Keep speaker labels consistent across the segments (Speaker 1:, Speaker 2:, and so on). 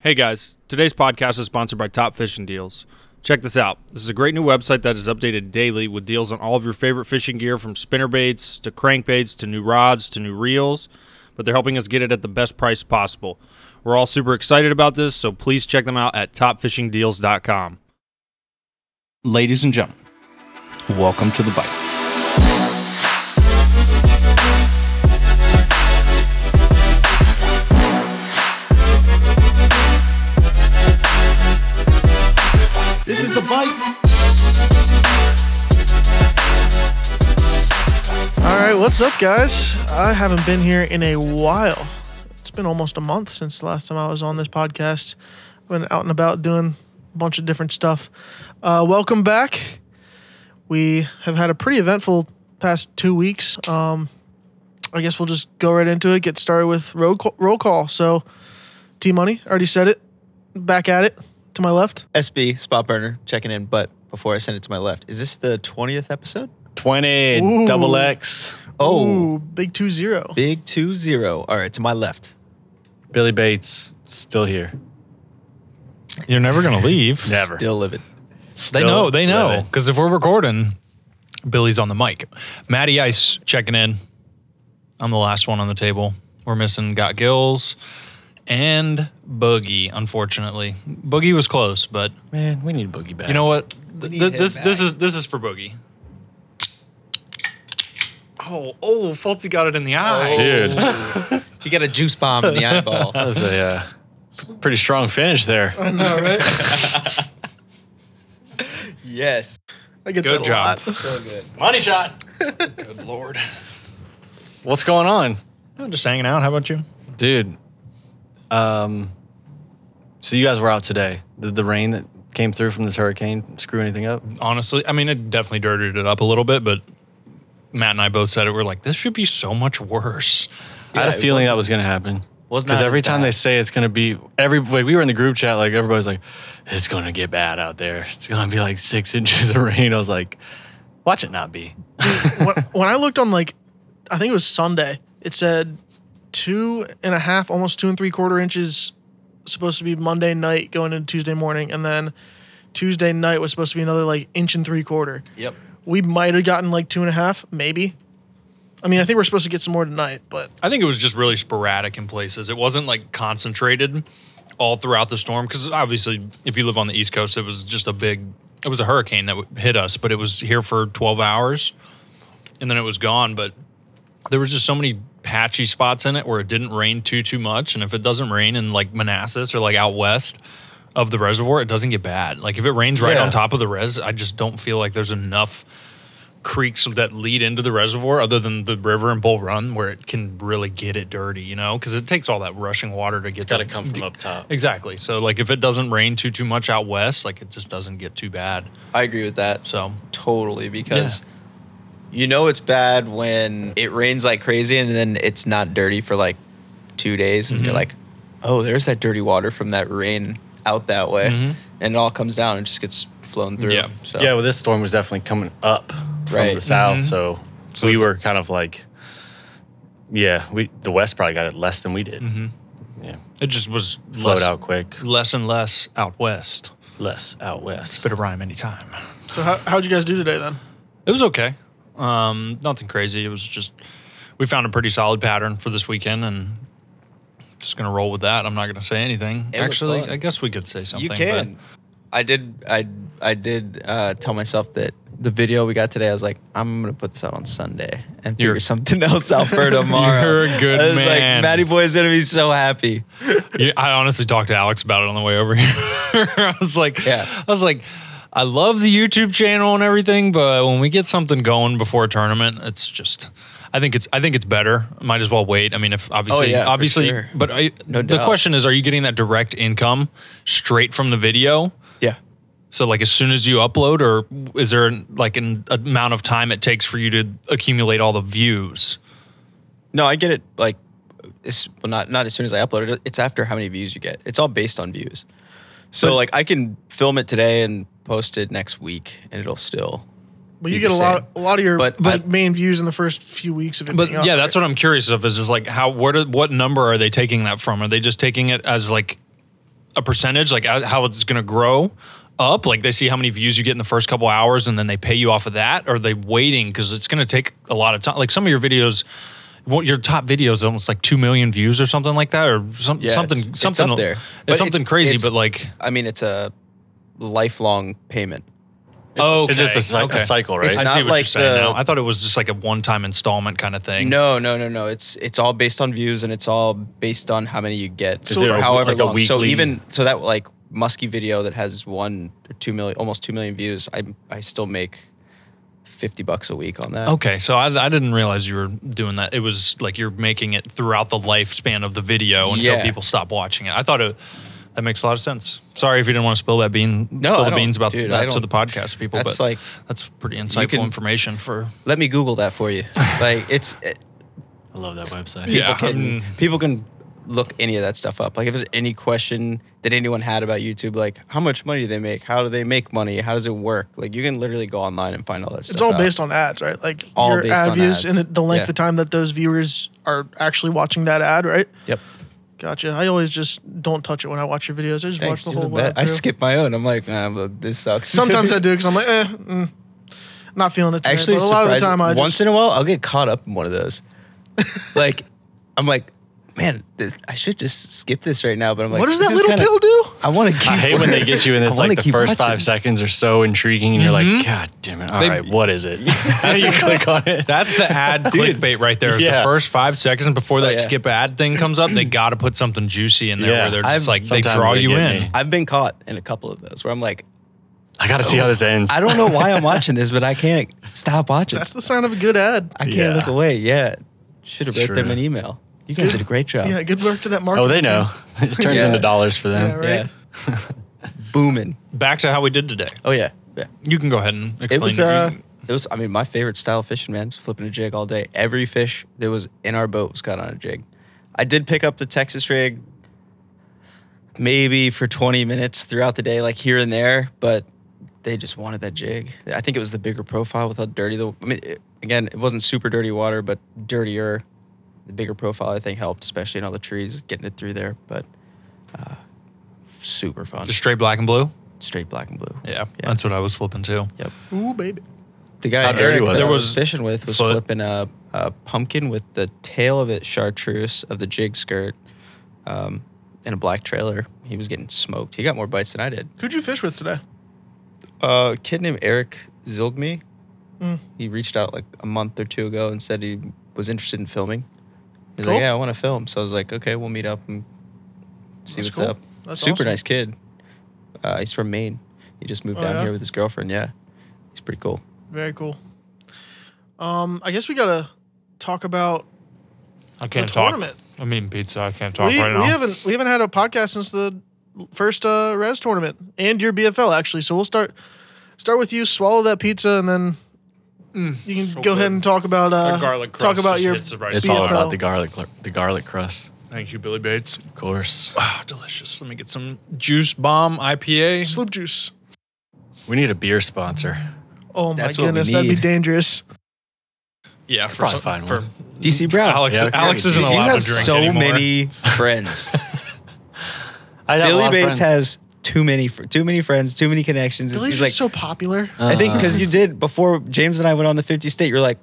Speaker 1: Hey guys, today's podcast is sponsored by Top Fishing Deals. Check this out. This is a great new website that is updated daily with deals on all of your favorite fishing gear from spinner baits to crankbaits to new rods to new reels, but they're helping us get it at the best price possible. We're all super excited about this, so please check them out at topfishingdeals.com.
Speaker 2: Ladies and gentlemen, welcome to the bite.
Speaker 3: This is the bite.
Speaker 4: All right, what's up, guys? I haven't been here in a while. It's been almost a month since the last time I was on this podcast. I've been out and about doing a bunch of different stuff. Uh, welcome back. We have had a pretty eventful past two weeks. Um, I guess we'll just go right into it, get started with roll call. Roll call. So, T Money, already said it. Back at it to my left.
Speaker 3: SB spot burner checking in, but before I send it to my left, is this the twentieth episode?
Speaker 5: 20
Speaker 4: Ooh.
Speaker 5: double X
Speaker 3: Oh,
Speaker 4: Ooh, big 2 0.
Speaker 3: big two zero. All right, to my left.
Speaker 5: Billy Bates still here. You're never gonna leave. Never.
Speaker 3: Still living.
Speaker 5: they
Speaker 1: Still
Speaker 5: know. They know.
Speaker 1: living.
Speaker 5: Because if we're recording, Billy's on the mic. Matty Ice checking in. I'm the last one on the table. We're missing Got Gills and Boogie. Unfortunately, Boogie was close, but
Speaker 2: Man, we need Boogie back.
Speaker 5: you know what?
Speaker 3: need
Speaker 5: Th-
Speaker 3: him
Speaker 5: th- this this
Speaker 3: back.
Speaker 5: is this is for Boogie. Oh, oh, Fultzy got it in the eye.
Speaker 3: You got a juice bomb in the eyeball.
Speaker 6: That was a uh, p- pretty strong finish there.
Speaker 4: I know, right?
Speaker 3: yes.
Speaker 4: I get that
Speaker 5: Good
Speaker 4: a
Speaker 5: job.
Speaker 4: lot.
Speaker 3: So good.
Speaker 5: Money shot.
Speaker 6: Good lord. What's going on?
Speaker 5: Oh. I'm just hanging out. How about you?
Speaker 6: Dude. Um so you guys were out today. Did the rain that came through from this hurricane screw anything up?
Speaker 5: Honestly, I mean, it definitely dirtied it up a little bit, but Matt and I both said it. We're like, this should be so much worse.
Speaker 6: I had
Speaker 3: Yeah,
Speaker 6: a
Speaker 3: it
Speaker 6: feeling that
Speaker 3: wasn't-
Speaker 6: was gonna happen.
Speaker 3: was
Speaker 6: Because
Speaker 3: not
Speaker 6: every
Speaker 3: as
Speaker 6: time they
Speaker 3: bad.
Speaker 6: say it's gonna be every like we were in the group chat, like everybody's like, It's gonna get bad out there. It's gonna be like six inches of rain. I was like, watch it not be.
Speaker 4: when, when I looked on like, I think it was Sunday. It said two and a half, almost two and three quarter inches, supposed to be Monday night going into Tuesday morning, and then Tuesday night was supposed to be another like inch and three quarter.
Speaker 3: Yep.
Speaker 4: We might have gotten like two and a half, maybe. I mean, I think we're supposed to get some more tonight, but
Speaker 5: I think it was just really sporadic in places. It wasn't like concentrated all throughout the storm because obviously, if you live on the East Coast, it was just a big, it was a hurricane that w- hit us, but it was here for 12 hours and then it was gone. But there was just so many patchy spots in it where it didn't rain too too much. And if it doesn't rain in like Manassas or like out west of the reservoir, it doesn't get bad. Like if it rains right
Speaker 6: Yeah.
Speaker 5: on top of the res, I just don't feel like there's enough creeks that lead into the reservoir other than the river and Bull Run where it can really get it dirty, you know, because it takes all that rushing water to get.
Speaker 6: gotta
Speaker 5: the-
Speaker 6: come from up top.
Speaker 5: Exactly. So like if it doesn't rain too too much out west, like it just doesn't get too bad.
Speaker 3: I agree with that.
Speaker 5: So
Speaker 3: Totally because you know it's bad when it rains like crazy and then it's not dirty for like two days and you're
Speaker 5: Mm-hmm.
Speaker 3: like, oh, there's that dirty water from that rain out that way, and it all comes down and just gets flown through.
Speaker 5: Mm-hmm. Yeah.
Speaker 3: So.
Speaker 6: Yeah, well, this storm was definitely coming up from
Speaker 3: Right.
Speaker 6: the south, so, we were kind of like, yeah, we the West probably got it less than we did. Yeah,
Speaker 5: it just was
Speaker 6: flowed
Speaker 5: less,
Speaker 6: out quick,
Speaker 5: less and less out west.
Speaker 6: less out west.
Speaker 5: Bit of rhyme anytime.
Speaker 4: so how, how'd you guys do today then?
Speaker 5: It was okay. Um, nothing crazy. It was just we found a pretty solid pattern for this weekend and just gonna roll with that. I'm not gonna say anything.
Speaker 3: It was
Speaker 5: Actually,
Speaker 3: fun.
Speaker 5: I guess we could say something.
Speaker 3: You
Speaker 5: but-
Speaker 3: can. I did. I I did uh, tell myself that the video we got today. I was like, I'm gonna put this out on Sunday and figure
Speaker 5: You're-
Speaker 3: something else out for tomorrow.
Speaker 5: You're a good
Speaker 3: I was
Speaker 5: man.
Speaker 3: Like, Matty boy is gonna be so happy.
Speaker 5: Yeah, I honestly talked to Alex about it on the way over here. I was like,
Speaker 3: Yeah.
Speaker 5: I was like, I love the YouTube channel and everything, but when we get something going before a tournament, it's just. I think it's I think it's better. Might as well wait. I mean, if obviously,
Speaker 3: Oh, yeah, for
Speaker 5: obviously,
Speaker 3: sure.
Speaker 5: but I,
Speaker 3: No
Speaker 5: the
Speaker 3: doubt.
Speaker 5: question is, are you getting that direct income straight from the video?
Speaker 3: Yeah.
Speaker 5: So like as soon as you upload, or is there like an amount of time it takes for you to accumulate all the views?
Speaker 3: No, I get it. Like, it's, well, not not as soon as I upload it. It's after how many views you get. It's all based on views. So like, I can film it today and post it next week, and it'll still.
Speaker 4: But you
Speaker 3: You
Speaker 4: get a
Speaker 3: can
Speaker 4: lot,
Speaker 3: say.
Speaker 4: a lot of your
Speaker 3: But-
Speaker 4: like,
Speaker 3: but-
Speaker 4: main views in the first few weeks of it.
Speaker 5: But
Speaker 4: being out
Speaker 5: yeah, that's
Speaker 4: there.
Speaker 5: what I'm curious of is just like how where do, what number are they taking that from? Are they just taking it as like a percentage, like uh, how it's going to grow up. Like they see how many views you get in the first couple hours, and then they pay you off of that. Or are they waiting because it's going to take a lot of time? Like some of your videos. What your top videos almost like two million views or something like that, or some,
Speaker 3: Yeah,
Speaker 5: something,
Speaker 3: it's- it's
Speaker 5: something
Speaker 3: up there.
Speaker 5: It's
Speaker 3: But it's-
Speaker 5: something crazy,
Speaker 3: it's-
Speaker 5: but like,
Speaker 3: I mean, it's a lifelong payment.
Speaker 5: oh,
Speaker 6: It's just a, cy- a
Speaker 5: okay.
Speaker 6: cycle, right?
Speaker 3: It's
Speaker 5: I
Speaker 3: not
Speaker 5: see what you're
Speaker 3: like
Speaker 5: saying
Speaker 3: the-
Speaker 5: now. I thought it was just like a one-time installment kind of thing.
Speaker 3: No, no, no, no. It's it's all based on views and it's all based on how many you get.
Speaker 6: Is it a-
Speaker 3: however
Speaker 6: like a
Speaker 3: long. So
Speaker 6: weekly-
Speaker 3: even so that like Muskie video that has one or two million, almost two million views, I I still make fifty bucks a week on that.
Speaker 6: Oh.
Speaker 5: Okay, so I, I didn't realize you were doing that. It was like you're making it throughout the lifespan of the video until
Speaker 3: Yeah.
Speaker 5: people stop watching it. I thought it that makes a lot of sense. Sorry if you didn't want to spill that bean,
Speaker 3: No, I
Speaker 5: spill the
Speaker 3: don't-
Speaker 5: beans about
Speaker 3: dude, I
Speaker 5: that to
Speaker 3: don't-
Speaker 5: the podcast people.
Speaker 3: that's
Speaker 5: but
Speaker 3: like-
Speaker 5: that's pretty insightful
Speaker 3: can-
Speaker 5: information for
Speaker 3: Let me Google that for you. Like it's it-
Speaker 6: I love that website.
Speaker 5: Yeah.
Speaker 3: people can
Speaker 6: Um,
Speaker 5: Mm.
Speaker 3: people can look any of that stuff up. Like if there's any question that anyone had about YouTube, like how much money do they make? How do they make money? How does it work? Like you can literally go online and find all that stuff.
Speaker 4: It's all
Speaker 3: out.
Speaker 4: based on ads, right? Like
Speaker 3: Uh, All
Speaker 4: your
Speaker 3: based
Speaker 4: ad
Speaker 3: on
Speaker 4: views
Speaker 3: ads.
Speaker 4: and the- the length
Speaker 3: Yeah.
Speaker 4: of time that those viewers are actually watching that ad, right?
Speaker 3: Yep.
Speaker 4: Gotcha. I always just don't touch it when I watch your videos. I just
Speaker 3: Thanks,
Speaker 4: watch
Speaker 3: you're
Speaker 4: the whole
Speaker 3: the
Speaker 4: way
Speaker 3: best. I
Speaker 4: through.
Speaker 3: skip my own. I'm like, nah, but this sucks.
Speaker 4: Sometimes I do because I'm like, eh, mm, not feeling it. Today.
Speaker 3: actually
Speaker 4: but a lot of the
Speaker 3: surprised-
Speaker 4: time I
Speaker 3: once
Speaker 4: just,
Speaker 3: in a while I'll get caught up in one of those. like, I'm like, man, this, I should just skip this right now. But I'm like,
Speaker 4: what does
Speaker 3: this
Speaker 4: that
Speaker 3: is
Speaker 4: little
Speaker 3: kinda-
Speaker 4: pill do?
Speaker 3: I want to keep.
Speaker 6: I hate when they get you and it's
Speaker 3: wanna
Speaker 6: like the
Speaker 3: keep
Speaker 6: first
Speaker 3: watching. Mm-hmm.
Speaker 6: five seconds are so intriguing and you're like, God damn it. All right, what is it? How do you click on it?
Speaker 5: that's the ad clickbait right there. It's
Speaker 6: Yeah.
Speaker 5: the first five seconds before that
Speaker 3: Oh, yeah.
Speaker 5: skip ad thing comes up. They got to put something juicy in there
Speaker 6: Yeah.
Speaker 5: where they're
Speaker 6: I've-
Speaker 5: just like they
Speaker 6: sometimes
Speaker 5: draw
Speaker 6: they
Speaker 5: you
Speaker 6: get
Speaker 5: in.
Speaker 6: me.
Speaker 3: I've been caught in a couple of those where I'm like,
Speaker 6: I got to see how this ends.
Speaker 3: I don't know why I'm watching this, but I can't stop watching.
Speaker 4: That's the sign of a good ad.
Speaker 3: I can't
Speaker 6: Yeah.
Speaker 3: look away. Yeah, should have
Speaker 6: It's
Speaker 3: wrote them
Speaker 6: true.
Speaker 3: an email. You guys did a great job.
Speaker 4: Yeah, good work to that marketing.
Speaker 6: Oh, they know.
Speaker 4: team.
Speaker 6: It turns
Speaker 3: Yeah.
Speaker 6: into dollars for them.
Speaker 4: Yeah, right.
Speaker 3: Yeah. booming.
Speaker 5: Back to how we did today.
Speaker 3: Oh yeah, yeah.
Speaker 5: You can go ahead and explain.
Speaker 3: It was
Speaker 5: it.
Speaker 3: uh, it was. I mean, my favorite style of fishing, man, just flipping a jig all day. Every fish that was in our boat was caught on a jig. I did pick up the Texas rig, maybe for 20 minutes throughout the day, like here and there, but they just wanted that jig. I think it was the bigger profile with how dirty the. I mean, it- again, it wasn't super dirty water, but dirtier. The bigger profile, I think, helped, especially in all the trees, getting it through there. But uh, super fun,
Speaker 5: just straight black and blue.
Speaker 3: straight black and blue.
Speaker 5: Yeah, that's what I was flipping too.
Speaker 3: Yep.
Speaker 4: Ooh, baby.
Speaker 3: The guy
Speaker 6: How
Speaker 3: Eric,
Speaker 6: dirty was
Speaker 3: that
Speaker 6: it?
Speaker 3: I
Speaker 5: There
Speaker 3: was
Speaker 5: was
Speaker 3: fishing with was
Speaker 5: foot.
Speaker 3: flipping a, a pumpkin with the tail of it chartreuse of the jig skirt, um, in a black trailer. He was getting smoked. He got more bites than I did.
Speaker 4: Who'd you fish with today?
Speaker 3: Uh, a kid named Eric Zilgme. He reached out like a month or two ago and said he was interested in filming. He's
Speaker 4: Cool.
Speaker 3: like, "Yeah, I want to film." So I was like, "Okay, we'll meet up and see
Speaker 4: That's
Speaker 3: what's
Speaker 4: cool.
Speaker 3: up."
Speaker 4: That's
Speaker 3: Super
Speaker 4: awesome.
Speaker 3: nice kid. Uh, he's from Maine. He just moved
Speaker 4: Oh,
Speaker 3: down
Speaker 4: yeah?
Speaker 3: here with his girlfriend. Yeah, he's pretty cool.
Speaker 4: Very cool. Um, I guess we gotta talk about
Speaker 5: I can't talk.
Speaker 4: tournament.
Speaker 5: I mean, pizza. I can't talk
Speaker 4: we,
Speaker 5: right now.
Speaker 4: we haven't we haven't had a podcast since the first uh, res tournament and your BFL actually. So we'll start start with you. Swallow that pizza, and then you can go ahead and talk about uh,
Speaker 5: Mm, That garlic
Speaker 4: talk
Speaker 5: crust
Speaker 4: about
Speaker 5: just
Speaker 4: your
Speaker 5: hits it right
Speaker 6: It's all
Speaker 4: BFL.
Speaker 6: about the garlic, cl- the garlic crust,
Speaker 5: Thank you, Billy Bates.
Speaker 6: of course.
Speaker 5: Ah, delicious. Let me get some Juice Bomb IPA.
Speaker 4: sloop juice.
Speaker 6: We need a beer sponsor.
Speaker 4: Oh my
Speaker 3: That's what we
Speaker 4: goodness, that'd be
Speaker 3: need.
Speaker 4: dangerous.
Speaker 5: Yeah, for
Speaker 6: probably
Speaker 5: some,
Speaker 6: find
Speaker 5: for
Speaker 6: one.
Speaker 3: DC Brown.
Speaker 5: Alex.
Speaker 6: Yeah,
Speaker 5: Alex
Speaker 6: yeah,
Speaker 5: isn't
Speaker 6: you
Speaker 5: allowed
Speaker 3: you have
Speaker 5: to drink
Speaker 3: so
Speaker 5: anymore.
Speaker 3: many friends.
Speaker 6: I got a lot
Speaker 3: Billy
Speaker 6: of friends.
Speaker 3: Bates has too many fr- too many friends, too many connections.
Speaker 4: Billy's
Speaker 3: He's
Speaker 4: just
Speaker 3: like,
Speaker 4: so popular.
Speaker 3: I think because you did before James and I went on the 50 state. You're like,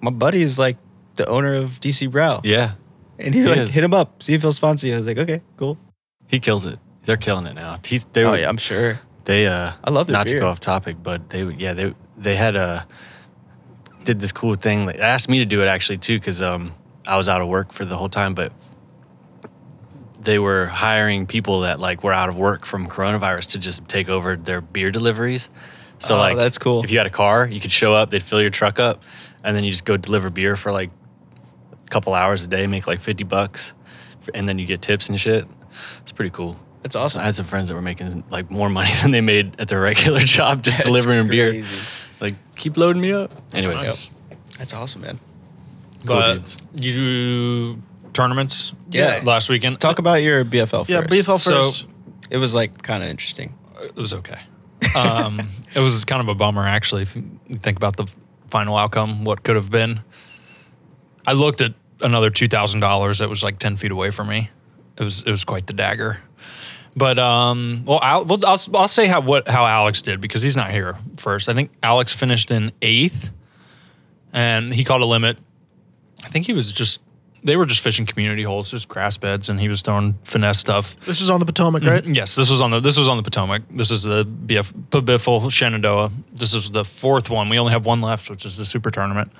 Speaker 3: my buddy is like the owner of DC Brow,
Speaker 6: Yeah,
Speaker 3: and you
Speaker 6: he
Speaker 3: like
Speaker 6: is.
Speaker 3: hit him up, see if he'll sponsor you. I was like, okay, cool.
Speaker 6: he kills it. They're killing it now. He, they
Speaker 3: Oh
Speaker 6: were-
Speaker 3: yeah, I'm sure.
Speaker 6: They uh
Speaker 3: I love their
Speaker 6: not
Speaker 3: beer.
Speaker 6: to go off topic, but they would yeah, they they had uh did this cool thing. They asked me to do it actually too cuz um I was out of work for the whole time, but they were hiring people that like were out of work from coronavirus to just take over their beer deliveries. So
Speaker 3: Oh,
Speaker 6: like
Speaker 3: that's cool.
Speaker 6: If you had a car, you could show up, they'd fill your truck up, and then you just go deliver beer for like a couple hours a day, make like 50 bucks, and then you get tips and shit. It's pretty cool.
Speaker 3: That's
Speaker 6: So
Speaker 3: awesome.
Speaker 6: I had some friends that were making like more money than they made at their regular job just
Speaker 3: That's
Speaker 6: delivering
Speaker 3: crazy.
Speaker 6: beer. Like keep loading me up. Anyways,
Speaker 5: Nice.
Speaker 3: That's awesome, man.
Speaker 6: cool
Speaker 5: But
Speaker 6: dudes.
Speaker 5: you tournaments.
Speaker 3: Yeah.
Speaker 5: last weekend.
Speaker 3: Talk about your BFL.
Speaker 4: Yeah,
Speaker 3: first.
Speaker 4: BFL
Speaker 5: So-
Speaker 4: first.
Speaker 3: It was like kind of interesting.
Speaker 5: It was okay. Um, it was kind of a bummer actually. If you think about the final outcome, what could have been. I looked at another two thousand dollars that was like ten feet away from me. It was it was quite the dagger. But um, well, I'll, well, I'll I'll say how what how Alex did because he's not here first. I think Alex finished in eighth, and he caught a limit. I think he was just they were just fishing community holes, just grass beds, and he was throwing finesse stuff.
Speaker 4: This is on the Potomac, right?
Speaker 5: Yes, this was on the this was on the Potomac. This is the BF Pabiffle Shenandoah. This is the fourth one. We only have one left, which is the Super Tournament.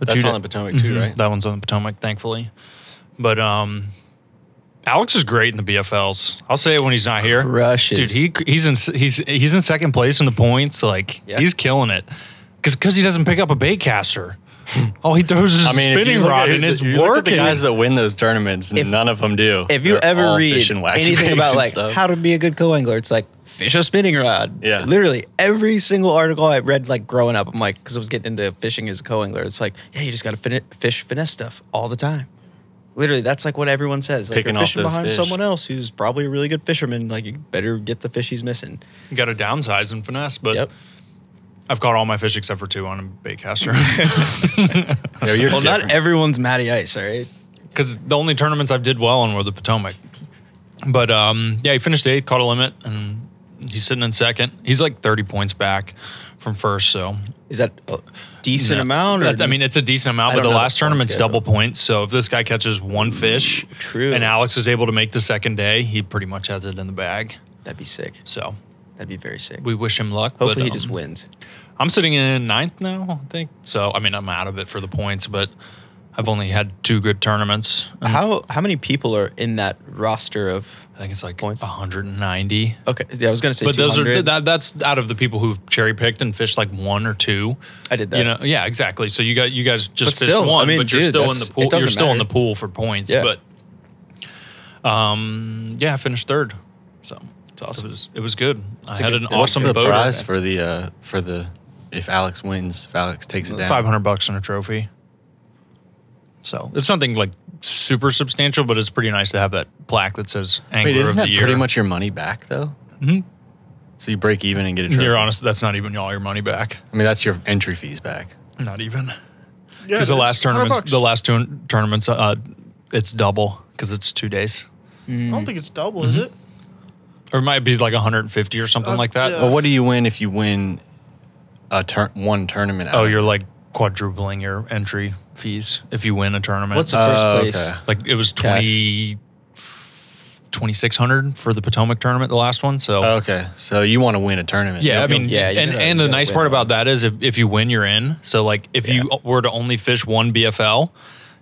Speaker 5: The
Speaker 6: That's
Speaker 5: two
Speaker 6: on
Speaker 5: da-
Speaker 6: the Potomac too,
Speaker 5: Mhm.
Speaker 6: right?
Speaker 5: That one's on the Potomac, thankfully. But um, Alex is great in the BFLs. I'll say it when he's not here.
Speaker 3: Crushes.
Speaker 5: dude. He he's in he's he's in second place in the points. Like
Speaker 3: Yeah.
Speaker 5: he's killing it because he doesn't pick up a bait caster. All he throws is a
Speaker 6: I mean, if you
Speaker 5: spinning
Speaker 6: look
Speaker 5: rod
Speaker 6: at-
Speaker 5: and it's
Speaker 6: you look at
Speaker 5: working.
Speaker 6: The guys that win those tournaments, none of them do.
Speaker 3: If you
Speaker 6: They're
Speaker 3: ever
Speaker 6: all
Speaker 3: read
Speaker 6: fish and wacky baits
Speaker 3: anything about
Speaker 6: and
Speaker 3: like
Speaker 6: stuff.
Speaker 3: how to be a good co-angler, it's like fish a spinning rod.
Speaker 6: Yeah.
Speaker 3: Literally every single article I read like growing up, I'm like, because I was getting into fishing as a co-angler. It's like, yeah, you just got to fin- fish finesse stuff all the time. Literally, that's like what everyone says. Like,
Speaker 6: Picking
Speaker 3: you're
Speaker 6: off
Speaker 3: fishing
Speaker 6: those
Speaker 3: behind
Speaker 6: fish.
Speaker 3: someone else who's probably a really good fisherman. Like, you better get the fish he's missing.
Speaker 5: got to downsize and finesse, but
Speaker 3: Yep.
Speaker 5: I've caught all my fish except for two on a bait caster.
Speaker 6: Yeah, you're
Speaker 3: Well,
Speaker 6: different.
Speaker 3: not everyone's Matty Ice, all right?
Speaker 5: because the only tournaments I did well on were the Potomac. But um, yeah, he finished eighth, caught a limit, and he's sitting in second. He's like thirty points back from first, so
Speaker 3: Is that a decent
Speaker 5: Yeah.
Speaker 3: amount? Or
Speaker 5: That- I mean, it's a decent amount,
Speaker 3: I
Speaker 5: but
Speaker 3: don't
Speaker 5: the
Speaker 3: know the
Speaker 5: last
Speaker 3: point
Speaker 5: tournament's
Speaker 3: schedule.
Speaker 5: double points. So if this guy catches one fish,
Speaker 3: Mm, True.
Speaker 5: and Alex is able to make the second day, he pretty much has it in the bag.
Speaker 3: that'd be sick.
Speaker 5: So
Speaker 3: That'd be very sick.
Speaker 5: we wish him luck. but,
Speaker 3: Hopefully, he just
Speaker 5: um,
Speaker 3: wins.
Speaker 5: I'm sitting in ninth now, I think. So I mean, I'm out of it for the points, but I've only had two good tournaments. And
Speaker 3: How how many people are in that roster of?
Speaker 5: I think it's like
Speaker 3: Points?
Speaker 5: 190.
Speaker 3: Okay, yeah, I was gonna say,
Speaker 5: But those are
Speaker 3: 200.
Speaker 5: that, that's out of the people who've cherry picked and fished like one or two.
Speaker 3: I did that.
Speaker 5: You know, yeah, exactly. So you got you guys just
Speaker 3: But
Speaker 5: fished
Speaker 3: still,
Speaker 5: one,
Speaker 3: I mean,
Speaker 5: but you're
Speaker 3: dude,
Speaker 5: still in
Speaker 3: that's-
Speaker 5: the pool.
Speaker 3: it
Speaker 5: You're
Speaker 3: doesn't
Speaker 5: still in the
Speaker 3: matter.
Speaker 5: pool for points.
Speaker 3: Yeah.
Speaker 5: But um, yeah, I finished third. So it's awesome. It was, it was good. I had
Speaker 3: good-
Speaker 5: an
Speaker 3: that's a
Speaker 5: awesome
Speaker 6: What's the
Speaker 5: boat.
Speaker 6: prize for the uh, for the if Alex wins, if Alex takes it down.
Speaker 5: Five hundred bucks in a trophy. So it's something like super substantial, but it's pretty nice to have that plaque that says angler
Speaker 6: Wait, isn't
Speaker 5: of the
Speaker 6: that
Speaker 5: year.
Speaker 6: pretty much your money back though? Mm-hmm. So you break even and get a trophy.
Speaker 5: You're honest. That's not even all your money back.
Speaker 6: I mean, that's your entry fees back.
Speaker 5: Not even.
Speaker 4: Yeah,
Speaker 5: Because the
Speaker 4: it's
Speaker 5: last
Speaker 4: 100
Speaker 5: tournaments,
Speaker 4: bucks.
Speaker 5: the last two tournaments, uh, it's double because it's two days,
Speaker 4: I don't think it's double, is
Speaker 5: Mm-hmm.
Speaker 4: it?
Speaker 5: or it might be like 150 or something
Speaker 4: Uh,
Speaker 5: like that.
Speaker 4: yeah.
Speaker 6: But what do you win if you win a tur- one tournament?
Speaker 5: Oh,
Speaker 6: out?
Speaker 5: you're like quadrupling your entry fees if you win a tournament.
Speaker 3: What's the
Speaker 6: Uh,
Speaker 3: first place?
Speaker 6: okay.
Speaker 5: like? It was
Speaker 3: Cash.
Speaker 5: 20, 2600 for the Potomac tournament, the last one. So
Speaker 6: Oh, okay. So you want to win a tournament?
Speaker 5: yeah, I
Speaker 6: You'll-
Speaker 5: mean,
Speaker 3: yeah, you
Speaker 5: and
Speaker 3: gotta-
Speaker 5: and
Speaker 3: you
Speaker 5: the
Speaker 3: gotta
Speaker 5: nice
Speaker 3: win
Speaker 5: part
Speaker 3: one.
Speaker 5: about that is if if you win, you're in. So like if you were to only fish one BFL,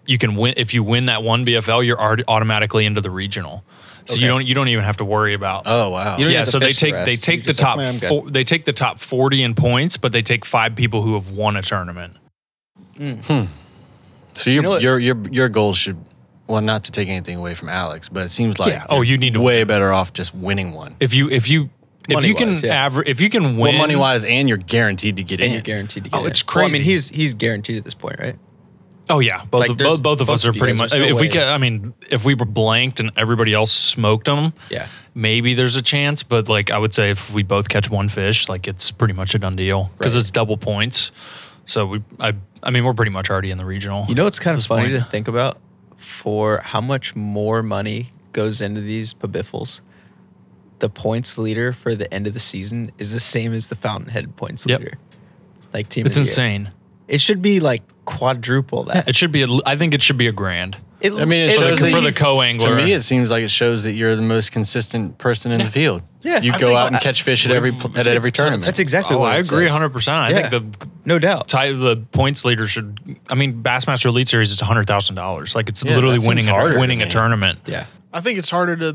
Speaker 5: you can win. If you win that one BFL, you're already automatically into the regional. So you
Speaker 3: Okay.
Speaker 5: don't you don't even have to worry about
Speaker 6: oh wow.
Speaker 3: You don't-
Speaker 5: yeah,
Speaker 3: have to
Speaker 5: so they
Speaker 3: fish the
Speaker 5: take
Speaker 3: rest.
Speaker 5: they
Speaker 3: You're
Speaker 5: take the
Speaker 3: just like,
Speaker 5: top
Speaker 3: "Man, I'm good."
Speaker 5: four, they take the top forty in points, but they take five people who have won a tournament.
Speaker 6: so your
Speaker 3: know what-
Speaker 6: your your your goal should well not to take anything away from Alex, but it seems like
Speaker 5: Yeah. Oh, you need to
Speaker 6: way better off just winning one.
Speaker 5: If you if you if you can
Speaker 3: Money-wise, yeah.
Speaker 5: aver- if you can win
Speaker 6: Well, money wise, and you're guaranteed to get in.
Speaker 3: And you're guaranteed to get
Speaker 5: Oh,
Speaker 3: in.
Speaker 5: it's
Speaker 3: Well, I mean,
Speaker 5: crazy.
Speaker 3: he's he's guaranteed at this point, right?
Speaker 5: Oh yeah, both
Speaker 3: Like,
Speaker 5: of,
Speaker 3: there's-
Speaker 5: both, both of
Speaker 3: both
Speaker 5: us
Speaker 3: of
Speaker 5: are
Speaker 3: you
Speaker 5: pretty
Speaker 3: guys,
Speaker 5: much.
Speaker 3: there's no
Speaker 5: if we
Speaker 3: way.
Speaker 5: ca I mean, if we were blanked and everybody else smoked them,
Speaker 3: Yeah.
Speaker 5: maybe there's a chance. But like, I would say if we both catch one fish, like it's pretty much a done deal because
Speaker 3: Right.
Speaker 5: it's double points. So we, I, I mean, we're pretty much already in the regional.
Speaker 3: You know, it's kind of
Speaker 5: This
Speaker 3: funny
Speaker 5: point.
Speaker 3: to think about for how much more money goes into these pabiffles. The points leader for the end of the season is the same as the Fountainhead points
Speaker 5: Yep.
Speaker 3: leader. Like team,
Speaker 5: it's
Speaker 3: of the year.
Speaker 5: insane.
Speaker 3: It should be like quadruple that.
Speaker 5: It should be. A, I think it should be a grand.
Speaker 3: It,
Speaker 6: I mean, it
Speaker 3: at
Speaker 5: for the,
Speaker 6: shows that
Speaker 5: for the
Speaker 3: least-
Speaker 6: To
Speaker 5: co-angler.
Speaker 6: me, it seems like it shows that you're the most consistent person in the field.
Speaker 3: Yeah,
Speaker 6: you
Speaker 3: I
Speaker 6: go
Speaker 3: think-
Speaker 6: out and catch fish at every pl- at every tournament.
Speaker 3: That's exactly
Speaker 5: Oh,
Speaker 3: what
Speaker 5: I
Speaker 3: it
Speaker 5: agree
Speaker 3: says.
Speaker 5: 100. percent I
Speaker 3: Yeah.
Speaker 5: think the
Speaker 3: No doubt.
Speaker 5: tie the points leader should. I mean, Bassmaster Elite Series is hundred thousand dollars. Like it's
Speaker 6: Yeah,
Speaker 5: literally
Speaker 6: that seems
Speaker 5: winning
Speaker 6: harder
Speaker 5: a,
Speaker 6: to
Speaker 5: winning a
Speaker 6: me.
Speaker 5: tournament.
Speaker 3: Yeah.
Speaker 4: I think it's harder to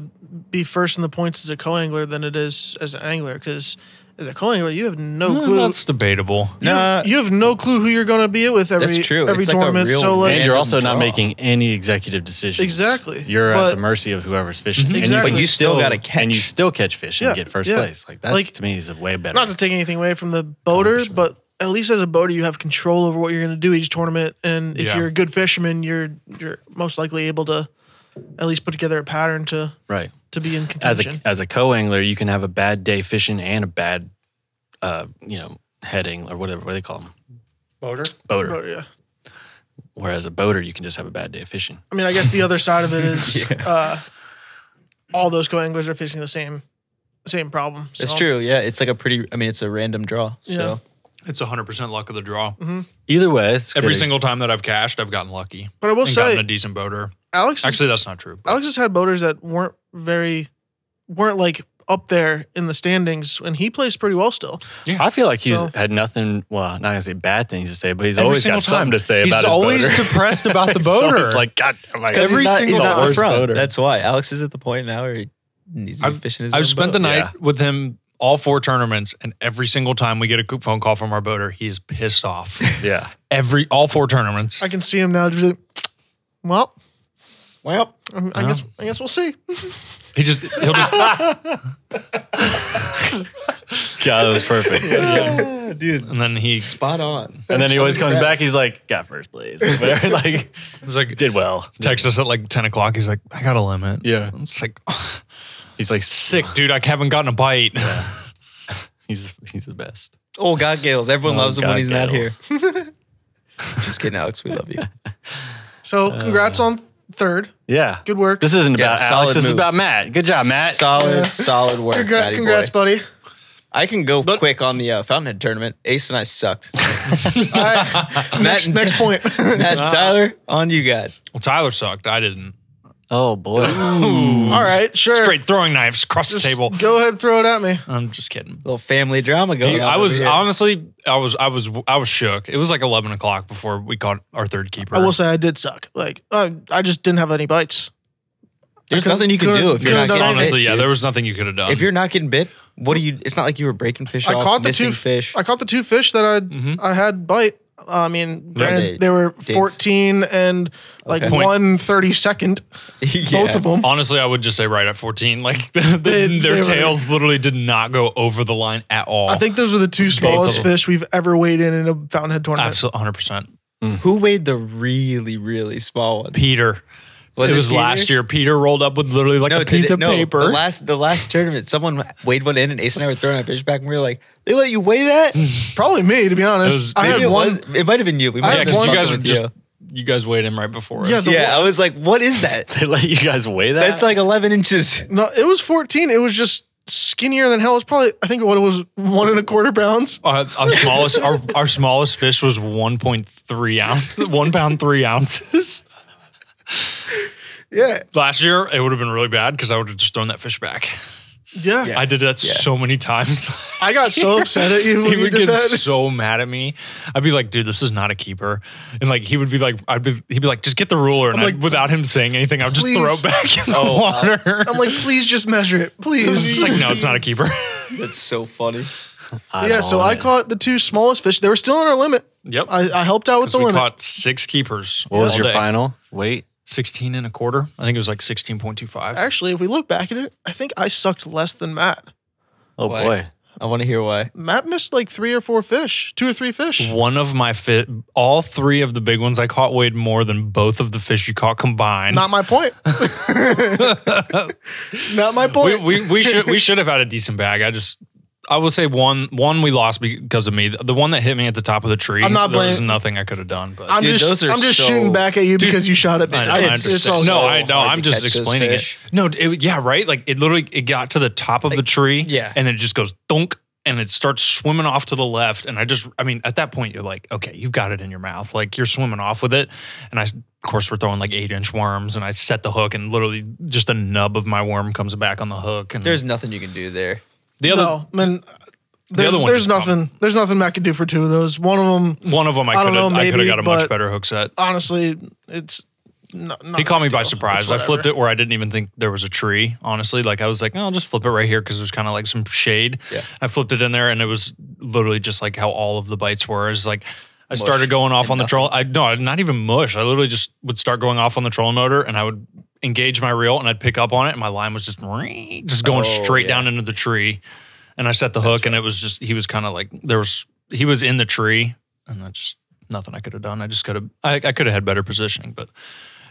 Speaker 4: be first in the points as a co-angler than it is as an angler because as a co-angler you have no
Speaker 5: Well,
Speaker 4: clue.
Speaker 5: Eh, Mm, that's debatable.
Speaker 4: you, have,
Speaker 3: Nah.
Speaker 4: you have no clue who you're going to be with every
Speaker 3: That's true.
Speaker 4: every
Speaker 3: It's like a
Speaker 4: tournament.
Speaker 3: real
Speaker 4: so like
Speaker 6: and you're also
Speaker 3: Random
Speaker 6: not
Speaker 3: draw.
Speaker 6: making any executive decisions.
Speaker 4: Exactly.
Speaker 6: You're at
Speaker 4: But-
Speaker 6: the mercy of whoever's fishing. And
Speaker 4: Exactly.
Speaker 3: But Mhm. you still gotta
Speaker 6: And you
Speaker 3: catch.
Speaker 6: still catch fish and
Speaker 4: Yeah,
Speaker 6: get first
Speaker 4: yeah.
Speaker 6: place. Like that's
Speaker 4: Like-
Speaker 6: to me is a way better.
Speaker 4: not to take anything away from the boater, but at least as a boater you have control over what you're going to do each tournament. And if
Speaker 5: Yeah.
Speaker 4: you're a good fisherman, you're you're most likely able to at least put together a pattern to
Speaker 6: right.
Speaker 4: to be in
Speaker 6: As
Speaker 4: contention.
Speaker 6: a as a co angler, you can have a bad day fishing and a bad, uh, you know, heading or whatever what do they call them
Speaker 5: Boater.
Speaker 6: boater.
Speaker 4: But, Oh, yeah.
Speaker 6: Whereas a boater, you can just have a bad day of fishing.
Speaker 4: I mean, I guess the other side of it is uh, all those co-anglers are facing the same same problem.
Speaker 3: It's
Speaker 4: so-
Speaker 3: true. Yeah, it's like a pretty. I mean, it's a random draw.
Speaker 4: Yeah.
Speaker 3: So
Speaker 5: It's 100% luck of the draw.
Speaker 6: Either way, it's
Speaker 5: Every
Speaker 6: good.
Speaker 5: single time that I've cashed, I've gotten lucky.
Speaker 4: But I will
Speaker 5: and
Speaker 4: say-
Speaker 5: gotten a decent boater.
Speaker 4: Alex
Speaker 5: Actually, that's not true. but-
Speaker 4: Alex has had boaters that weren't very, weren't like up there in the standings, and he plays pretty well still.
Speaker 6: I feel like he's
Speaker 4: So-
Speaker 6: had nothing. Well, not gonna say bad things to say, but he's
Speaker 5: Every
Speaker 6: always got
Speaker 5: single time.
Speaker 6: something to say
Speaker 5: He's
Speaker 6: about his
Speaker 5: always
Speaker 6: boater.
Speaker 5: depressed about the
Speaker 6: It's always
Speaker 5: boater.
Speaker 6: like God, damn, like,
Speaker 3: because he's not, he's
Speaker 6: single
Speaker 3: not in the
Speaker 6: worst
Speaker 3: front.
Speaker 6: voter.
Speaker 3: That's why Alex is at the point now where he needs to be
Speaker 5: I've-
Speaker 3: fishing his. own
Speaker 5: I've spent
Speaker 3: boat.
Speaker 5: the night
Speaker 6: Yeah.
Speaker 5: with him all four tournaments, and every single time we get a co- phone call from our boater, he is pissed off.
Speaker 6: yeah.
Speaker 5: every all four tournaments.
Speaker 4: I can see him now. Just like, well,
Speaker 3: Well,
Speaker 4: I I guess I guess we'll see.
Speaker 5: He just he'll just
Speaker 6: God, that was perfect.
Speaker 3: yeah, dude,
Speaker 5: and then he
Speaker 3: spot on.
Speaker 6: And then he always comes back.
Speaker 3: Congrats.
Speaker 6: He's like, got first place. Whatever. like,
Speaker 5: he's like
Speaker 6: did well.
Speaker 5: texts us at like ten o'clock. He's like, I got a limit.
Speaker 6: Yeah.
Speaker 5: It's like "Oh,
Speaker 6: He's like sick.
Speaker 5: sick, dude. I haven't gotten a bite.
Speaker 6: He's he's the best.
Speaker 3: Oh God, Gales! Everyone loves him
Speaker 6: God,
Speaker 3: when he's not here.
Speaker 6: Gales.
Speaker 3: Just kidding, Alex. We love you.
Speaker 4: So congrats on third.
Speaker 6: Yeah.
Speaker 4: Good work.
Speaker 6: This isn't
Speaker 3: Yeah,
Speaker 6: about
Speaker 3: solid
Speaker 6: Alex. This is
Speaker 3: move.
Speaker 6: about Matt. Good job, Matt.
Speaker 3: Solid, solid work,
Speaker 4: Congra-
Speaker 3: Matty
Speaker 4: congrats,
Speaker 3: boy.
Speaker 4: buddy.
Speaker 3: I can go quick on the uh, Fountainhead tournament. Ace and I sucked.
Speaker 4: All right,
Speaker 3: Matt
Speaker 4: next
Speaker 3: and-
Speaker 4: next point.
Speaker 3: Matt and Tyler, on you guys.
Speaker 5: Well, Tyler sucked. I didn't.
Speaker 6: oh boy.
Speaker 4: All right, sure.
Speaker 5: Straight throwing knives across
Speaker 4: Just
Speaker 5: the table.
Speaker 4: Go ahead, and throw it at me.
Speaker 5: I'm just kidding.
Speaker 3: Little family drama going on.
Speaker 5: I
Speaker 3: over
Speaker 5: was
Speaker 3: here.
Speaker 5: honestly, I was, I was, I was shook. It was like eleven o'clock before we caught our third keeper.
Speaker 4: I will say I did suck. Like I, I just didn't have any bites.
Speaker 3: There's
Speaker 4: couldn't-
Speaker 3: nothing you can
Speaker 4: couldn't-
Speaker 3: do if you're
Speaker 4: couldn't
Speaker 3: not
Speaker 4: done
Speaker 3: getting
Speaker 5: honestly,
Speaker 3: bit,
Speaker 5: yeah,
Speaker 3: dude.
Speaker 5: there was nothing you could have
Speaker 6: Um,
Speaker 5: done.
Speaker 3: If you're not getting bit, what do you? It's not like you were breaking fish
Speaker 4: I
Speaker 3: off,
Speaker 4: caught the
Speaker 3: missing
Speaker 4: two
Speaker 3: fish.
Speaker 4: I caught the two fish that I
Speaker 5: Mm-hmm.
Speaker 4: I had bite. I mean, granted,
Speaker 3: they-
Speaker 4: they, were
Speaker 3: dicks.
Speaker 4: 14 and like
Speaker 3: Okay.
Speaker 5: Point.
Speaker 4: one 30 second,
Speaker 3: Yeah.
Speaker 4: both of them.
Speaker 5: Honestly, I would just say right at 14. Like the,
Speaker 4: They-
Speaker 5: their
Speaker 4: they were-
Speaker 5: tails literally did not go over the line at all.
Speaker 4: I think those were the two
Speaker 5: Both of
Speaker 4: smallest
Speaker 5: them.
Speaker 4: fish we've ever weighed in in a fountainhead tournament.
Speaker 5: absolutely 100. percent
Speaker 3: Who weighed the really, really small one?
Speaker 5: Peter.
Speaker 3: Was
Speaker 5: it,
Speaker 3: it
Speaker 5: was
Speaker 3: Peter?
Speaker 5: last year. Peter rolled up with literally like a
Speaker 3: today-
Speaker 5: piece of paper.
Speaker 3: The last, the last tournament, someone weighed one in, and Ace and I were throwing our fish back, and we were like, "They let you weigh that?"
Speaker 4: Probably me, to be honest.
Speaker 5: was-
Speaker 4: I
Speaker 3: Maybe
Speaker 4: had
Speaker 3: it
Speaker 4: one.
Speaker 3: was- It might have been you. We might
Speaker 4: I
Speaker 5: yeah,
Speaker 3: have
Speaker 4: had
Speaker 3: been
Speaker 5: because you
Speaker 4: one-
Speaker 5: guys were
Speaker 3: fucking with
Speaker 5: just
Speaker 3: you.
Speaker 5: you guys weighed in right before us.
Speaker 4: Yeah, the-
Speaker 3: Yeah, I was like, "What is that?"
Speaker 6: They let you guys weigh that.
Speaker 3: That's like 11 inches.
Speaker 4: No, it was 14. It was just skinnier than hell. It was probably, I think what it was, one and a quarter pounds.
Speaker 5: Uh, our smallest our, our smallest fish was 1.3 ounces, one pound three ounces.
Speaker 4: Yeah.
Speaker 5: Last year, it would have been really bad because I would have just thrown that fish back.
Speaker 4: Yeah.
Speaker 5: I did that
Speaker 3: Yeah.
Speaker 5: so many times.
Speaker 4: I got so upset at you when
Speaker 5: he
Speaker 4: you
Speaker 5: would
Speaker 4: did
Speaker 5: get
Speaker 4: that.
Speaker 5: so mad at me. I'd be like, dude, this is not a keeper. And like he would be like, I'd be he'd be like, just get the ruler. And
Speaker 4: I'm
Speaker 5: I'd-
Speaker 4: like,
Speaker 5: without him saying anything, I would just throw
Speaker 4: please. Oh,
Speaker 5: back in the water.
Speaker 4: I'm like, please just measure it.
Speaker 5: it's
Speaker 4: Please.
Speaker 5: like, no, it's not a keeper.
Speaker 3: That's so funny.
Speaker 4: yeah. So I caught the two smallest fish. They were still in our limit.
Speaker 5: yep.
Speaker 4: I, I helped out with the
Speaker 5: 'Cause we
Speaker 4: limit.
Speaker 5: caught six keepers.
Speaker 6: What was
Speaker 5: all
Speaker 6: your
Speaker 5: day.
Speaker 6: final? Wait.
Speaker 5: 16 and a quarter. I think it was like 16.25.
Speaker 4: Actually, if we look back at it, I think I sucked less than Matt.
Speaker 6: Oh
Speaker 3: Why?
Speaker 6: boy.
Speaker 3: I want to hear why.
Speaker 4: Matt missed like three or four fish, two or three fish.
Speaker 5: One of my fit, all three of the big ones I caught weighed more than both of the fish you caught combined.
Speaker 4: Not my point. Not my
Speaker 5: we,
Speaker 4: point.
Speaker 5: we, we should we should have had a decent bag. I just I will say one one we lost because of me. The one that hit me at the top of the tree.
Speaker 4: I'm not
Speaker 5: there was
Speaker 4: blaming-
Speaker 5: nothing I could have done. But
Speaker 4: I'm
Speaker 3: Dude,
Speaker 4: just
Speaker 3: those are
Speaker 4: I'm just
Speaker 3: so-
Speaker 4: shooting back at you because you shot at me.
Speaker 5: I know,
Speaker 4: I-
Speaker 5: I
Speaker 4: it's, it's
Speaker 5: understand.
Speaker 4: all
Speaker 5: no,
Speaker 3: so
Speaker 5: I know.
Speaker 3: hard
Speaker 5: I'm
Speaker 3: to
Speaker 5: just
Speaker 3: catch those
Speaker 5: explaining it.
Speaker 3: fish.
Speaker 5: No, it, yeah, right. Like it literally it got to the top of the tree.
Speaker 3: yeah.
Speaker 5: and then it just goes thunk. And it starts swimming off to the left. And I just, I mean, at that point, you're like, okay, you've got it in your mouth. Like, you're swimming off with it. And I, of course, we're throwing like eight inch worms. And I set the hook, and literally just the nub of my worm comes back on the hook. And
Speaker 3: There's nothing you can do there.
Speaker 5: the other
Speaker 4: no, man. There's,
Speaker 5: other one
Speaker 4: there's
Speaker 5: just popped.
Speaker 4: nothing. There's nothing Matt could do for two of those. One of them,
Speaker 5: One of them I
Speaker 4: I
Speaker 5: could
Speaker 4: don't
Speaker 5: have
Speaker 4: know,
Speaker 5: I could have
Speaker 4: maybe,
Speaker 5: got a much
Speaker 4: but-
Speaker 5: better hook set.
Speaker 4: honestly, it's not. not
Speaker 5: He caught me
Speaker 4: a
Speaker 5: by
Speaker 4: deal. It's
Speaker 5: surprise. I
Speaker 4: whatever.
Speaker 5: flipped it where I didn't even think there was a tree. Honestly, like I was like, "Oh, I'll just flip it right here because there's kind of like some shade.
Speaker 3: Yeah.
Speaker 5: I flipped it in there, and it was literally just like how all of the bites were. Is like I started going off on the troll. I no, not even mush. I literally just would start going off on the trolling motor, and I would engage my reel, and I'd pick up on it, and my line was just just going
Speaker 3: Oh,
Speaker 5: straight
Speaker 3: yeah.
Speaker 5: down into the tree. And I set the hook, and it was just he was kind of like there was he was in the tree, and that's just nothing I could have done. I just could have I, I could have had better positioning, but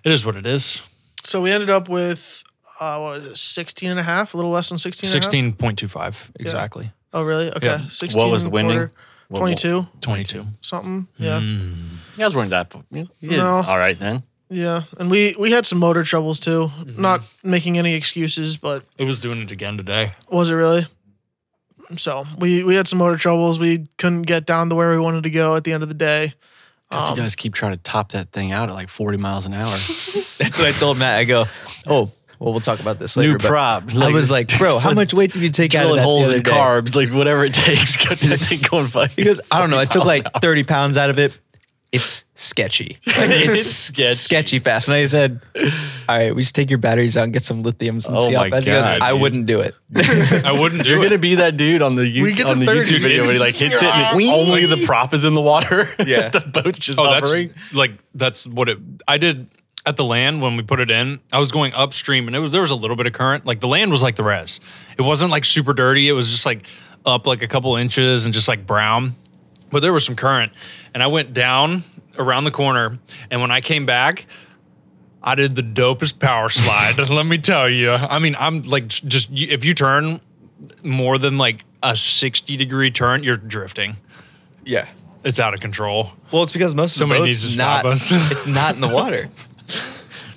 Speaker 5: it is what it is.
Speaker 4: So we ended up with uh, what was it, 16 and a half, a little less than 16 and a half?
Speaker 5: Sixteen point two five exactly.
Speaker 4: Oh, really? Okay.
Speaker 5: Yeah.
Speaker 4: 16
Speaker 6: was the winning?
Speaker 4: quarter,
Speaker 6: What-
Speaker 4: 22,
Speaker 5: Twenty two.
Speaker 4: something. Yeah.
Speaker 6: You guys weren't that. You you did
Speaker 4: No.
Speaker 6: all right then.
Speaker 4: Yeah. And we, we had Mm-hmm. some motor troubles too. Not making any excuses, but
Speaker 5: It was doing it again today.
Speaker 4: was it really? So we we had some motor troubles. We couldn't get down to where we wanted to go at the end of the day.
Speaker 6: Because
Speaker 4: Um,
Speaker 6: you guys keep trying to top that thing out at like 40 miles an hour.
Speaker 3: That's what I told Matt. I go, oh, well, we'll talk about this later.
Speaker 6: New
Speaker 3: but
Speaker 6: prop.
Speaker 3: I was like, bro, how much weight did you take out of
Speaker 6: Drilling
Speaker 3: that
Speaker 6: holes
Speaker 3: the other
Speaker 6: in
Speaker 3: day?
Speaker 6: carbs, like whatever it takes. Got that thing going fucking.
Speaker 3: He goes, I don't know. I took like 30 pounds out of it. It's sketchy. Like, it's sketchy.
Speaker 6: sketchy.
Speaker 3: fast. And I said, all right, we should take your batteries out and get some lithiums and
Speaker 6: Oh
Speaker 3: see how
Speaker 6: my
Speaker 3: fast. He goes,
Speaker 6: God,
Speaker 3: I
Speaker 6: dude.
Speaker 3: wouldn't do it.
Speaker 5: I wouldn't do
Speaker 6: You're
Speaker 5: it.
Speaker 6: gonna be that dude on the
Speaker 4: We get
Speaker 6: YouTube,
Speaker 4: to
Speaker 6: on the
Speaker 4: 30.
Speaker 6: YouTube video where he like hits it and
Speaker 3: Wee.
Speaker 6: only the prop is in the water.
Speaker 3: Yeah.
Speaker 6: the boat's just
Speaker 5: oh, that's
Speaker 6: hovering.
Speaker 5: like that's what it. I did at the land when we put it in. I was going upstream, and it was there was a little bit of current. Like the land was like the rest. It wasn't like super dirty. It was just like up like a couple inches and just like brown, but there was some current. And I went down around the corner, and when I came back. I did the dopest power slide. let me tell you. I mean, I'm like j- just you- if you turn more than like a 60 degree turn, you're drifting.
Speaker 3: Yeah.
Speaker 5: It's out of control.
Speaker 3: Well, it's because most of
Speaker 5: Somebody
Speaker 3: the
Speaker 5: needs
Speaker 3: boats
Speaker 5: to stop
Speaker 3: not,
Speaker 5: us.
Speaker 3: it's not in the water.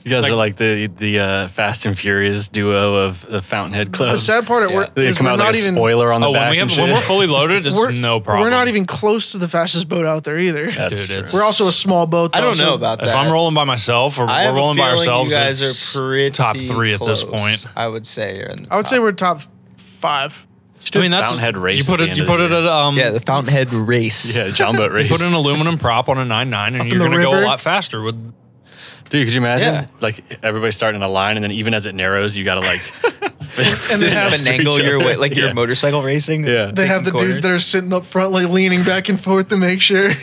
Speaker 6: You guys
Speaker 5: like-
Speaker 6: are like the the uh, Fast and Furious duo of the Fountainhead Club.
Speaker 4: The sad part at
Speaker 3: yeah.
Speaker 4: work
Speaker 6: they
Speaker 4: is
Speaker 6: come
Speaker 4: we're
Speaker 6: out with,
Speaker 4: not
Speaker 6: like a
Speaker 4: even
Speaker 6: spoiler on the
Speaker 5: Oh,
Speaker 6: back.
Speaker 5: when we have
Speaker 6: and
Speaker 5: when
Speaker 6: shit.
Speaker 5: we're fully loaded, it's
Speaker 4: we're,
Speaker 5: no problem.
Speaker 4: We're not even close to the fastest boat out there either.
Speaker 6: That's
Speaker 5: Dude,
Speaker 6: true.
Speaker 5: it's-
Speaker 4: We're also a small boat. Though,
Speaker 3: I don't
Speaker 4: so
Speaker 3: know about
Speaker 5: If
Speaker 3: that.
Speaker 5: I'm rolling by myself or
Speaker 3: I have
Speaker 5: we're
Speaker 3: a
Speaker 5: rolling by
Speaker 3: feeling
Speaker 5: ourselves,
Speaker 3: You guys
Speaker 5: it's
Speaker 3: are pretty
Speaker 5: top three at this
Speaker 3: close.
Speaker 5: point.
Speaker 3: I would say you're in the
Speaker 4: I would
Speaker 3: top.
Speaker 4: say we're top five.
Speaker 6: Just do
Speaker 5: I mean,
Speaker 6: a
Speaker 5: that's
Speaker 6: Fountainhead race.
Speaker 5: You put
Speaker 6: at the
Speaker 5: it.
Speaker 6: end
Speaker 5: You
Speaker 6: of
Speaker 5: put
Speaker 6: the
Speaker 5: it
Speaker 6: year.
Speaker 5: at um.
Speaker 3: Yeah, the Fountainhead race.
Speaker 6: yeah, John boat race.
Speaker 5: Put an aluminum prop on a nine nine, and
Speaker 4: in
Speaker 5: you're
Speaker 4: the
Speaker 5: going to go a
Speaker 4: river.
Speaker 5: lot faster. With
Speaker 6: Dude, could you imagine?
Speaker 3: Yeah.
Speaker 6: Like everybody starting in a line, and then even as it narrows, you gotta like,
Speaker 4: And they
Speaker 3: Just
Speaker 4: have
Speaker 3: have an angle your way, like your motorcycle racing.
Speaker 6: yeah.
Speaker 4: they have the
Speaker 3: corners.
Speaker 4: dudes that are sitting up front, like leaning back and forth to make sure.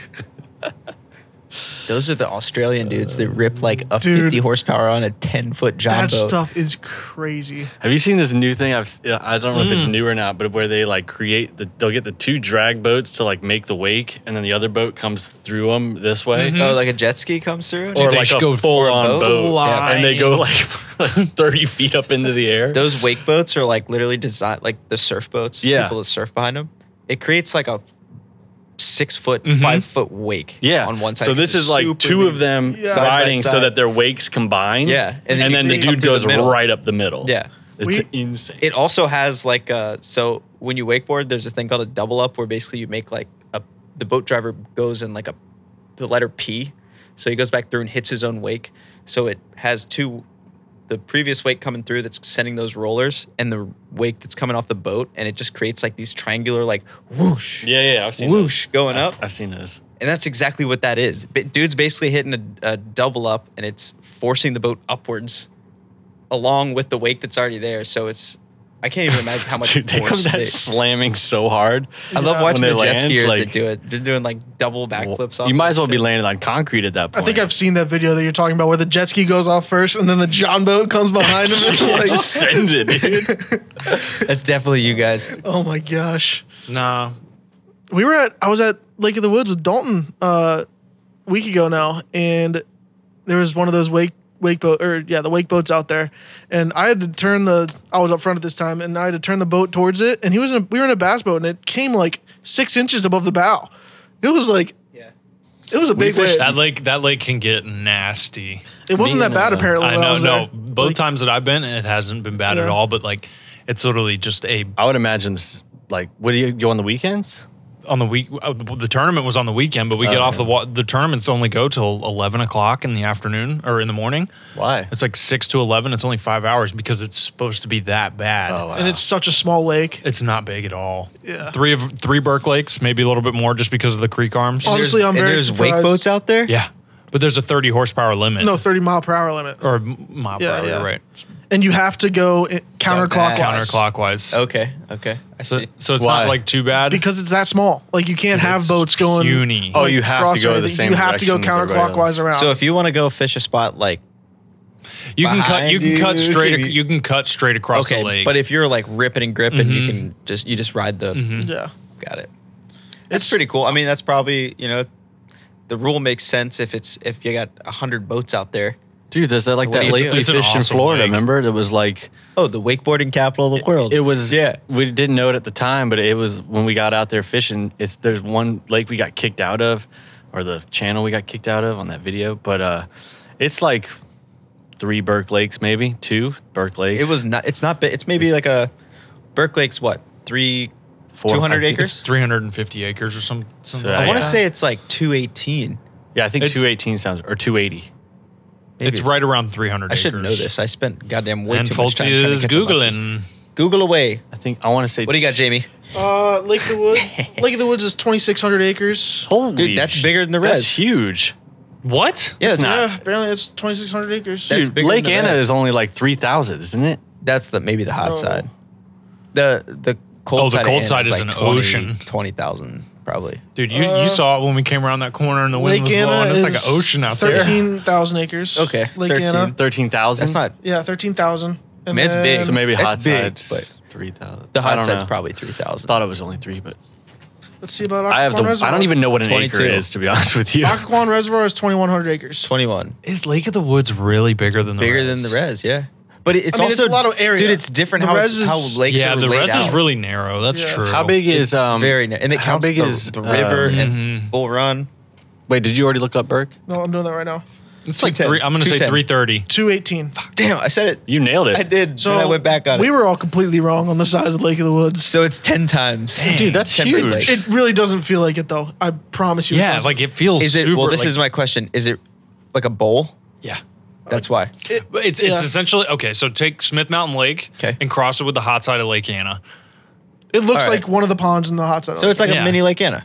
Speaker 3: Those are the Australian dudes that rip like a
Speaker 4: Dude.
Speaker 3: 50 horsepower on a 10 foot John
Speaker 4: That
Speaker 3: boat.
Speaker 4: stuff is crazy.
Speaker 6: Have you seen this new thing? I've yeah, I don't know if it's
Speaker 3: Mm.
Speaker 6: new or not, but where they like create the they'll get the two drag boats to like make the wake, and then the other boat comes through them this way,
Speaker 3: Oh, like a jet ski comes through?
Speaker 6: Mm-hmm. or
Speaker 3: Dude,
Speaker 6: like a
Speaker 5: go
Speaker 6: full on
Speaker 3: full
Speaker 6: boat,
Speaker 3: on.
Speaker 6: and they go like, thirty feet up into the air.
Speaker 3: those wake boats are like literally designed like the surf boats.
Speaker 6: Yeah.
Speaker 3: People that surf behind them. It creates like a six foot, five foot wake
Speaker 6: Mm-hmm. yeah,
Speaker 3: on one side.
Speaker 6: So
Speaker 3: 'cause
Speaker 6: this
Speaker 3: it's
Speaker 6: is like
Speaker 3: super
Speaker 6: two
Speaker 3: lean.
Speaker 6: of them
Speaker 4: Yeah. Side by
Speaker 6: riding so
Speaker 3: side.
Speaker 6: that their wakes combine.
Speaker 3: Yeah,
Speaker 6: and then,
Speaker 3: and then you
Speaker 6: the
Speaker 3: can come
Speaker 6: dude
Speaker 3: through the
Speaker 6: goes
Speaker 3: middle.
Speaker 6: right up the middle.
Speaker 3: Yeah.
Speaker 6: it's
Speaker 4: We-
Speaker 6: insane.
Speaker 3: It also has like a so when you wakeboard, there's a thing called a double up where basically you make like a the boat driver goes in like a the letter P, so he goes back through and hits his own wake. So it has two the previous wake coming through that's sending those rollers and the wake that's coming off the boat and it just creates like these triangular like whoosh
Speaker 6: yeah, yeah, I've seen those.
Speaker 3: whoosh going
Speaker 6: I've-
Speaker 3: up
Speaker 6: I've seen those.
Speaker 3: and that's exactly what that is Ba- dude's basically hitting a, a double up and it's forcing the boat upwards along with the wake that's already there so it's i can't even imagine how much
Speaker 6: Dude, they come
Speaker 3: force
Speaker 6: down
Speaker 3: they-
Speaker 6: slamming so hard.
Speaker 3: i love
Speaker 4: Yeah.
Speaker 3: watching
Speaker 6: When
Speaker 3: the
Speaker 6: they
Speaker 3: jet
Speaker 6: land,
Speaker 3: skiers
Speaker 6: like-
Speaker 3: that do it they're doing like double backflips off
Speaker 6: You might as
Speaker 3: that
Speaker 6: well be
Speaker 3: shit.
Speaker 6: landing on concrete at that
Speaker 4: I
Speaker 6: point.
Speaker 4: think I've seen that video that you're talking about where the jet ski goes off first and then the John boat comes behind him. and
Speaker 6: just
Speaker 4: like,
Speaker 6: sends it, dude.
Speaker 3: that's definitely you guys
Speaker 4: oh my gosh.
Speaker 5: nah,
Speaker 4: we were at I was at Lake of the Woods with Dalton uh, a week ago now, and there was one of those wake wake boat or yeah the wake boats out there, and I had to turn the I was up front at this time, and I had to turn the boat towards it, and he was in a, we were in a bass boat, and it came like six inches above the bow. It was like
Speaker 3: yeah
Speaker 4: it was a big wave.
Speaker 5: that lake that lake can get nasty.
Speaker 4: It wasn't
Speaker 6: me
Speaker 4: that bad
Speaker 6: and, uh,
Speaker 4: apparently.
Speaker 5: I
Speaker 4: when I
Speaker 5: know.
Speaker 4: was
Speaker 5: No,
Speaker 4: there.
Speaker 5: both
Speaker 4: Like,
Speaker 5: times that I've been, it hasn't been bad at
Speaker 4: Yeah.
Speaker 5: all. But like, it's literally just a
Speaker 6: I would imagine this. Like, what do you go on the weekends?
Speaker 5: on the week. Uh, the tournament was on the weekend, but we get
Speaker 6: Oh,
Speaker 5: off the
Speaker 6: yeah.
Speaker 5: wa- the tournaments only go till eleven o'clock in the afternoon or in the morning.
Speaker 6: Why?
Speaker 5: It's like six to eleven. It's only five hours because it's supposed to be that bad.
Speaker 6: Oh, wow.
Speaker 4: and it's such a small lake.
Speaker 5: It's not big at all.
Speaker 4: Yeah.
Speaker 5: Three of three Burke Lakes, maybe a little bit more just because of the creek arms.
Speaker 4: Oh, Honestly, I'm
Speaker 3: and
Speaker 4: very
Speaker 3: there's wake
Speaker 4: surprised.
Speaker 3: boats out there
Speaker 5: yeah. But there's a 30 horsepower limit.
Speaker 4: No, thirty mile per hour limit,
Speaker 5: Or m- mile
Speaker 4: Yeah,
Speaker 5: per hour,
Speaker 4: yeah.
Speaker 5: you're right.
Speaker 4: and you have to go i- counterclockwise.
Speaker 5: Counterclockwise.
Speaker 3: okay okay i
Speaker 5: So,
Speaker 3: see
Speaker 5: so it's
Speaker 6: Why?
Speaker 5: not like too bad.
Speaker 4: because it's that small. Like you can't have
Speaker 5: it's
Speaker 4: boats going.
Speaker 5: puny.
Speaker 6: Oh, you have to
Speaker 4: cross or
Speaker 6: go the
Speaker 4: anything.
Speaker 6: same
Speaker 4: You have to go
Speaker 6: direction as everybody
Speaker 4: counterclockwise around.
Speaker 3: so if you want to go fish a spot like
Speaker 5: you can cut
Speaker 3: behind
Speaker 5: you can cut
Speaker 3: you,
Speaker 5: straight
Speaker 3: can
Speaker 5: ac-
Speaker 3: you-
Speaker 5: you can cut straight across the
Speaker 3: okay
Speaker 5: lake.
Speaker 3: but if you're like ripping and gripping you
Speaker 6: Mm-hmm.
Speaker 3: can just you just ride the
Speaker 4: yeah.
Speaker 3: Got it. That's pretty cool. I mean, that's probably you know, the rule makes sense if it's if you got hundred boats out there.
Speaker 6: dude, there's that like
Speaker 3: do
Speaker 6: that
Speaker 3: you
Speaker 6: lake
Speaker 3: do?
Speaker 6: we
Speaker 5: It's an
Speaker 6: fished in
Speaker 5: awesome
Speaker 6: Florida.
Speaker 5: lake.
Speaker 6: Remember, that was like
Speaker 3: Oh, the wakeboarding capital of the world.
Speaker 6: it was.
Speaker 3: Yeah.
Speaker 6: we didn't know it at the time, but it was when we got out there fishing. It's there's one lake we got kicked out of, or the channel we got kicked out of on that video. But uh, it's like three Burke Lakes, maybe two Burke Lakes.
Speaker 3: It was not. It's not. bi- It's maybe like a Burke Lake's what three
Speaker 6: Four-
Speaker 3: 200
Speaker 6: I think
Speaker 3: acres?
Speaker 6: it's-
Speaker 5: 350 acres or some, something.
Speaker 6: So,
Speaker 3: I
Speaker 5: like
Speaker 3: want
Speaker 5: that.
Speaker 3: to say it's like 218.
Speaker 6: Yeah, I think
Speaker 5: It's-
Speaker 6: 218 sounds or 280.
Speaker 3: Maybe
Speaker 5: it's right around 300
Speaker 3: I should
Speaker 5: acres.
Speaker 3: know this. I spent goddamn way
Speaker 5: and
Speaker 3: too much time
Speaker 5: Fulci
Speaker 3: trying
Speaker 5: is
Speaker 3: to get to Muskie.
Speaker 5: Googling.
Speaker 3: Google away.
Speaker 6: I think I want to say.
Speaker 3: What do you got, Jamie?
Speaker 4: Uh, Lake of the Woods. Lake of the Woods is 2,600 acres.
Speaker 6: Holy
Speaker 3: Dude, that's
Speaker 6: sh-
Speaker 3: bigger than the
Speaker 6: That's
Speaker 3: res.
Speaker 6: huge.
Speaker 5: What?
Speaker 3: Yeah, that's,
Speaker 6: not-
Speaker 4: Yeah, apparently it's 2,600 acres.
Speaker 3: That's
Speaker 6: Dude,
Speaker 3: bigger
Speaker 6: Lake
Speaker 3: than the
Speaker 6: Anna
Speaker 3: rest.
Speaker 6: is only like 3,000, isn't it?
Speaker 3: that's the maybe the hot
Speaker 4: No.
Speaker 3: side. The the cold
Speaker 5: Oh, the
Speaker 3: side. of
Speaker 5: cold
Speaker 3: Anna
Speaker 5: side is
Speaker 3: like
Speaker 5: an
Speaker 3: 20
Speaker 5: ocean.
Speaker 3: Twenty thousand probably.
Speaker 5: Dude, you,
Speaker 4: Uh,
Speaker 5: you saw it when we came around that corner and the wind
Speaker 4: Lake
Speaker 5: was blowing.
Speaker 4: Anna
Speaker 5: It's
Speaker 4: is
Speaker 5: like an ocean out there.
Speaker 4: 13,000 acres.
Speaker 3: Okay,
Speaker 4: Lake
Speaker 3: 13.
Speaker 4: Anna.
Speaker 6: 13,000.
Speaker 3: That's not
Speaker 4: Yeah, 13,000.
Speaker 3: I
Speaker 4: And
Speaker 3: mean, it's big.
Speaker 6: So maybe
Speaker 3: That's
Speaker 6: hot
Speaker 3: big,
Speaker 6: side's
Speaker 3: but-
Speaker 6: 3,000.
Speaker 3: the
Speaker 6: I
Speaker 3: hot
Speaker 6: don't
Speaker 3: side's
Speaker 6: know.
Speaker 3: probably three thousand.
Speaker 6: thought it was only three, but
Speaker 4: Let's see about Occoquan
Speaker 6: I have the.
Speaker 4: Reservoir.
Speaker 6: I don't even know what an acre
Speaker 3: 22.
Speaker 6: is, to be honest with you.
Speaker 4: Occoquan Reservoir is 2,100 acres.
Speaker 3: Twenty one.
Speaker 5: Is Lake of the Woods really bigger than the
Speaker 3: Bigger than
Speaker 5: res?
Speaker 3: the res, yeah. But it- it's
Speaker 4: I mean,
Speaker 3: also
Speaker 4: it's a lot of area.
Speaker 3: Dude, it's different
Speaker 4: The
Speaker 3: how
Speaker 4: res
Speaker 3: it's,
Speaker 4: is-
Speaker 3: how lakes
Speaker 5: Yeah,
Speaker 3: are
Speaker 5: the
Speaker 3: laid
Speaker 5: res is
Speaker 3: out.
Speaker 5: really narrow. That's
Speaker 4: Yeah.
Speaker 5: true.
Speaker 6: How big is
Speaker 3: It's
Speaker 6: um?
Speaker 3: very narrow. and it
Speaker 6: how
Speaker 3: counts
Speaker 6: big
Speaker 3: the,
Speaker 6: is,
Speaker 3: the river
Speaker 6: uh,
Speaker 5: Mm-hmm.
Speaker 3: and Bull Run.
Speaker 6: Wait, did you already look up Burke?
Speaker 4: No, I'm doing that right now.
Speaker 5: It's like
Speaker 3: 210.
Speaker 5: three. I'm going to say
Speaker 3: 210.
Speaker 5: 330.
Speaker 4: 218.
Speaker 3: Damn, I said it.
Speaker 6: You nailed it.
Speaker 3: I did.
Speaker 4: So
Speaker 3: So I went back on
Speaker 4: We
Speaker 3: it.
Speaker 4: were all completely wrong on the size of Lake of the Woods.
Speaker 3: So it's ten times.
Speaker 6: Dude, that's
Speaker 3: Ten big
Speaker 6: huge.
Speaker 3: lakes.
Speaker 4: It really doesn't feel like it though. I promise you.
Speaker 5: Yeah,
Speaker 4: doesn't.
Speaker 5: like it feels
Speaker 3: Is it?
Speaker 5: super,
Speaker 3: well, this
Speaker 5: like-
Speaker 3: is my question. Is it like a bowl?
Speaker 5: Yeah.
Speaker 3: That's why.
Speaker 5: But It's it's
Speaker 4: Yeah.
Speaker 5: essentially okay. So take Smith Mountain Lake
Speaker 3: 'Kay.
Speaker 5: and cross it with the hot side of Lake Anna,
Speaker 4: it looks
Speaker 3: all right.
Speaker 4: like one of the ponds in the hot side.
Speaker 3: So it's like
Speaker 5: Yeah.
Speaker 3: a mini Lake Anna.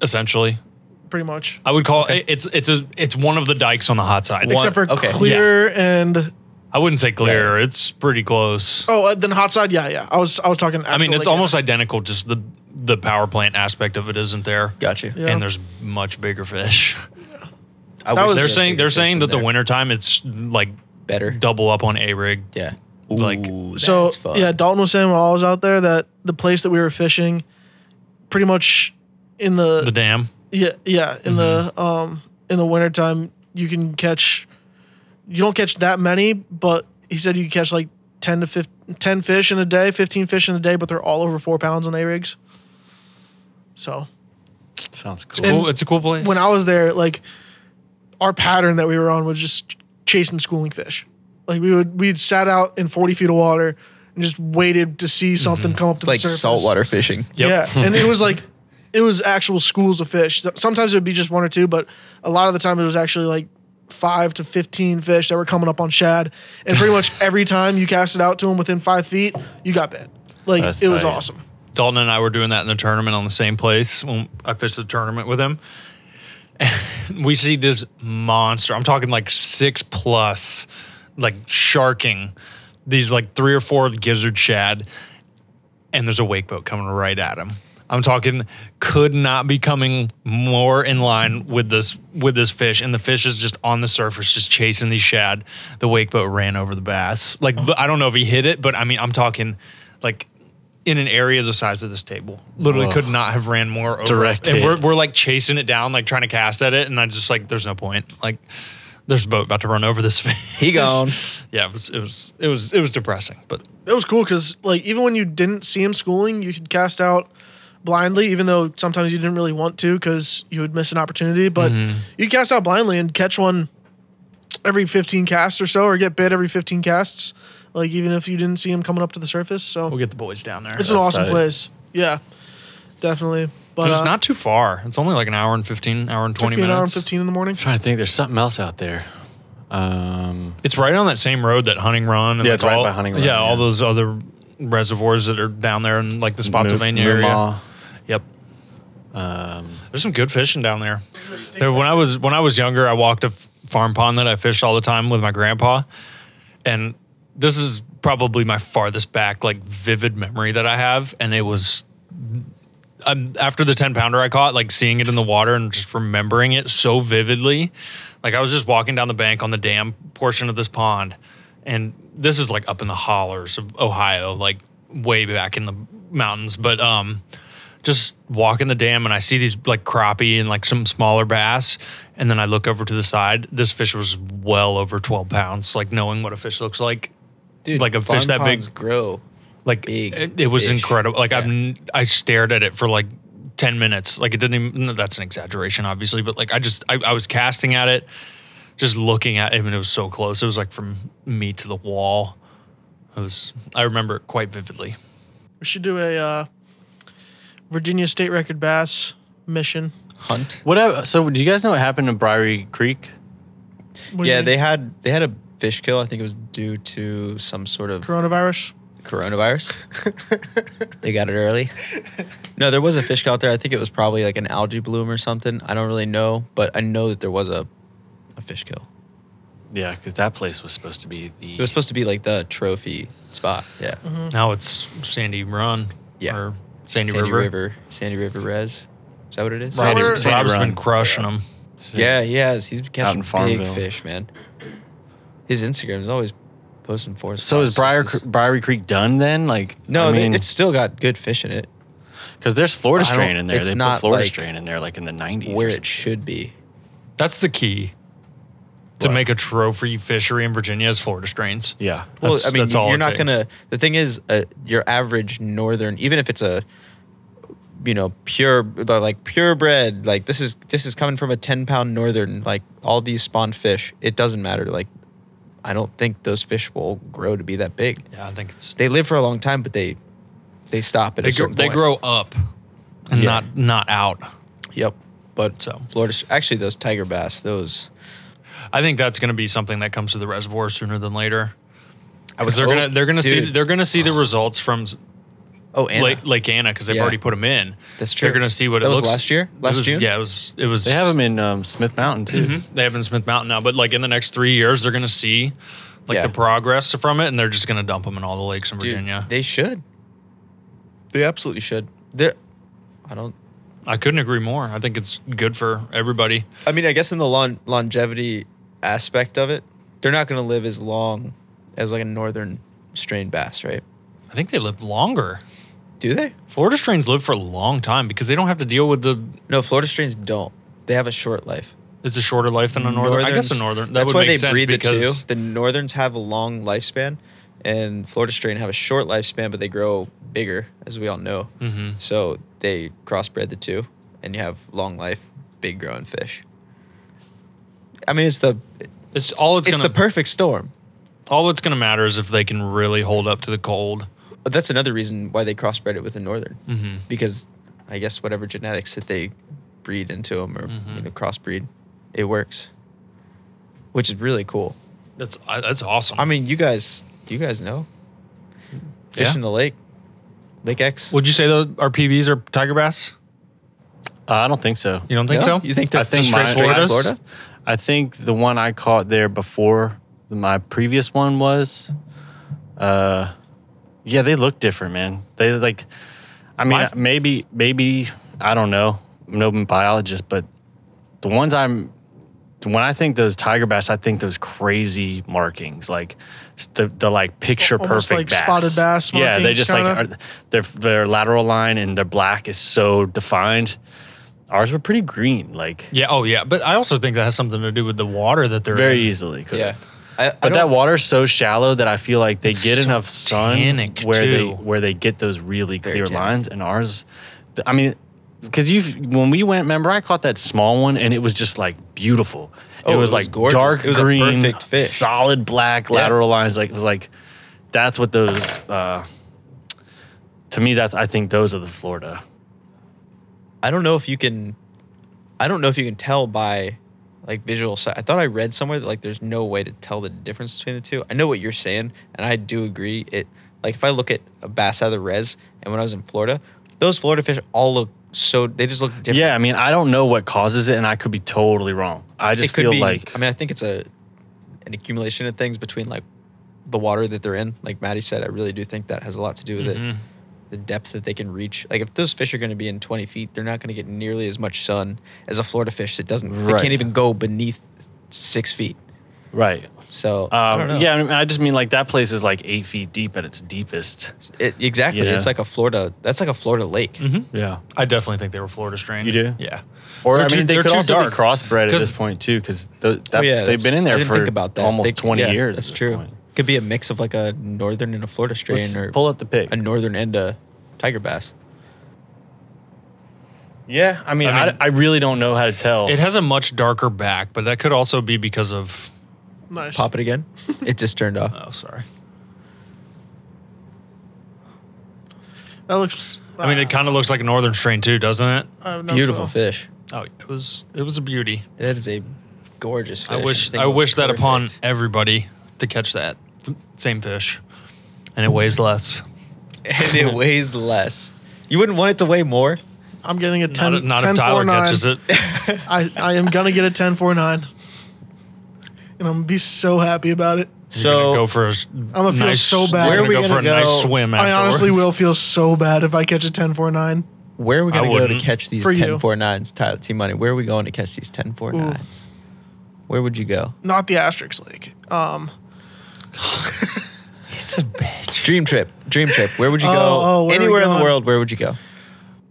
Speaker 5: essentially.
Speaker 4: pretty much,
Speaker 5: I would call it, it's it's a it's one of the dikes on the hot side.
Speaker 3: One-
Speaker 4: except for
Speaker 3: okay.
Speaker 4: clear and
Speaker 5: I wouldn't say clear. It's pretty close.
Speaker 4: oh, uh, then hot side. Yeah, yeah. I was I was talking.
Speaker 5: I mean,
Speaker 4: actual
Speaker 5: it's
Speaker 4: Lake
Speaker 5: almost
Speaker 4: Anna.
Speaker 5: identical. Just the the power plant aspect of it isn't there,
Speaker 3: Gotcha.
Speaker 4: Yeah.
Speaker 5: and there's much bigger fish.
Speaker 3: I
Speaker 4: That
Speaker 3: wish
Speaker 4: was-
Speaker 5: They're
Speaker 3: there was
Speaker 5: saying
Speaker 3: bigger
Speaker 5: they're
Speaker 3: fish
Speaker 5: saying
Speaker 3: in
Speaker 5: that the
Speaker 3: there.
Speaker 5: wintertime it's like
Speaker 3: better.
Speaker 5: double up on a rig.
Speaker 3: Yeah.
Speaker 5: Like-
Speaker 3: Ooh,
Speaker 4: so
Speaker 3: that's fun.
Speaker 4: yeah. Dalton was saying while I was out there that the place that we were fishing, pretty much in the,
Speaker 5: The dam.
Speaker 4: yeah yeah in
Speaker 3: Mm-hmm.
Speaker 4: the um in the wintertime you can catch, you don't catch that many, but he said you catch like ten to 15, 10 fish in a day, fifteen fish in a day, but they're all over four pounds on a rigs. So
Speaker 6: Sounds cool.
Speaker 4: And-
Speaker 5: Cool. It's a cool place.
Speaker 4: when I was there, like our pattern that we were on was just chasing schooling fish. Like we would we'd sat out in forty feat of water and just waited to see something come up to
Speaker 3: Mm-hmm. like
Speaker 4: the surface.
Speaker 3: saltwater fishing.
Speaker 4: Yeah, and it was like it was actual schools of fish. Sometimes it would be just one or two, but a lot of the time it was actually like five to fifteen fish that were coming up on shad. And pretty much every time you cast it out to them within five feet, you got bit. Like
Speaker 6: That's
Speaker 4: it was
Speaker 6: tight.
Speaker 4: awesome.
Speaker 5: Dalton and I were doing that in the tournament on the same place when I fished the tournament with him. we see this monster. I'm talking like six plus, like sharking these like three or four gizzard shad, and there's a wake boat coming right at him. I'm talking could not be coming more in line with this with this fish, and the fish is just on the surface, just chasing these shad. The wake boat ran over the bass. Like
Speaker 6: Oh.
Speaker 5: I don't know if he hit it, but I mean I'm talking like in an area the size of this table. Literally
Speaker 6: Ugh.
Speaker 5: could not have ran more over.
Speaker 6: Direct
Speaker 5: And
Speaker 6: hit.
Speaker 5: we're, we're like chasing it down, like trying to cast at it, and I just like there's no point. Like there's a boat about to run over this fish.
Speaker 3: He gone.
Speaker 5: yeah, it was it was it was it was depressing, but
Speaker 4: It was cool because like even when you didn't see him schooling, you could cast out blindly, even though sometimes you didn't really want to because you would miss an opportunity. But
Speaker 5: Mm-hmm.
Speaker 4: you cast out blindly and catch one every 15 casts or so, or get bit every 15 casts. Like even if you didn't see him coming up to the surface, so
Speaker 5: we'll get the boys down there.
Speaker 4: it's an
Speaker 6: that's
Speaker 4: awesome
Speaker 6: tight.
Speaker 4: place. Yeah, definitely. But
Speaker 5: And it's
Speaker 4: uh,
Speaker 5: not too far. It's only like an hour and fifteen, hour and
Speaker 4: took
Speaker 5: twenty
Speaker 4: me an
Speaker 5: minutes.
Speaker 4: hour and 15 in the morning.
Speaker 6: trying to think. There's something else out there. Um,
Speaker 5: It's right on that same road that Hunting Run. And
Speaker 6: Yeah,
Speaker 5: like
Speaker 6: it's right
Speaker 5: all-
Speaker 6: by Hunting Run,
Speaker 5: Yeah, all
Speaker 6: yeah.
Speaker 5: those other reservoirs that are down there in like the Spotsylvania
Speaker 6: Mu-
Speaker 5: area.
Speaker 6: Mumaw.
Speaker 5: Yep.
Speaker 6: Um,
Speaker 5: There's some good fishing down there. There- when I was when I was younger, I walked a f- farm pond that I fished all the time with my grandpa, and this is probably my farthest back like vivid memory that I have, and it was. Um, after the 10 pounder I caught, like seeing it in the water and just remembering it so vividly. Like I was just walking down the bank on the dam portion of this pond, and this is like up in the hollers of Ohio, like way back in the mountains. But um, just walking the dam and I see these like crappie and like some smaller bass. And then I look over to the side. This fish was well over 12 pounds, like knowing what a fish looks like.
Speaker 3: Dude,
Speaker 5: Like a
Speaker 3: farm
Speaker 5: fish that big-
Speaker 3: ponds grow.
Speaker 5: Like
Speaker 3: Big
Speaker 5: it, it was
Speaker 3: fish.
Speaker 5: incredible. Like
Speaker 3: Yeah.
Speaker 5: I've, n- I stared at it for like 10 minutes. Like it didn't even, no, that's an exaggeration, obviously, but like I just, I, I was casting at it, just looking at him and it was so close. It was like from me to the wall. It was, I remember it quite vividly.
Speaker 4: We should do a uh, Virginia state record bass mission.
Speaker 3: Hunt.
Speaker 6: Whatever. So, do you guys know what happened to Briary Creek?
Speaker 4: What do you
Speaker 3: Yeah,
Speaker 4: mean?
Speaker 3: they had they had a fish kill. I think it was due to some sort of
Speaker 4: coronavirus.
Speaker 3: coronavirus. they got it early. No, there was a fish kill out there. I think it was probably like an algae bloom or something. I don't really know, but I know that there was a a fish kill.
Speaker 6: Yeah, because that place was supposed to be the.
Speaker 3: It was supposed to be like the trophy spot. Yeah.
Speaker 5: Now it's Sandy Run.
Speaker 3: Mm-hmm. Yeah.
Speaker 5: Or Sandy,
Speaker 3: Sandy
Speaker 5: River.
Speaker 3: River. Sandy River Res. Is that what it is?
Speaker 4: Right.
Speaker 5: Sandy,
Speaker 4: Robert-
Speaker 5: Rob's
Speaker 6: Sandy
Speaker 5: been
Speaker 6: Run.
Speaker 5: crushing them.
Speaker 3: Yeah, he has. He's catching
Speaker 6: in
Speaker 3: big
Speaker 6: Farmville.
Speaker 3: fish, man. His Instagram is always posting four.
Speaker 6: So
Speaker 3: five,
Speaker 6: is Briar,
Speaker 3: sixes.
Speaker 6: Briary Creek done then? Like,
Speaker 3: No,
Speaker 6: I
Speaker 3: they-
Speaker 6: mean,
Speaker 3: it's still got good fish in it.
Speaker 6: because there's Florida
Speaker 3: I don't-
Speaker 6: strain in there.
Speaker 3: it's
Speaker 6: They
Speaker 3: not
Speaker 6: put Florida
Speaker 3: like
Speaker 6: strain in there like in the 90s. or
Speaker 3: Where
Speaker 6: something.
Speaker 3: it should be.
Speaker 5: That's the key to make a trophy fishery in Virginia is Florida strains.
Speaker 6: yeah.
Speaker 3: Well,
Speaker 5: That's-
Speaker 3: I mean,
Speaker 5: that's all
Speaker 3: you're
Speaker 5: it
Speaker 3: not
Speaker 5: take.
Speaker 3: gonna. The thing is, uh, your average northern, even if it's a, you know, pure like purebred, like this is this is coming from a ten pound northern, like all these spawn fish. It doesn't matter. Like, I don't think those fish will grow to be that big.
Speaker 5: Yeah, I think it's
Speaker 3: They live for a long time, but they they stop at
Speaker 5: they,
Speaker 3: a
Speaker 5: gr-
Speaker 3: certain
Speaker 5: they
Speaker 3: point.
Speaker 5: grow up and
Speaker 3: Yeah.
Speaker 5: not not out.
Speaker 3: Yep. But
Speaker 5: So.
Speaker 3: Florida, actually, those tiger bass, those
Speaker 5: I think that's going to be something that comes to the reservoir sooner than later.
Speaker 3: I
Speaker 5: Because they're
Speaker 3: hope-
Speaker 5: gonna they're gonna see
Speaker 3: Oh, dude.
Speaker 5: they're gonna see the results from s-
Speaker 3: oh Anna.
Speaker 5: Lake Lake Anna because they've
Speaker 3: Yeah.
Speaker 5: already put them in.
Speaker 3: That's
Speaker 5: They're
Speaker 3: true.
Speaker 5: gonna see what
Speaker 3: That
Speaker 5: it
Speaker 3: was
Speaker 5: looks.
Speaker 3: last year?
Speaker 5: It
Speaker 3: Last
Speaker 5: was-
Speaker 3: June?
Speaker 5: Yeah, it was. It was.
Speaker 6: They have them in um, Smith Mountain too.
Speaker 3: Mm-hmm.
Speaker 5: They have in Smith Mountain now, but like in the next three years, they're gonna see like
Speaker 3: Yeah.
Speaker 5: the progress from it, and they're just gonna dump them in all the lakes in Virginia.
Speaker 3: They should. They absolutely should. They're, I don't.
Speaker 5: I couldn't agree more. I think it's good for everybody.
Speaker 3: I mean, I guess in the lon- longevity aspect of it, they're not going to live as long as like a northern strained bass, right?
Speaker 5: I think they live longer.
Speaker 3: Do they?
Speaker 5: Florida strains live for a long time because they don't have to deal with the.
Speaker 3: No, Florida strains don't. They have a short life.
Speaker 5: It's a shorter life than a northern. I guess a
Speaker 3: Northerns-
Speaker 5: northern. That
Speaker 3: that's
Speaker 5: would
Speaker 3: why
Speaker 5: make
Speaker 3: they
Speaker 5: sense
Speaker 3: breed
Speaker 5: because
Speaker 3: the two. The northerns have a long lifespan, and Florida strain have a short lifespan, but they grow bigger, as we all know.
Speaker 5: Mhm.
Speaker 3: So they crossbred the two, and you have long life, big growing fish. I mean, it's the
Speaker 5: it's all it's,
Speaker 3: it's
Speaker 5: gonna
Speaker 3: the perfect storm.
Speaker 5: all it's gonna matter is if they can really hold up to the cold.
Speaker 3: But that's another reason why they crossbred it with the northern,
Speaker 5: Mm-hmm.
Speaker 3: because I guess whatever genetics that they breed into them or
Speaker 5: Mm-hmm.
Speaker 3: you know crossbreed, it works, which is really cool.
Speaker 5: That's I- that's awesome.
Speaker 3: I mean, you guys, you guys know fish
Speaker 5: Yeah.
Speaker 3: in the lake, Lake X.
Speaker 5: would you say though our PBs are tiger bass?
Speaker 6: Uh, I don't think so.
Speaker 5: You don't think
Speaker 3: No?
Speaker 5: so?
Speaker 3: You think they're
Speaker 6: I think
Speaker 3: just
Speaker 6: mine-
Speaker 3: straight Florida?
Speaker 5: Florida's-
Speaker 3: Florida?
Speaker 6: I think the one I caught there before my previous one was, uh, yeah, they look different, man. They like, I mean, uh,
Speaker 5: My-
Speaker 6: maybe, maybe I don't know. I'm no biologist, but the ones I'm, when I think those tiger bass, I think those crazy markings, like the the like picture
Speaker 4: Almost
Speaker 6: perfect
Speaker 4: like spotted bass
Speaker 6: Yeah, they
Speaker 4: markings,
Speaker 6: just like
Speaker 4: kinda.
Speaker 6: are, their their lateral line and their black is so defined. Ours were pretty green, like
Speaker 5: Yeah. Oh yeah. But I also think that has something to do with the water that they're
Speaker 6: very
Speaker 5: in.
Speaker 6: easily. could've.
Speaker 3: Yeah, I, I
Speaker 6: But that
Speaker 3: don't-
Speaker 6: water's so shallow that I feel like they get
Speaker 5: so
Speaker 6: enough sun
Speaker 5: tannic,
Speaker 6: where they
Speaker 5: too.
Speaker 6: where they get those really clear
Speaker 3: tannic.
Speaker 6: lines. And ours, th- I mean, because you when we went, remember I caught that small one and it was just like beautiful.
Speaker 3: Oh,
Speaker 6: it
Speaker 3: it
Speaker 6: was
Speaker 3: was
Speaker 6: like
Speaker 3: gorgeous.
Speaker 6: dark
Speaker 3: It was a
Speaker 6: green,
Speaker 3: perfect fish.
Speaker 6: solid black lateral lines. Like it was like that's what those. Uh, to me, that's I think those are the Florida.
Speaker 3: I don't know if you can. I don't know if you can tell by like visual. si- I thought I read somewhere that like there's no way to tell the difference between the two. I know what you're saying, and I do agree. It like if I look at a bass out of the res, and when I was in Florida, those Florida fish all look so. They just look different.
Speaker 6: Yeah, I mean, I don't know what causes it, and I could be totally wrong. I just
Speaker 3: it could
Speaker 6: feel
Speaker 3: be,
Speaker 6: like
Speaker 3: I mean, I think it's a an accumulation of things between like the water that they're in. Like Maddie said, I really do think that has a lot to do with it.
Speaker 6: Mm-hmm.
Speaker 3: The depth that they can reach. Like if those fish are going to be in 20 feet, they're not going to get nearly as much sun as a Florida fish that doesn't. They
Speaker 6: Right.
Speaker 3: can't even go beneath six feet.
Speaker 6: right.
Speaker 3: So I don't know.
Speaker 6: Um, yeah, I, mean, I just mean like that place is like eight feet deep at its deepest.
Speaker 3: It- exactly.
Speaker 6: Yeah. Mm-hmm.
Speaker 3: It's like a Florida. That's like a Florida lake.
Speaker 6: Yeah,
Speaker 5: I definitely think they were Florida strain.
Speaker 6: You do?
Speaker 5: Yeah.
Speaker 6: or
Speaker 5: They're
Speaker 6: I
Speaker 5: too-
Speaker 6: mean, they
Speaker 5: they're
Speaker 6: could
Speaker 5: too
Speaker 6: also
Speaker 5: dark.
Speaker 6: be crossbred at
Speaker 5: 'Cause-
Speaker 6: this point too, because
Speaker 3: Oh, yeah,
Speaker 6: they've
Speaker 3: that's-
Speaker 6: been in
Speaker 3: I
Speaker 6: there
Speaker 3: didn't
Speaker 6: for
Speaker 3: think about that.
Speaker 6: almost
Speaker 3: They-
Speaker 6: twenty
Speaker 3: yeah,
Speaker 6: years. at
Speaker 3: That's
Speaker 6: this
Speaker 3: true.
Speaker 6: point.
Speaker 3: Could be a mix of like a northern and a Florida strain,
Speaker 6: Let's
Speaker 3: or
Speaker 6: pull up the pic.
Speaker 3: a northern and a tiger bass.
Speaker 6: Yeah, I mean, I,
Speaker 5: I mean-
Speaker 6: I really don't know how to tell.
Speaker 5: It has a much darker back, but that could also be because of.
Speaker 4: Nice.
Speaker 3: Pop it again.
Speaker 5: Uh,
Speaker 3: it just turned off.
Speaker 5: Oh, sorry.
Speaker 4: That looks.
Speaker 5: I
Speaker 3: Ah.
Speaker 5: mean, it kind of looks like a northern strain too, doesn't it?
Speaker 4: I have Uh, no
Speaker 3: Beautiful
Speaker 4: clue.
Speaker 3: fish.
Speaker 5: Oh, it was it was a beauty.
Speaker 3: That is a gorgeous fish.
Speaker 5: I wish
Speaker 3: think
Speaker 5: I
Speaker 3: it looks
Speaker 5: wish that upon
Speaker 3: perfect.
Speaker 5: everybody to catch that f- same fish, and it weighs less.
Speaker 3: and it weighs less. You wouldn't want it to weigh more.
Speaker 4: I'm getting a
Speaker 5: Not,
Speaker 4: 10.
Speaker 5: not
Speaker 4: 10
Speaker 5: if Tyler
Speaker 4: 4-9.
Speaker 5: catches it.
Speaker 4: I, I am going to get a 10 4 9. And I'm going to be so happy about it.
Speaker 5: So
Speaker 3: So
Speaker 5: go for a s-
Speaker 4: gonna feel
Speaker 5: nice-
Speaker 4: so bad.
Speaker 5: We're
Speaker 4: Where
Speaker 5: gonna
Speaker 4: are
Speaker 3: we
Speaker 5: go for
Speaker 3: gonna
Speaker 5: a nice
Speaker 3: go?
Speaker 5: swim.
Speaker 4: I honestly
Speaker 5: afterwards.
Speaker 4: will feel so bad if I catch a 10 4 9.
Speaker 3: where are we
Speaker 5: I
Speaker 3: going to go to
Speaker 5: wouldn't.
Speaker 3: catch these
Speaker 4: For you.
Speaker 3: 10 4 nines, Tyler T Money? Where are we going to catch these 10 4 nines? Where would you go?
Speaker 4: Not the asterisk lake. Um,
Speaker 3: Dream trip. Dream trip. Where would you go?
Speaker 4: Oh, oh, where are we
Speaker 3: Anywhere in
Speaker 4: going?
Speaker 3: the world, where would you go?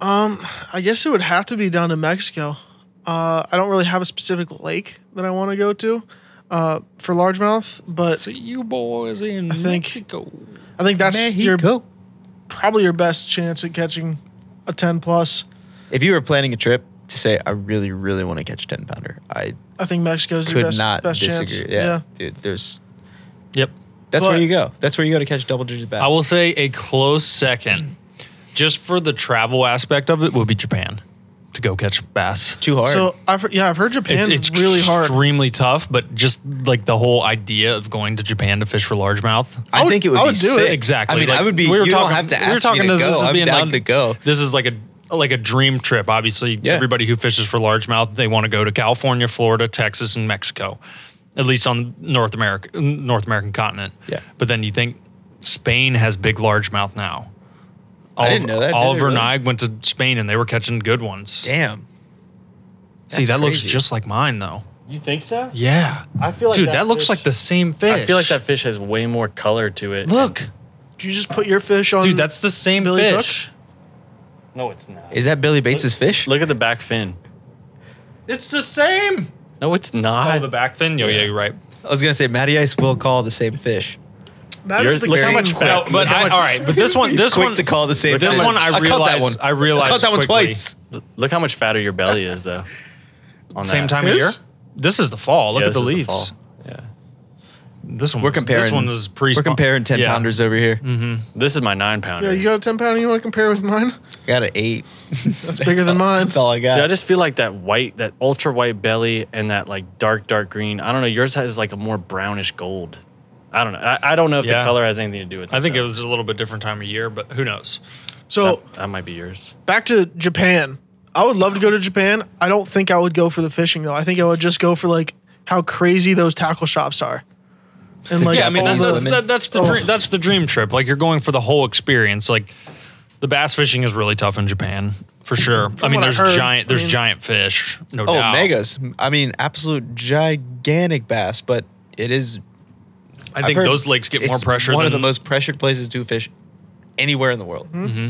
Speaker 4: I guess it would have to be down to Mexico. Uh, I don't really have a specific lake that I want to go to uh, for largemouth, but
Speaker 5: See you boys in
Speaker 4: I think-
Speaker 5: Mexico.
Speaker 4: I think that's your
Speaker 3: Mexico.
Speaker 4: probably your best chance at catching a 10 plus.
Speaker 3: If you were planning a trip to say, I really, really want to catch 10 pounder, I
Speaker 4: I think Mexico's your
Speaker 3: could
Speaker 4: best,
Speaker 3: not
Speaker 4: best
Speaker 3: disagree.
Speaker 4: chance.
Speaker 3: Yeah, Dude, there's
Speaker 5: Yep.
Speaker 3: that's
Speaker 4: But-
Speaker 3: where you go. That's where you go to catch double digit bass.
Speaker 5: I will say a close second, just for the travel aspect of it, would be Japan to go catch bass.
Speaker 3: Too hard.
Speaker 4: So I've heard, yeah, I've heard Japan's
Speaker 5: It's, it's
Speaker 4: really hard.
Speaker 5: extremely tough, but just like the whole idea of going to Japan to fish for largemouth.
Speaker 3: I,
Speaker 4: would-
Speaker 3: think it would
Speaker 4: I
Speaker 3: be
Speaker 4: would do it.
Speaker 3: sick.
Speaker 5: Exactly.
Speaker 3: I mean,
Speaker 5: Like,
Speaker 3: I would be.
Speaker 5: we were
Speaker 3: you
Speaker 5: talking,
Speaker 3: don't have to
Speaker 5: we were
Speaker 3: ask
Speaker 5: talking
Speaker 3: me to
Speaker 5: this,
Speaker 3: go.
Speaker 5: this as
Speaker 3: I'm
Speaker 5: being
Speaker 3: down
Speaker 5: like,
Speaker 3: to go.
Speaker 5: This is like a like a dream trip. Obviously,
Speaker 3: Yeah.
Speaker 5: everybody who fishes for largemouth they want to go to California, Florida, Texas, and Mexico, at least on North America, North American continent.
Speaker 3: Yeah.
Speaker 5: But then you think Spain has big largemouth now. Oliver,
Speaker 3: didn't know that, did I
Speaker 5: Oliver
Speaker 3: really?
Speaker 5: Neig went to Spain and they were catching good ones.
Speaker 3: Damn.
Speaker 5: See,
Speaker 3: that's
Speaker 5: that looks
Speaker 3: crazy.
Speaker 5: just like mine though.
Speaker 6: You think so?
Speaker 5: Yeah.
Speaker 6: I feel like
Speaker 5: Dude,
Speaker 6: that
Speaker 5: that, looks
Speaker 6: fish-
Speaker 5: like the same fish.
Speaker 6: I feel like that fish has way more color to it.
Speaker 5: Look,
Speaker 4: you just put your fish on.
Speaker 5: dude, that's the same
Speaker 4: Billy's hook?
Speaker 5: fish.
Speaker 6: And- no, it's not.
Speaker 3: Is that Billy Bates's fish?
Speaker 6: Look at the back fin.
Speaker 5: It's the same.
Speaker 6: No, it's not.
Speaker 5: Oh, the back fin. Yo, yeah, you're right.
Speaker 3: I was gonna say Matty Ice will call the same fish.
Speaker 4: that
Speaker 3: You're-
Speaker 4: is the
Speaker 3: look how
Speaker 4: game.
Speaker 3: much fat-
Speaker 5: No, but I, all right, but this one,
Speaker 3: He's
Speaker 5: this
Speaker 3: quick
Speaker 5: one
Speaker 3: to call the same.
Speaker 5: But this
Speaker 3: fish.
Speaker 5: one, I
Speaker 3: caught that
Speaker 5: realized.
Speaker 3: one.
Speaker 5: I realized.
Speaker 3: caught that one
Speaker 5: quickly.
Speaker 3: twice.
Speaker 6: Look how much fatter your belly is, though. On
Speaker 5: Same
Speaker 6: that.
Speaker 5: time of
Speaker 4: His?
Speaker 5: year. This is the fall. Look
Speaker 6: Yeah,
Speaker 5: at
Speaker 6: this
Speaker 5: the
Speaker 6: is
Speaker 5: leaves.
Speaker 6: fall. Yeah.
Speaker 5: This one.
Speaker 3: We're
Speaker 5: was-
Speaker 3: comparing.
Speaker 5: This one was pre.
Speaker 3: We're comparing ten pounders over here.
Speaker 6: This is my nine pounder.
Speaker 4: Yeah, you got a 10 pounder you want to compare with mine?
Speaker 3: Got an eight.
Speaker 4: That's bigger than mine.
Speaker 3: That's all I
Speaker 6: See, I
Speaker 3: got.
Speaker 6: just feel like that white, that ultra white belly, and that like dark, dark green. I don't know. Yours has like a more brownish gold. I don't know. I, I don't know if
Speaker 5: Yeah.
Speaker 6: the color has anything to do with.
Speaker 5: I think
Speaker 6: though.
Speaker 5: it was a little bit different time of year, but who knows?
Speaker 4: So
Speaker 6: That might be yours.
Speaker 4: back to Japan. I would love to go to Japan. I don't think I would go for the fishing though. I think I would just go for like how crazy those tackle shops are. And like
Speaker 5: yeah, I mean
Speaker 4: all
Speaker 5: that's
Speaker 4: the-
Speaker 5: that's, that, that's the
Speaker 4: Oh.
Speaker 5: dream, that's the dream trip. Like you're going for the whole experience. Like the bass fishing is really tough in Japan for sure. I
Speaker 4: what
Speaker 5: mean,
Speaker 4: I
Speaker 5: there's
Speaker 4: heard,
Speaker 5: giant
Speaker 4: I
Speaker 5: there's
Speaker 4: mean-
Speaker 5: giant fish. No
Speaker 3: Oh,
Speaker 5: doubt.
Speaker 3: megas. I mean, absolute gigantic bass. But it is.
Speaker 5: I think those lakes get more pressure.
Speaker 3: One of the
Speaker 5: than-
Speaker 3: most pressured places to fish anywhere in the world. Because
Speaker 4: Hmm?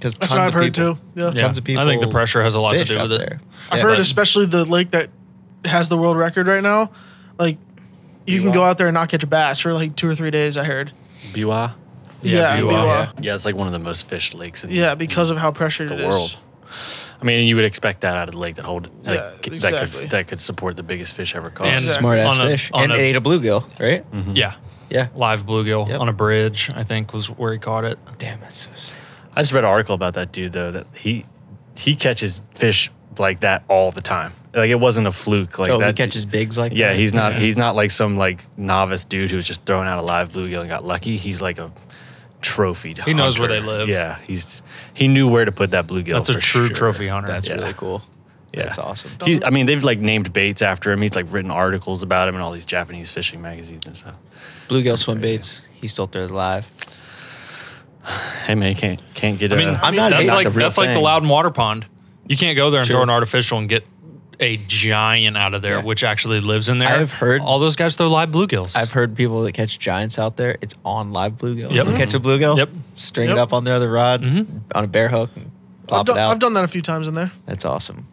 Speaker 4: that's what I've heard
Speaker 3: people,
Speaker 4: too. Yeah.
Speaker 5: Yeah.
Speaker 3: Tons of people.
Speaker 5: I think the pressure has a lot to
Speaker 3: fish
Speaker 5: do
Speaker 3: out
Speaker 5: with it.
Speaker 3: there.
Speaker 4: I've
Speaker 3: Yeah.
Speaker 4: heard
Speaker 5: but-
Speaker 4: especially the lake that has the world record right now. Like you can go out there and not catch a bass for like two or three days. I heard.
Speaker 6: Biwa.
Speaker 4: Yeah,
Speaker 5: Biwa.
Speaker 4: Biwa.
Speaker 6: Yeah, it's like one of the most fished lakes in
Speaker 4: yeah, because of how pressured
Speaker 6: the
Speaker 4: it is.
Speaker 6: world. I mean, you would expect that out of the lake that hold like,
Speaker 4: Yeah,
Speaker 6: c- that
Speaker 4: exactly.
Speaker 6: could that could support the biggest fish ever caught.
Speaker 5: And-
Speaker 3: smart ass
Speaker 5: on a-
Speaker 3: fish.
Speaker 5: on
Speaker 3: and
Speaker 5: a-
Speaker 3: it ate a bluegill, right?
Speaker 6: Mm-hmm.
Speaker 5: Yeah,
Speaker 3: Yeah.
Speaker 5: live bluegill
Speaker 3: Yep.
Speaker 5: on a bridge. I think was where he caught it.
Speaker 3: Damn, that's so sick.
Speaker 6: I just read an article about that dude though that he he catches fish like that all the time. Like it wasn't a fluke. Like
Speaker 3: oh,
Speaker 6: that
Speaker 3: he
Speaker 6: du-
Speaker 3: catches bigs like
Speaker 6: Yeah,
Speaker 3: that?
Speaker 6: he's not he's not like some like novice dude who was just throwing out a live bluegill and got lucky. He's like a trophied.
Speaker 5: He knows where
Speaker 6: hunter.
Speaker 5: they live.
Speaker 6: Yeah, he's he knew where to put that bluegill.
Speaker 5: That's a
Speaker 6: for
Speaker 5: true
Speaker 6: sure.
Speaker 5: trophy hunter.
Speaker 3: That's
Speaker 6: Yeah.
Speaker 3: really cool. That's awesome.
Speaker 6: He's, I mean, they've like named baits after him. He's like written articles about him in all these Japanese fishing magazines and stuff.
Speaker 3: Bluegill swim baits. He still throws live.
Speaker 6: Hey man, you can't can't get.
Speaker 5: I mean,
Speaker 6: uh,
Speaker 3: I'm not
Speaker 5: That's
Speaker 3: hating.
Speaker 5: like
Speaker 6: Not the real
Speaker 5: that's like the
Speaker 6: thing.
Speaker 5: Loudon Water Pond. You can't go there and throw
Speaker 3: True.
Speaker 5: an artificial and get a giant out of there,
Speaker 3: Yeah.
Speaker 5: which actually lives in there.
Speaker 3: I have heard-
Speaker 5: all those guys throw live bluegills.
Speaker 3: I've heard people that catch giants out there. It's on live bluegills.
Speaker 5: Yep.
Speaker 3: They catch a bluegill.
Speaker 5: Yep. Mm-hmm.
Speaker 3: String
Speaker 4: Yep.
Speaker 3: it up on their other rod s- on a bear hook and plop
Speaker 4: I've done,
Speaker 3: it out.
Speaker 4: I've done that a few times in there.
Speaker 3: That's awesome.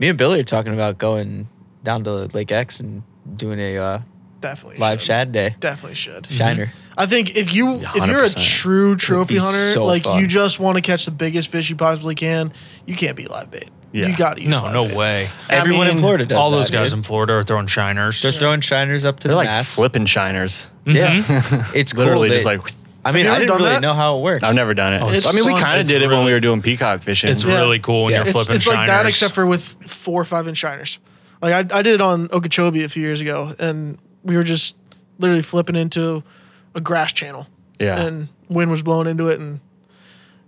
Speaker 3: Me and Billy are talking about going down to Lake X and doing a uh,
Speaker 4: Definitely
Speaker 3: live
Speaker 4: should.
Speaker 3: shad day.
Speaker 4: Definitely should.
Speaker 3: Shiner.
Speaker 4: I think if you if you're a
Speaker 6: 100%.
Speaker 4: true trophy
Speaker 3: be
Speaker 4: hunter,
Speaker 3: so
Speaker 4: like
Speaker 3: fun.
Speaker 4: you just want to catch the biggest fish you possibly can, you can't be live bait.
Speaker 6: Yeah.
Speaker 4: You got to use
Speaker 5: no,
Speaker 4: live
Speaker 5: no
Speaker 4: bait.
Speaker 5: way.
Speaker 3: Everyone in
Speaker 6: mean,
Speaker 3: Florida does
Speaker 5: all
Speaker 3: that,
Speaker 5: those guys
Speaker 3: dude.
Speaker 5: in Florida are throwing shiners.
Speaker 3: They're throwing shiners up to
Speaker 6: They're
Speaker 3: the
Speaker 6: like
Speaker 3: mats.
Speaker 6: flipping shiners.
Speaker 3: Yeah. it's cool
Speaker 6: Literally
Speaker 3: that-
Speaker 6: just like
Speaker 3: I mean,
Speaker 4: you
Speaker 3: I
Speaker 4: ever
Speaker 3: didn't
Speaker 4: done
Speaker 3: really
Speaker 4: that?
Speaker 3: know how it worked.
Speaker 6: I've never done
Speaker 5: Oh,
Speaker 6: it.
Speaker 4: it's
Speaker 6: I mean, we
Speaker 4: fun.
Speaker 6: kind of
Speaker 4: It's
Speaker 6: did it when
Speaker 5: really-
Speaker 6: we were doing peacock fishing.
Speaker 5: It's
Speaker 4: Yeah.
Speaker 5: really cool when
Speaker 3: Yeah.
Speaker 5: you're
Speaker 4: It's,
Speaker 5: flipping
Speaker 4: it's like that,
Speaker 5: shiners.
Speaker 4: except for with four or five inch shiners. Like I, I did it on Okeechobee a few years ago, and we were just literally flipping into a grass channel,
Speaker 6: yeah.
Speaker 4: and wind was blowing into it, and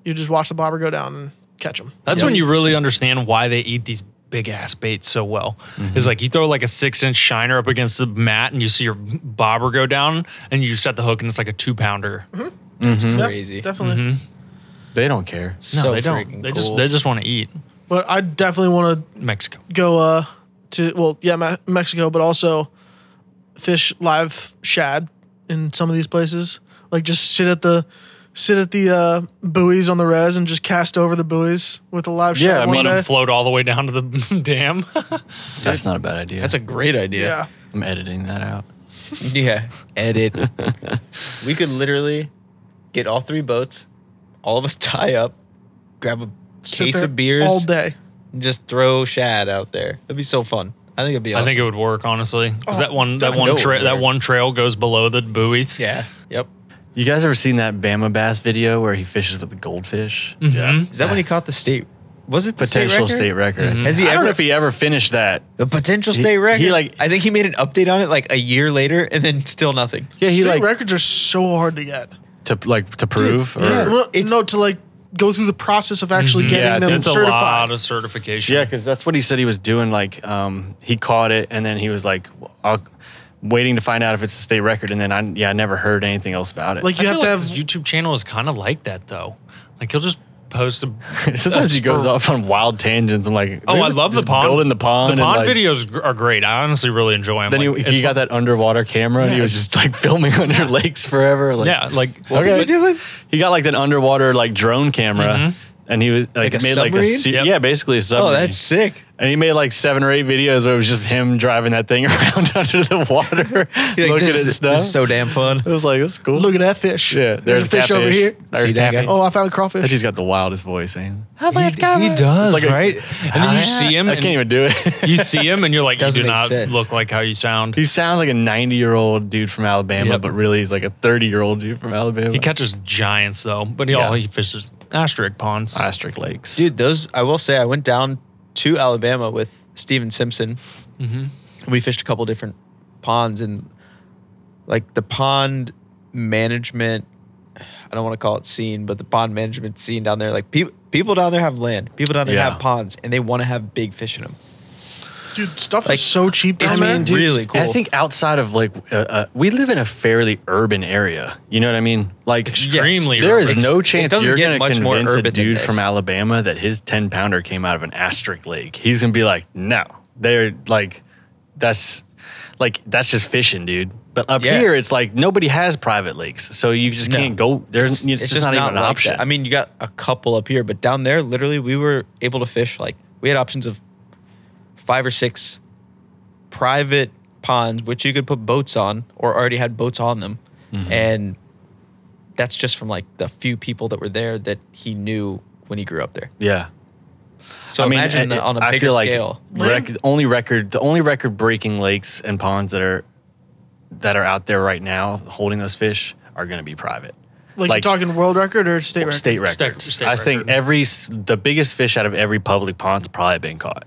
Speaker 4: you just watch the bobber go down and catch them.
Speaker 5: That's when you really understand why they eat these big ass baits so well. It's like you throw like a six inch shiner up against the mat and you see your bobber go down and you set the hook and it's like a two pounder.
Speaker 3: Hmm. Crazy.
Speaker 4: definitely.
Speaker 5: Mm-hmm.
Speaker 6: they don't care.
Speaker 5: No,
Speaker 3: So
Speaker 5: they
Speaker 3: freaking
Speaker 5: don't. They just
Speaker 3: cool.
Speaker 5: they just want to eat
Speaker 4: But I definitely want to
Speaker 5: Mexico.
Speaker 4: go uh to well yeah Me- Mexico, but also fish live shad in some of these places. Like just sit at the sit at the uh, buoys on the res and just cast over the buoys with a live shad.
Speaker 6: Yeah, I
Speaker 4: one
Speaker 6: mean,
Speaker 5: Let
Speaker 4: day.
Speaker 5: them float all the way down to the dam.
Speaker 6: That's not a bad idea.
Speaker 3: That's a great idea.
Speaker 4: yeah.
Speaker 6: I'm editing that out.
Speaker 3: Yeah. Edit. we could literally get all three boats, all of us tie up, grab a
Speaker 4: Sit
Speaker 3: case
Speaker 4: there
Speaker 3: of beers,
Speaker 4: all day.
Speaker 3: and just throw shad out there. It'd be so fun. I think it'd be awesome.
Speaker 5: I think it would work honestly because that one that
Speaker 3: I know
Speaker 5: one
Speaker 3: it
Speaker 5: tra-
Speaker 3: would
Speaker 5: that
Speaker 3: work.
Speaker 5: one trail goes below the buoys.
Speaker 3: yeah. Yep.
Speaker 6: You guys ever seen that Bama Bass video where he fishes with the goldfish?
Speaker 5: Mhm.
Speaker 3: Is that when he caught the state? Was it the
Speaker 6: Potential
Speaker 3: state
Speaker 6: state
Speaker 3: record?
Speaker 6: record.
Speaker 3: Has he
Speaker 6: I don't
Speaker 3: ever-
Speaker 6: know if he ever finished that.
Speaker 3: The potential
Speaker 6: He-
Speaker 3: state record.
Speaker 6: he, like-
Speaker 3: I think he made an update on it like a year later, and then still nothing.
Speaker 6: Yeah, he
Speaker 4: State
Speaker 6: like
Speaker 4: records are so hard to get.
Speaker 6: to like to prove. or,
Speaker 4: Yeah, well,
Speaker 3: it's-
Speaker 4: no, to like go through the process of
Speaker 6: Mm-hmm.
Speaker 4: actually
Speaker 5: Yeah,
Speaker 4: getting them
Speaker 5: that's a lot
Speaker 4: certified.
Speaker 5: of certification.
Speaker 6: Yeah, because that's what he said he was doing. Like, um, he caught it, and then he was like, I'll, waiting to find out if it's a state record. And then I, yeah, I never heard anything else about it.
Speaker 4: Like you
Speaker 5: I
Speaker 4: have
Speaker 5: feel
Speaker 4: to
Speaker 5: like
Speaker 4: have
Speaker 5: his YouTube channel is kind of like that though. Like he'll just post a.
Speaker 6: sometimes he
Speaker 5: a
Speaker 6: goes
Speaker 5: spur-
Speaker 6: off on wild tangents. I'm like,
Speaker 5: Oh,
Speaker 6: they're
Speaker 5: I
Speaker 6: just-
Speaker 5: love the
Speaker 6: just
Speaker 5: pond.
Speaker 6: building the pond. and,
Speaker 5: The pond
Speaker 6: like,
Speaker 5: videos gr- are great. I honestly really enjoy them.
Speaker 6: Then
Speaker 5: like,
Speaker 6: he,
Speaker 5: it's-
Speaker 6: he got that underwater camera, and he was just like filming under lakes forever. Like,
Speaker 5: Yeah, like
Speaker 6: What
Speaker 3: was he doing?
Speaker 6: He got like that underwater like drone camera. And he was like,
Speaker 3: Like a
Speaker 6: made like a
Speaker 3: submarine?
Speaker 6: se-
Speaker 5: Yep.
Speaker 6: yeah, basically a submarine.
Speaker 3: Oh, that's sick.
Speaker 6: And he made like seven or eight videos where it was just him driving that thing around under the water,
Speaker 3: He, like,
Speaker 6: looking
Speaker 3: this,
Speaker 6: at
Speaker 3: is,
Speaker 6: stuff.
Speaker 3: this is so damn fun.
Speaker 6: it was like that's cool.
Speaker 4: look at that fish.
Speaker 6: yeah, there's,
Speaker 4: there's, a fish over here.
Speaker 6: There's
Speaker 3: See
Speaker 6: a
Speaker 3: that guy?
Speaker 6: catfish.
Speaker 4: Oh, I found a crawfish.
Speaker 6: that dude's got the wildest voice. Ain't he?
Speaker 3: He does,
Speaker 6: like a-
Speaker 3: right?
Speaker 5: and then you see him.
Speaker 6: I
Speaker 5: and
Speaker 6: can't even do it.
Speaker 5: You see him, and you're like, you
Speaker 3: Doesn't
Speaker 5: do
Speaker 3: make
Speaker 5: not
Speaker 3: sense.
Speaker 5: look like how you sound.
Speaker 6: he sounds like a 90 year old dude from Alabama,
Speaker 5: Yep.
Speaker 6: but really he's like a 30 year old dude from Alabama.
Speaker 5: He catches giants though, but he all
Speaker 6: Yeah.
Speaker 5: he fishes asterisk ponds.
Speaker 6: Ostrich Lakes.
Speaker 3: Dude, those I will say I went down to Alabama with Steven Simpson.
Speaker 6: Mm-hmm.
Speaker 3: And we fished a couple different ponds and like the pond management I don't want to call it scene, but the pond management scene down there, like people people down there have land. People down there
Speaker 6: Yeah.
Speaker 3: have ponds and they want to have big fish in them.
Speaker 4: Dude, stuff
Speaker 3: Like,
Speaker 4: is so cheap down
Speaker 3: I
Speaker 4: there.
Speaker 3: mean, dude, really cool.
Speaker 6: I think outside of like, uh, uh, we live in a fairly urban area. You know what I mean? Like,
Speaker 5: Extremely
Speaker 6: there is
Speaker 5: urban.
Speaker 6: no
Speaker 3: It's- it
Speaker 6: chance
Speaker 3: doesn't
Speaker 6: you're
Speaker 3: get
Speaker 6: going to
Speaker 3: much more
Speaker 6: convince a
Speaker 3: urban than
Speaker 6: dude
Speaker 3: this.
Speaker 6: from Alabama that his 10 pounder came out of an asterisk lake. He's going to be like, no, they're like, that's like, that's just fishing, dude. But up
Speaker 3: Yeah.
Speaker 6: here, it's like nobody has private lakes. So you just
Speaker 3: No.
Speaker 6: can't go. There's, it's, just, not, even an
Speaker 3: like
Speaker 6: option.
Speaker 3: that. I mean, you got a couple up here, but down there, literally, we were able to fish like we had options of five or six private ponds, which you could put boats on or already had boats on them,
Speaker 6: Mm-hmm.
Speaker 3: and that's just from like the few people that were there that he knew when he grew up there.
Speaker 6: yeah.
Speaker 3: So imagine
Speaker 6: I-
Speaker 3: the, on a
Speaker 6: I
Speaker 3: bigger
Speaker 6: feel like
Speaker 3: scale.
Speaker 6: Rec- only record, the only record-breaking lakes and ponds that are that are out there right now holding those fish are going to be private
Speaker 4: like,
Speaker 6: like-
Speaker 4: you're talking world record or state record?
Speaker 6: state
Speaker 5: State-
Speaker 6: records.
Speaker 5: state
Speaker 6: I think
Speaker 5: record.
Speaker 6: every s- the biggest fish out of every public pond's probably been caught.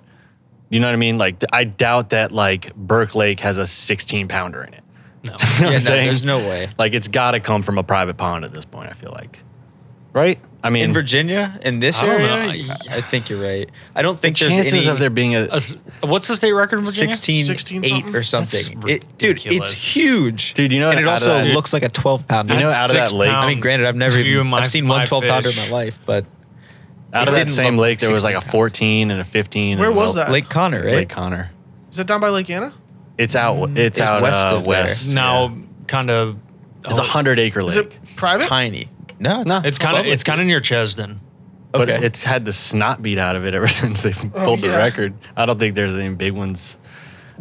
Speaker 6: You know what I mean? Like th- I doubt that like Burke Lake has a 16 pounder in it. You
Speaker 5: No.
Speaker 6: know what
Speaker 3: Yeah,
Speaker 6: I'm
Speaker 3: no,
Speaker 6: saying?
Speaker 3: there's no way.
Speaker 6: Like it's got to come from a private pond at this point. I feel like, right? I mean,
Speaker 3: In Virginia, in this
Speaker 5: I don't
Speaker 3: area,
Speaker 5: know.
Speaker 3: I, I think you're right. I don't think there's
Speaker 6: chances
Speaker 3: any
Speaker 6: of there being a
Speaker 5: A s- What's the state record in Virginia?
Speaker 3: 16,
Speaker 4: 16
Speaker 3: eight
Speaker 4: something?
Speaker 3: or
Speaker 5: That's
Speaker 3: something. It, dude, it's
Speaker 5: ridiculous.
Speaker 3: huge.
Speaker 6: Dude, you know
Speaker 3: and
Speaker 6: what,
Speaker 3: it
Speaker 6: out of
Speaker 3: also
Speaker 6: that-
Speaker 3: looks like a 12 pounder.
Speaker 6: You know,
Speaker 5: That's
Speaker 6: out of that
Speaker 5: six
Speaker 6: lake- I
Speaker 3: I mean,
Speaker 5: pounds
Speaker 3: granted, I've never
Speaker 5: to you
Speaker 3: even,
Speaker 5: and my-
Speaker 3: I've seen
Speaker 5: my
Speaker 3: one 12 pounder in my
Speaker 5: fish.
Speaker 3: life, but
Speaker 6: out
Speaker 3: it
Speaker 6: of that
Speaker 3: didn't
Speaker 6: same
Speaker 3: look
Speaker 6: lake there was like a
Speaker 3: 16 pounds.
Speaker 6: 14 and a 15. and
Speaker 4: Where
Speaker 6: a
Speaker 4: was
Speaker 6: little-
Speaker 4: that?
Speaker 3: Lake Connor, eh? right?
Speaker 6: Lake Connor.
Speaker 4: Is that down by Lake Anna?
Speaker 6: It's out. It's,
Speaker 3: It's
Speaker 6: out
Speaker 3: west
Speaker 6: west. Uh,
Speaker 3: of there.
Speaker 6: west
Speaker 5: Now,
Speaker 6: yeah.
Speaker 5: kind of.
Speaker 6: it's a hundred acre lake,
Speaker 4: Is it private?
Speaker 3: Tiny. No, it's,
Speaker 6: No.
Speaker 5: It's kind of
Speaker 3: Public.
Speaker 5: it's kind of near Chesden.
Speaker 6: but
Speaker 3: okay. Oh,
Speaker 6: it's had the snot beat out of it ever since they pulled
Speaker 4: yeah.
Speaker 6: the record. I don't think there's any big ones.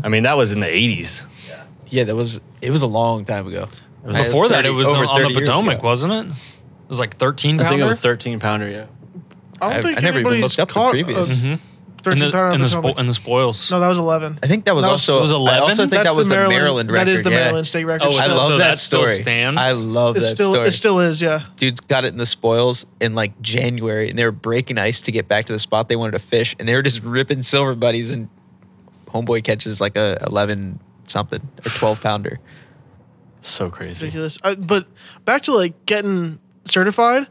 Speaker 6: I mean, that was in the eighties.
Speaker 3: yeah, that was, it was a long time ago.
Speaker 6: was
Speaker 3: I-
Speaker 5: Before that, it
Speaker 3: 30
Speaker 5: was
Speaker 3: over
Speaker 5: on, on
Speaker 3: 30
Speaker 5: the
Speaker 3: years
Speaker 5: Potomac,
Speaker 3: ago.
Speaker 5: wasn't it? It was like 13
Speaker 6: I
Speaker 5: pounder.
Speaker 6: think it was thirteen pounder. Yeah,
Speaker 4: I don't
Speaker 3: I-
Speaker 4: think
Speaker 3: I never even
Speaker 4: anybody's
Speaker 3: looked up the
Speaker 5: Mm-hmm.
Speaker 4: caught a
Speaker 3: previous.
Speaker 5: And
Speaker 4: 13
Speaker 5: the,
Speaker 4: pounder
Speaker 5: and, the
Speaker 4: Potomac.
Speaker 5: spo- and the spoils.
Speaker 4: no, that was 11
Speaker 3: I think that was
Speaker 4: That was-
Speaker 3: also.
Speaker 5: it was
Speaker 3: I also
Speaker 5: 11?
Speaker 3: think that
Speaker 4: That's
Speaker 3: was
Speaker 4: the Maryland,
Speaker 3: Maryland record.
Speaker 4: that is the
Speaker 3: yeah.
Speaker 4: Maryland state record
Speaker 5: Oh,
Speaker 4: still.
Speaker 3: I
Speaker 5: So
Speaker 3: love that,
Speaker 5: that still
Speaker 3: story.
Speaker 5: stands?
Speaker 3: I love
Speaker 4: it
Speaker 3: that
Speaker 4: still
Speaker 3: story.
Speaker 4: it still is yeah
Speaker 3: Dude's got it in the spoils in like January, and they were breaking ice to get back to the spot they wanted to fish, and they were just ripping silver buddies, and homeboy catches like a eleven something, a twelve pounder.
Speaker 6: So crazy.
Speaker 4: ridiculous I, but back to like getting certified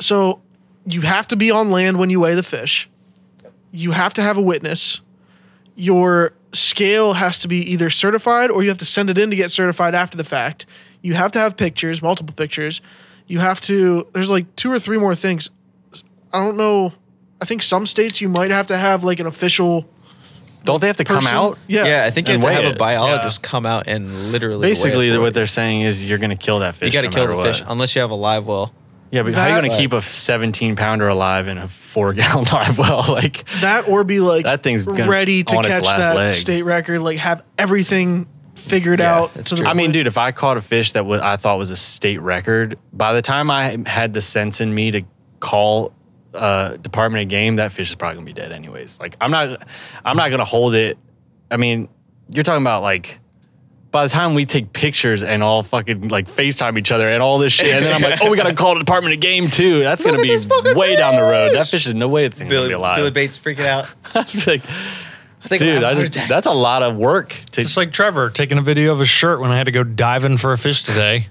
Speaker 4: so you have to be on land when you weigh the fish you have to have a witness your scale has to be either certified or you have to send it in to get certified after the fact you have to have pictures multiple pictures you have to there's like two or three more things i don't know i think some states you might have to have like an official
Speaker 6: Don't they have to
Speaker 4: person.
Speaker 6: come out?
Speaker 4: yeah
Speaker 3: Yeah, I think you have
Speaker 6: And
Speaker 3: to
Speaker 6: weigh
Speaker 3: have a
Speaker 6: it,
Speaker 3: biologist come out and literally. weigh it
Speaker 6: Basically,
Speaker 3: for
Speaker 6: what
Speaker 3: you.
Speaker 6: they're saying is you're going to kill that fish.
Speaker 3: you got to
Speaker 6: no
Speaker 3: kill
Speaker 6: matter
Speaker 3: the
Speaker 6: what.
Speaker 3: fish unless you have a live well.
Speaker 6: Yeah, but how are
Speaker 4: That-
Speaker 6: you going to keep a 17 pounder alive in a four gallon live well? Like,
Speaker 4: that or be like
Speaker 6: That thing's gonna-
Speaker 4: ready to
Speaker 6: on its
Speaker 4: catch
Speaker 6: last
Speaker 4: that
Speaker 6: leg.
Speaker 4: state record, like have everything figured out.
Speaker 3: that's
Speaker 4: to the
Speaker 3: true.
Speaker 6: I mean,
Speaker 4: point-
Speaker 6: dude, if I caught a fish that wa- I thought was a state record, by the time I had the sense in me to call uh, Department of Game, that fish is probably gonna be dead anyways. Like, I'm not, I'm not gonna hold it. I mean, you're talking about like. By the time we take pictures and all fucking like FaceTime each other and all this shit, and then I'm like, oh, we gotta call the Department of Game too. That's gonna be way down the road. That fish is no way the thing's gonna
Speaker 3: Billy,
Speaker 6: be alive.
Speaker 3: Billy Bates freaking out.
Speaker 6: It's like,
Speaker 3: I think
Speaker 6: dude,
Speaker 3: I
Speaker 6: I
Speaker 3: would
Speaker 6: just,
Speaker 3: attack.
Speaker 6: that's a lot of work to
Speaker 5: It's like Trevor taking a video of his shirt when I had to go diving for a fish today.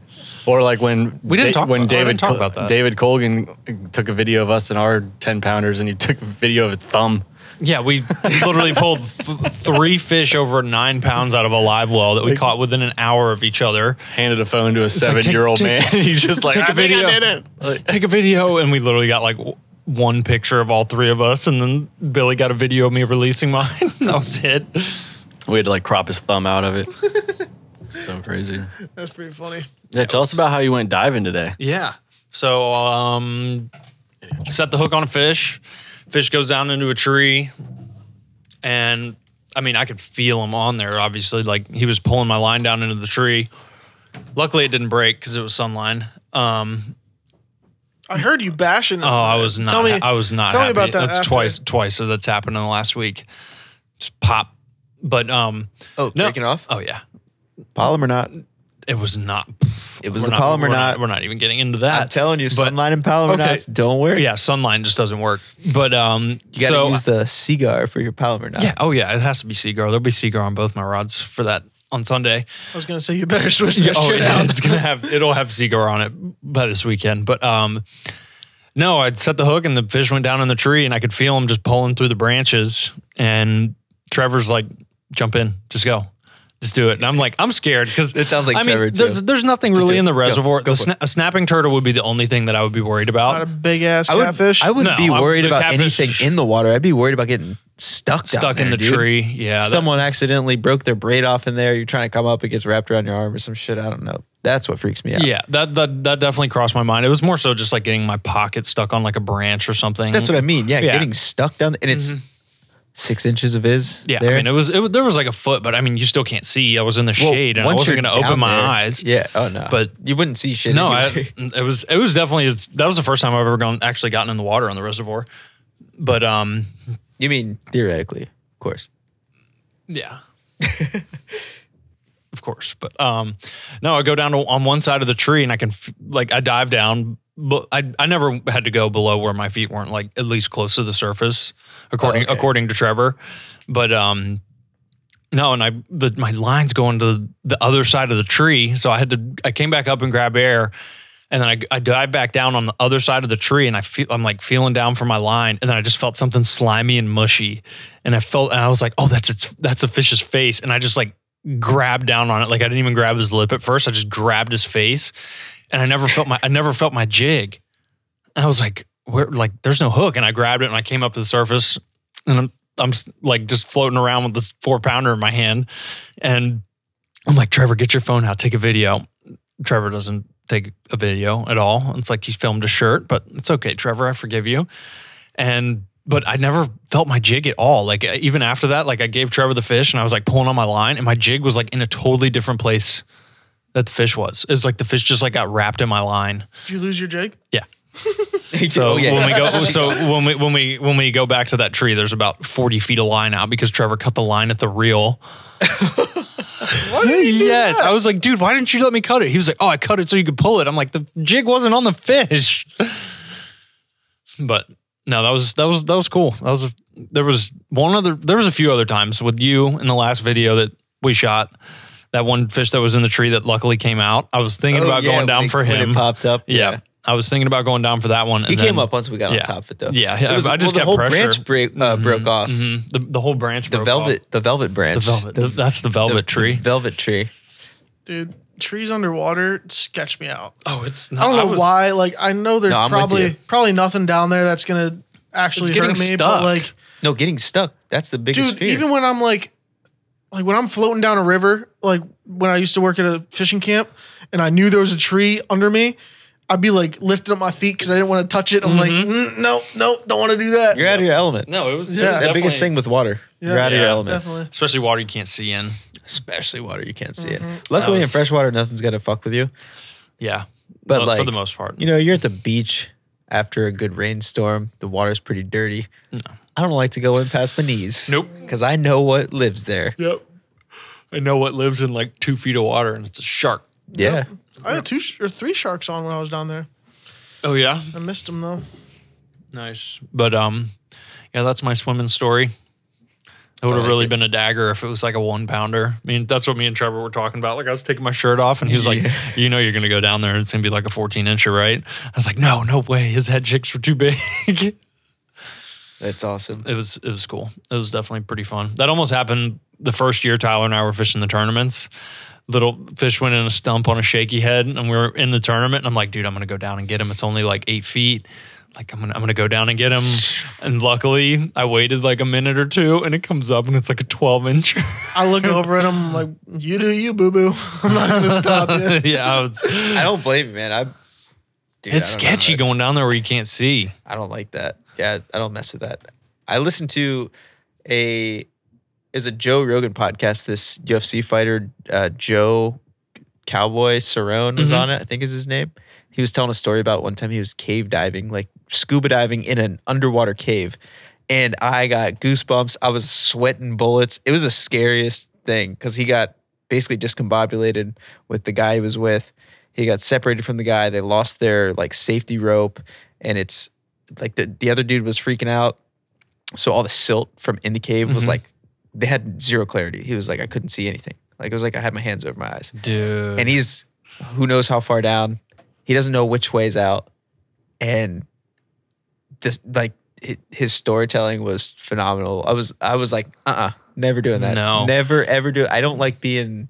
Speaker 6: Or like when we
Speaker 5: didn't talk
Speaker 6: when
Speaker 5: about- oh, I
Speaker 6: David
Speaker 5: didn't talk
Speaker 6: Col-
Speaker 5: about that.
Speaker 6: David Colgan took a video of us and our ten pounders, and he took a video of his thumb.
Speaker 5: Yeah, we literally pulled th- three fish over nine pounds out of a live well that we caught within an hour of each other.
Speaker 6: Handed a phone to a
Speaker 5: like, take-
Speaker 6: seven-year-old
Speaker 5: take-
Speaker 6: man. and He's just like,
Speaker 5: take
Speaker 6: I
Speaker 5: a
Speaker 6: think
Speaker 5: video.
Speaker 6: I did it. Like,
Speaker 5: Take a video, and we literally got like w- one picture of all three of us, and then Billy got a video of me releasing mine. that was it.
Speaker 6: we had to like crop his thumb out of it. so crazy.
Speaker 4: that's pretty funny.
Speaker 6: Yeah, tell us about how you went diving today.
Speaker 5: Yeah. So um set the hook on a fish. Fish goes down into a tree. And I mean, I could feel him on there, obviously. Like he was pulling my line down into the tree. Luckily it didn't break because it was sunline. Um
Speaker 4: I heard you bashing.
Speaker 5: oh I was not
Speaker 4: Tell me-
Speaker 5: I was not
Speaker 4: tell me
Speaker 5: happy.
Speaker 4: about that
Speaker 5: That's
Speaker 4: after.
Speaker 5: twice twice so that's happened in the last week. Just pop. But um
Speaker 3: Oh,
Speaker 5: no.
Speaker 3: breaking off
Speaker 5: Oh yeah.
Speaker 3: polymer or not?
Speaker 5: It was not
Speaker 3: It was
Speaker 5: we're
Speaker 3: the polymer
Speaker 5: we're
Speaker 3: knot.
Speaker 5: We're not even getting into that.
Speaker 3: I'm telling you,
Speaker 5: but-
Speaker 3: sunlight and polymer
Speaker 5: Okay.
Speaker 3: knots don't work.
Speaker 5: yeah, sunline just doesn't work. But um,
Speaker 3: you got to
Speaker 5: so
Speaker 3: use the cigar for your polymer knot.
Speaker 5: yeah, oh yeah, it has to be Seagar. There'll be Seagar on both my rods for that on Sunday.
Speaker 4: I was gonna say you better switch that
Speaker 5: oh
Speaker 4: shit
Speaker 5: yeah,
Speaker 4: out.
Speaker 5: it's gonna have it'll have Seagar on it by this weekend. But um, no, I'd set the hook and the fish went down in the tree and I could feel him just pulling through the branches. And Trevor's like, "Jump in, just go." Just do it, and I'm like, I'm scared because
Speaker 3: It sounds like
Speaker 5: I mean,
Speaker 3: Trevor, too.
Speaker 5: there's there's nothing
Speaker 3: Just
Speaker 5: really
Speaker 3: do
Speaker 5: in
Speaker 3: it.
Speaker 5: the
Speaker 3: Go,
Speaker 5: reservoir.
Speaker 3: go
Speaker 5: the
Speaker 3: for it.
Speaker 5: sna- a snapping turtle would be the only thing that I would be worried
Speaker 4: Not a
Speaker 5: about.
Speaker 4: big ass
Speaker 3: I would.
Speaker 4: catfish.
Speaker 3: I wouldn't
Speaker 5: No,
Speaker 3: be
Speaker 5: I would-
Speaker 3: worried
Speaker 5: the
Speaker 3: about
Speaker 5: catfish-
Speaker 3: anything in the water. I'd be worried about getting stuck down
Speaker 5: Stuck in
Speaker 3: there,
Speaker 5: the
Speaker 3: dude.
Speaker 5: tree, yeah. that-
Speaker 3: Someone accidentally broke their braid off in there. You're trying to come up, it gets wrapped around your arm or some shit. I don't know. That's what freaks me out.
Speaker 5: Yeah, that, that that definitely crossed my mind. It was more so just like getting my pocket stuck on like a branch or something.
Speaker 3: That's what I mean. Yeah,
Speaker 5: Yeah. Mm-hmm.
Speaker 3: getting stuck down, and it's six inches of his.
Speaker 5: Yeah,
Speaker 3: there.
Speaker 5: I mean, it was it was- there was like a foot, but I mean, you still can't see. I was in the shade, and I
Speaker 3: once
Speaker 5: wasn't
Speaker 3: you're
Speaker 5: going to open
Speaker 3: down
Speaker 5: my
Speaker 3: there-
Speaker 5: eyes.
Speaker 3: Yeah. Oh no.
Speaker 5: But-
Speaker 3: you wouldn't see shit.
Speaker 5: no, I,
Speaker 3: anyway.
Speaker 5: it was it was definitely it's, that was the first time I've ever gone actually gotten in the water on the reservoir. But um,
Speaker 3: you mean theoretically, of course.
Speaker 5: Yeah. of course, but um, no, I go down to, on one side of the tree and I can f- like I dive down, but I I never had to go below where my feet weren't like at least close to the surface, according
Speaker 3: okay.
Speaker 5: according to Trevor, but um. No, and I the, my line's going to the other side of the tree, so I had to. I came back up and grab air, and then I, I dive back down on the other side of the tree, and I feel I'm like feeling down for my line, and then I just felt something slimy and mushy, and I felt and I was like, oh, that's its that's a fish's face, and I just like grabbed down on it, like I didn't even grab his lip at first, I just grabbed his face, and I never felt my I never felt my jig, and I was like, where like there's no hook, and I grabbed it and I came up to the surface, and I'm I'm s- like just floating around with this four pounder in my hand, and I'm like, Trevor, get your phone out, take a video. Trevor doesn't take a video at all. It's like he filmed a shirt, but it's okay, Trevor, I forgive you. And but I never felt my jig at all. Like even after that, like I gave Trevor the fish and I was like pulling on my line and my jig was like in a totally different place that the fish was. It was like the fish just like got wrapped in my line.
Speaker 4: Did you lose your jig?
Speaker 5: Yeah. So
Speaker 3: Oh, yeah.
Speaker 5: when we go, so when we when we when we go back to that tree, there's about 40 feet of line out because Trevor cut the line at the reel. yes, I was like, dude, why didn't you let me cut it? He was like, oh, I cut it so you could pull it. I'm like, the jig wasn't on the fish. But no, that was that was that was cool. That was a, there was one other there was a few other times with you in the last video that we shot. That one fish that was in the tree that luckily came out. I was thinking
Speaker 3: Oh,
Speaker 5: about
Speaker 3: yeah,
Speaker 5: going down
Speaker 3: when-
Speaker 5: for
Speaker 3: when
Speaker 5: him.
Speaker 3: it popped up.
Speaker 5: Yeah. I was thinking about going down for that one.
Speaker 3: He
Speaker 5: and
Speaker 3: came
Speaker 5: then-
Speaker 3: up once we got
Speaker 5: yeah.
Speaker 3: on top of it though.
Speaker 5: Yeah,
Speaker 3: It
Speaker 5: I- I just
Speaker 3: well, the
Speaker 5: kept
Speaker 3: whole
Speaker 5: pressure.
Speaker 3: branch break, uh, broke off.
Speaker 5: Mhm. The, the whole branch.
Speaker 3: The
Speaker 5: broke
Speaker 3: velvet,
Speaker 5: off.
Speaker 3: the velvet
Speaker 5: The
Speaker 3: branch.
Speaker 5: velvet. the- that's the velvet tree.
Speaker 3: Velvet tree.
Speaker 4: Dude, trees underwater sketch me out.
Speaker 5: oh, it's not.
Speaker 4: I don't know
Speaker 5: was-
Speaker 4: why. Like I know there's
Speaker 3: No, I'm with
Speaker 4: probably
Speaker 3: you.
Speaker 4: probably nothing down there that's gonna actually
Speaker 5: It's getting
Speaker 4: hurt me. But
Speaker 5: stuck.
Speaker 4: like,
Speaker 3: No, getting stuck. That's the biggest
Speaker 4: dude,
Speaker 3: fear.
Speaker 4: even when I'm like, like when I'm floating down a river, like when I used to work at a fishing camp, and I knew there was a tree under me, I'd be like lifting up my feet because I didn't want to touch it. I'm like, mm, no, no, don't want to do that.
Speaker 3: You're out of your element.
Speaker 5: No, it was.
Speaker 4: Yeah.
Speaker 5: it was
Speaker 3: That biggest
Speaker 5: definitely-
Speaker 3: thing with water. You're out of your
Speaker 5: Yeah.
Speaker 3: element.
Speaker 4: Definitely.
Speaker 5: especially water you can't see in.
Speaker 3: Especially water, you can't see
Speaker 5: Mm-hmm.
Speaker 3: it. Luckily, in
Speaker 5: was-
Speaker 3: freshwater, nothing's gonna fuck with you.
Speaker 5: Yeah,
Speaker 3: But
Speaker 5: Mo-
Speaker 3: like
Speaker 5: for the most part,
Speaker 3: you know, you're at the beach after a good rainstorm. The water's pretty dirty. I don't like to go in past my knees.
Speaker 5: Nope.
Speaker 3: Because I know what lives there.
Speaker 5: Yep. I know what lives in like two feet of water, and it's a shark.
Speaker 3: Yeah.
Speaker 4: I had two sh- or three sharks on when I was down there.
Speaker 5: Oh yeah,
Speaker 4: I missed them though.
Speaker 5: nice. But um, yeah, that's my swimming story. It would have
Speaker 3: like
Speaker 5: really
Speaker 3: it.
Speaker 5: been a dagger if it was like a one pounder. I mean, that's what me and Trevor were talking about. Like, I was taking my shirt off, and he was
Speaker 3: Yeah.
Speaker 5: like, "You know, you're gonna go down there, and it's gonna be like a 14 incher, right?" I was like, "No, no way. His head chicks were too big."
Speaker 3: That's awesome.
Speaker 5: it was it was cool. It was definitely pretty fun. That almost happened the first year Tyler and I were fishing the tournaments. Little fish went in a stump on a shaky head, and we were in the tournament. And I'm like, dude, I'm gonna go down and get him. It's only like eight feet. Like I'm gonna I'm gonna go down and get him. And luckily, I waited like a minute or two, and it comes up, and it's like a 12 inch.
Speaker 4: I look over at them like, you do you, boo boo. I'm not gonna stop you.
Speaker 5: yeah, it's,
Speaker 3: I don't blame you, man. I. Dude,
Speaker 5: it's
Speaker 3: I don't know.
Speaker 5: sketchy
Speaker 3: That's-
Speaker 5: going down there where you can't see.
Speaker 3: I don't like that. Yeah, I don't mess with that. I listened to a is a Joe Rogan podcast. This UFC fighter uh, Joe Cowboy Cerrone was
Speaker 5: Mhm.
Speaker 3: on it. I think is his name. He was telling a story about one time he was cave diving, like scuba diving in an underwater cave, and I got goosebumps. I was sweating bullets. It was the scariest thing because he got basically discombobulated with the guy he was with. He got separated from the guy. They lost their like safety rope, and it's like the, the other dude was freaking out. So all the silt from in the cave was
Speaker 5: Mhm.
Speaker 3: like they had zero clarity. He was like, I couldn't see anything. Like it was like I had my hands over my eyes.
Speaker 5: Dude.
Speaker 3: And he's who knows how far down. He doesn't know which way's out. And this like hi- his storytelling was phenomenal. I was I was like, uh uh never doing that.
Speaker 5: No.
Speaker 3: Never ever do it. I don't like being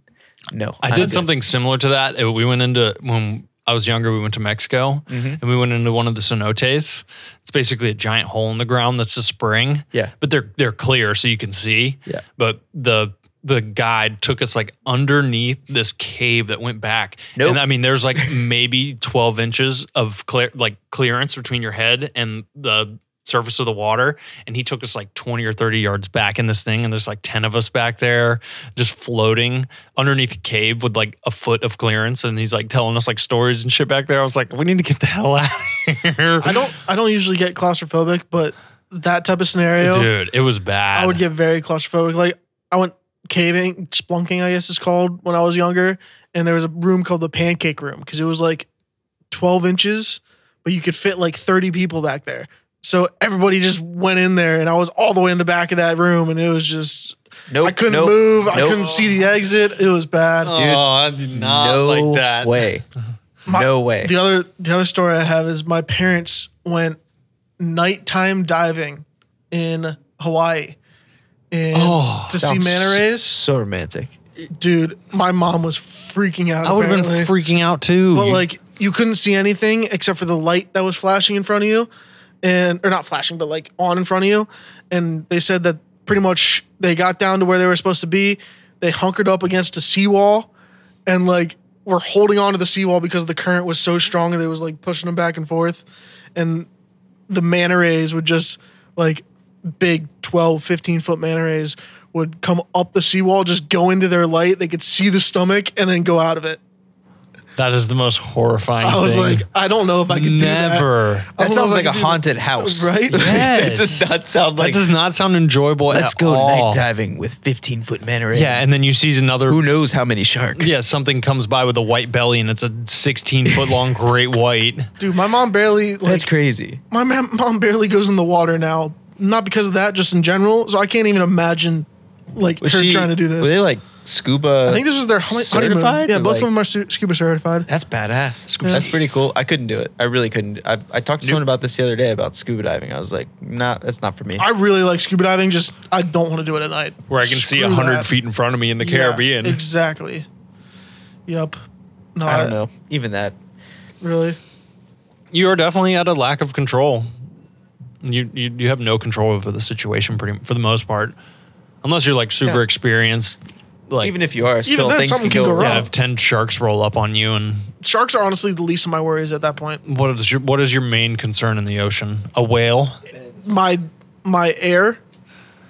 Speaker 3: no.
Speaker 5: I
Speaker 3: not
Speaker 5: did
Speaker 3: good.
Speaker 5: something similar to that. Uh, We went into when I was younger. We went to Mexico and we went into one of the cenotes. It's basically a giant hole in the ground that's a spring.
Speaker 3: Yeah.
Speaker 5: but they're they're clear so you can see.
Speaker 3: Yeah.
Speaker 5: but the the guide took us like underneath this cave that went back.
Speaker 3: Nope.
Speaker 5: And I mean, there's like maybe 12 inches of clear like clearance between your head and the surface of the water. And he took us like 20 or 30 yards back in this thing. And there's like 10 of us back there just floating underneath a cave with like a foot of clearance. And he's like telling us like stories and shit back there. I was like, we need to get the hell out of here.
Speaker 4: I don't I don't usually get claustrophobic, but that type of scenario,
Speaker 5: Dude, it was bad.
Speaker 4: I would get very claustrophobic. Like I went caving, splunking, I guess it's called, when I was younger, and there was a room called the pancake room because it was like 12 inches, but you could fit like 30 people back there. So everybody just went in there, and I was all the way in the back of that room, and it was just
Speaker 3: Nope,
Speaker 4: I couldn't
Speaker 3: nope,
Speaker 4: move, I
Speaker 3: nope.
Speaker 4: couldn't see the exit. It was bad.
Speaker 5: Oh, I did not
Speaker 3: no
Speaker 5: like that.
Speaker 3: way.
Speaker 4: My-
Speaker 3: no way.
Speaker 4: The other the other story I have is my parents went nighttime diving in Hawaii and to see
Speaker 3: Oh, Sounds
Speaker 4: manta
Speaker 3: so-
Speaker 4: rays.
Speaker 3: So romantic.
Speaker 4: Dude, my mom was freaking out.
Speaker 5: I would have been
Speaker 4: apparently.
Speaker 5: freaking out too.
Speaker 4: But
Speaker 5: You-
Speaker 4: like you couldn't see anything except for the light that was flashing in front of you, and or not flashing, but like on in front of you. And they said that pretty much they got down to where they were supposed to be. They hunkered up against a seawall, and like were holding on to the seawall because the current was so strong and they was like pushing them back and forth, and the manta rays would just like big 12 15 foot manta rays would come up the seawall just go into their light they could see the stomach and then go out of it
Speaker 7: That is the most horrifying.
Speaker 4: I was
Speaker 7: thing.
Speaker 4: like, I don't know if I can do
Speaker 7: never.
Speaker 4: I
Speaker 3: That
Speaker 4: don't know
Speaker 3: sounds
Speaker 4: if I
Speaker 3: like a
Speaker 4: can do that.
Speaker 3: haunted house.
Speaker 4: Right?
Speaker 3: it does not sound like
Speaker 7: that does not sound enjoyable.
Speaker 3: let's
Speaker 7: at
Speaker 3: go
Speaker 7: all.
Speaker 3: night diving with 15 foot manta ray.
Speaker 7: Yeah, and then you see another.
Speaker 3: Who knows how many sharks?
Speaker 7: Yeah, something comes by with a white belly, and it's a 16 foot long great white.
Speaker 4: that. Dude, my mom barely like
Speaker 3: That's crazy.
Speaker 4: my ma- mom barely goes in the water now. Not because of that, just in general. So I can't even imagine like
Speaker 3: Was
Speaker 4: her
Speaker 3: she-
Speaker 4: trying to do
Speaker 3: Were
Speaker 4: this.
Speaker 3: they like scuba?
Speaker 4: I think this was their hone- honeymoon.
Speaker 3: certified
Speaker 4: Yeah,
Speaker 3: or,
Speaker 4: both
Speaker 3: like-
Speaker 4: of them are su- scuba certified.
Speaker 3: That's badass. That's pretty cool. I couldn't do it. I really couldn't. I, I talked to someone about this the other day about scuba diving. I was like, nah, that's not for me.
Speaker 4: I really like scuba diving. Just I don't want to do it at night.
Speaker 5: where I can see
Speaker 4: Screw
Speaker 5: a hundred
Speaker 4: that.
Speaker 5: feet in front of me in the
Speaker 4: Yeah,
Speaker 5: Caribbean.
Speaker 4: exactly. Yep. No,
Speaker 3: I don't know. Even that.
Speaker 4: Really.
Speaker 5: You are definitely at a lack of control. You you, you have no control over the situation pretty for the most part, unless you're like super
Speaker 3: Yeah.
Speaker 5: experienced. Like
Speaker 3: Even if you are, still
Speaker 4: then,
Speaker 3: things
Speaker 4: something
Speaker 3: can go, wrong.
Speaker 5: yeah, if ten sharks roll up on you, and
Speaker 4: Sharks are honestly the least of my worries at that point.
Speaker 5: what is your what is your main concern in the ocean? A whale?
Speaker 4: My my air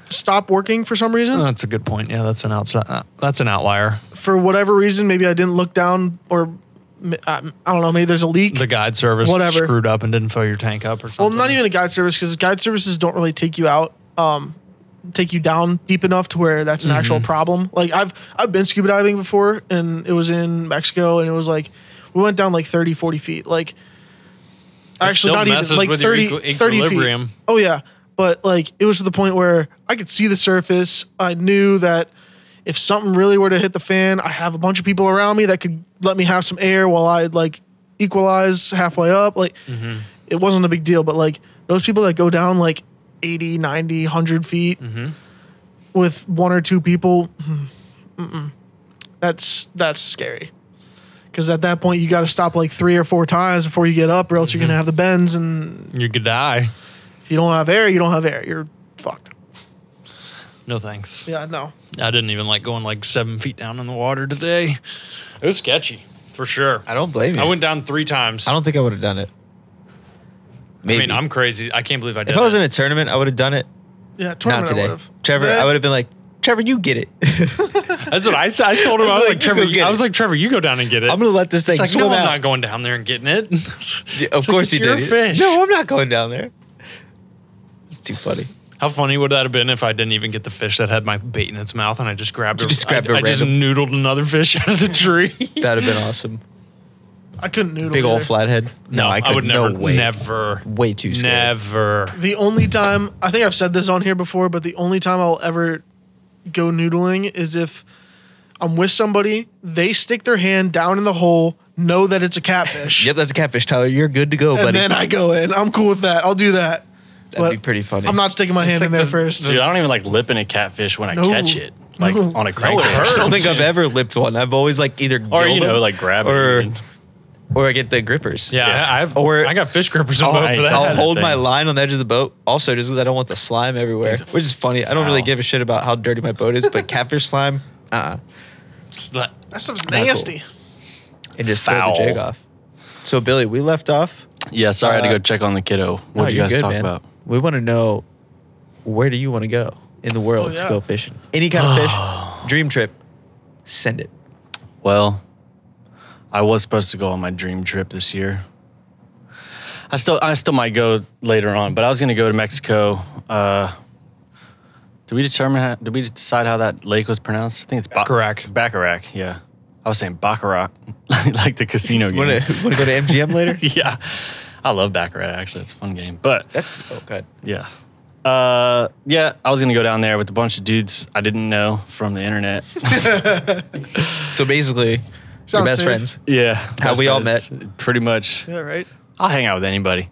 Speaker 4: stopped working for some reason.
Speaker 5: That's a good point. Yeah, that's an outside. Uh, that's an outlier.
Speaker 4: for whatever reason, maybe I didn't look down or m- I I don't know, maybe there's a leak.
Speaker 5: The guide service
Speaker 4: Whatever.
Speaker 5: screwed up and didn't fill your tank up or
Speaker 4: well,
Speaker 5: something.
Speaker 4: not even a guide service because guide services don't really take you out, um, take you down deep enough to where that's an actual problem. Like I've I've been scuba diving before and it was in Mexico and it was like we went down like 30, 40 feet. Like actually
Speaker 5: still
Speaker 4: not
Speaker 5: messes
Speaker 4: even like
Speaker 5: with your
Speaker 4: 30,
Speaker 5: equi-
Speaker 4: 30 feet.
Speaker 5: equilibrium.
Speaker 4: Oh yeah. But like it was to the point where I could see the surface. I knew that if something really were to hit the fan, I have a bunch of people around me that could let me have some air while I like equalize halfway up. Like
Speaker 5: Mm-hmm.
Speaker 4: it wasn't a big deal, but like those people that go down like 80, 90, 100 feet
Speaker 5: Mm-hmm.
Speaker 4: with one or two people, mm, mm-mm. that's that's scary. Because at that point, you got to stop like three or four times before you get up, or else you're
Speaker 3: Mm-hmm.
Speaker 4: gonna have the bends, and
Speaker 5: you could die.
Speaker 4: if you don't have air, you don't have air. You're fucked.
Speaker 5: No thanks.
Speaker 4: Yeah, no.
Speaker 5: I didn't even like going like seven feet down in the water today. It was sketchy for sure.
Speaker 3: I don't blame you.
Speaker 5: I
Speaker 3: I,
Speaker 5: went down three times.
Speaker 3: don't think I would have done it.
Speaker 5: I
Speaker 3: Maybe.
Speaker 5: mean, I'm crazy. I can't believe I did.
Speaker 3: if I was
Speaker 5: it.
Speaker 3: in a tournament, I would have done it.
Speaker 4: Yeah,
Speaker 3: Not
Speaker 4: tournament I
Speaker 3: today.
Speaker 4: would've.
Speaker 3: Trevor,
Speaker 4: Today-
Speaker 3: I would have been like, Trevor, you get it.
Speaker 5: that's what I said. I told him. I was
Speaker 3: Like,
Speaker 5: like
Speaker 3: you go
Speaker 5: Trevor.
Speaker 3: get
Speaker 5: I was
Speaker 3: it."
Speaker 5: like Trevor. You go down and get it.
Speaker 3: I'm going to let this thing
Speaker 5: It's like,
Speaker 3: swim
Speaker 5: no, I'm
Speaker 3: out.
Speaker 5: not going down there and getting it.
Speaker 3: Yeah, of
Speaker 5: It's like,
Speaker 3: course
Speaker 5: it's
Speaker 3: he
Speaker 5: your
Speaker 3: did. it.
Speaker 5: Fish.
Speaker 3: No, I'm not going down there. It's too funny.
Speaker 5: How funny would that have been if I didn't even get the fish that had my bait in its mouth and I just grabbed
Speaker 3: You
Speaker 5: it?
Speaker 3: just grabbed
Speaker 5: I,
Speaker 3: a
Speaker 5: I just
Speaker 3: random-
Speaker 5: noodled another fish out of the tree.
Speaker 3: That'd have been awesome.
Speaker 4: I couldn't noodle.
Speaker 3: Big old
Speaker 4: either.
Speaker 3: flathead. No, I could
Speaker 5: would
Speaker 3: no
Speaker 5: never,
Speaker 3: way.
Speaker 5: never,
Speaker 3: Way too scared.
Speaker 5: never.
Speaker 4: The only time I think I've said this on here before, but the only time I'll ever go noodling is if I'm with somebody, they stick their hand down in the hole, know that it's a catfish,
Speaker 3: Yep, that's a catfish, Tyler. You're good to go,
Speaker 4: and
Speaker 3: buddy.
Speaker 4: then I go in. I'm cool with that. I'll do that.
Speaker 3: That'd be
Speaker 4: but
Speaker 3: pretty funny.
Speaker 4: I'm not sticking my hand in there first.
Speaker 6: Dude, I don't even like lipping a catfish when I
Speaker 4: No.
Speaker 6: catch it, like
Speaker 4: No.
Speaker 6: on a crankbait. or
Speaker 5: hurts.
Speaker 3: I don't
Speaker 6: something.
Speaker 3: think I've ever lipped one. I've always like either
Speaker 6: or
Speaker 3: gilled
Speaker 6: you know,
Speaker 3: them
Speaker 6: like grab it.
Speaker 3: or
Speaker 6: and-
Speaker 3: or I get the grippers.
Speaker 5: Yeah,
Speaker 6: Yeah.
Speaker 5: I, I've.
Speaker 3: Or-
Speaker 5: I got fish grippers in
Speaker 3: I'll,
Speaker 5: both
Speaker 6: I
Speaker 5: for
Speaker 6: ain't
Speaker 5: that.
Speaker 3: I'll
Speaker 6: that
Speaker 3: hold
Speaker 6: thing.
Speaker 3: my line on the edge of the boat. Also, just because I don't want the slime everywhere, which is funny. I don't really
Speaker 6: foul.
Speaker 3: give a shit about how dirty my boat is, but catfish slime, uh,
Speaker 5: Sla-
Speaker 4: That stuff's
Speaker 3: cool.
Speaker 4: nasty.
Speaker 3: uh and just throw the
Speaker 6: Foul.
Speaker 3: jig off. So Billy, we left off.
Speaker 6: yeah, sorry, I had to
Speaker 3: Uh,
Speaker 6: go check on the kiddo. What
Speaker 3: No,
Speaker 6: did you
Speaker 3: you're
Speaker 6: guys
Speaker 3: good,
Speaker 6: talk
Speaker 3: man.
Speaker 6: about?
Speaker 3: We want to know where do you want to go in the world
Speaker 4: Oh, yeah.
Speaker 3: to go fishing? Any kind of fish, dream trip, send it.
Speaker 6: Well, I was supposed to go on my dream trip this year. I still, I still might go later on, but I was going to go to Mexico. Uh, did we determine? How, did we decide how that lake was pronounced? I think it's Ba-
Speaker 5: Bacharach.
Speaker 6: Bacharach, yeah. I was saying Bacharach, like the casino game.
Speaker 3: Want to want to go to MGM later?
Speaker 6: yeah, I love Baccarat. Actually, it's a fun game. But
Speaker 3: That's oh god.
Speaker 6: yeah, uh, yeah, I was gonna go down there with a bunch of dudes I didn't know from the internet.
Speaker 3: So basically, your
Speaker 4: Sounds
Speaker 3: best
Speaker 4: safe.
Speaker 3: friends.
Speaker 6: yeah,
Speaker 3: How
Speaker 6: best
Speaker 3: we all
Speaker 6: friends, Pretty much,
Speaker 4: Yeah, right.
Speaker 6: I'll hang out with anybody.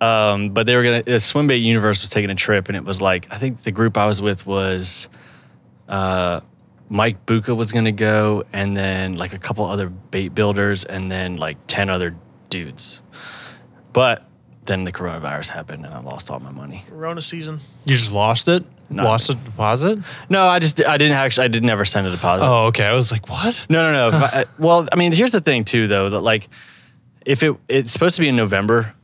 Speaker 6: Um, but they were gonna. uh, Swim Bait Universe was taking a trip, and it was like I think the group I was with was, uh, Mike Buka was gonna go, and then like a couple other bait builders, and then like ten other dudes. But then the coronavirus happened, and I lost all my money.
Speaker 4: Rona season.
Speaker 5: You just lost it.
Speaker 6: Not
Speaker 5: lost a deposit.
Speaker 6: No, I just I didn't actually I did never send a deposit.
Speaker 5: Oh, okay. I was like, what?
Speaker 6: No, no, no. If I- well, I mean, here's the thing too, though. That like, if it it's supposed to be in November,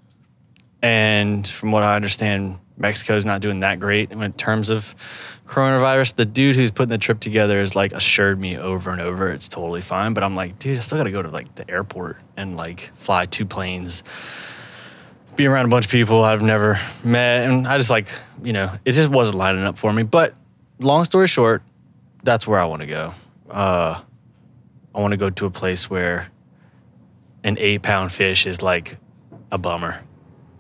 Speaker 6: And from what I understand, Mexico's not doing that great in terms of coronavirus. The dude who's putting the trip together is like assured me over and over it's totally fine. But I'm like, dude, I still got to go to like the airport and like fly two planes, be around a bunch of people I've never met. And I just like, you know, it just wasn't lining up for me. But long story short, that's where I want to go. Uh, I want to go to a place where an eight pound fish is like a bummer.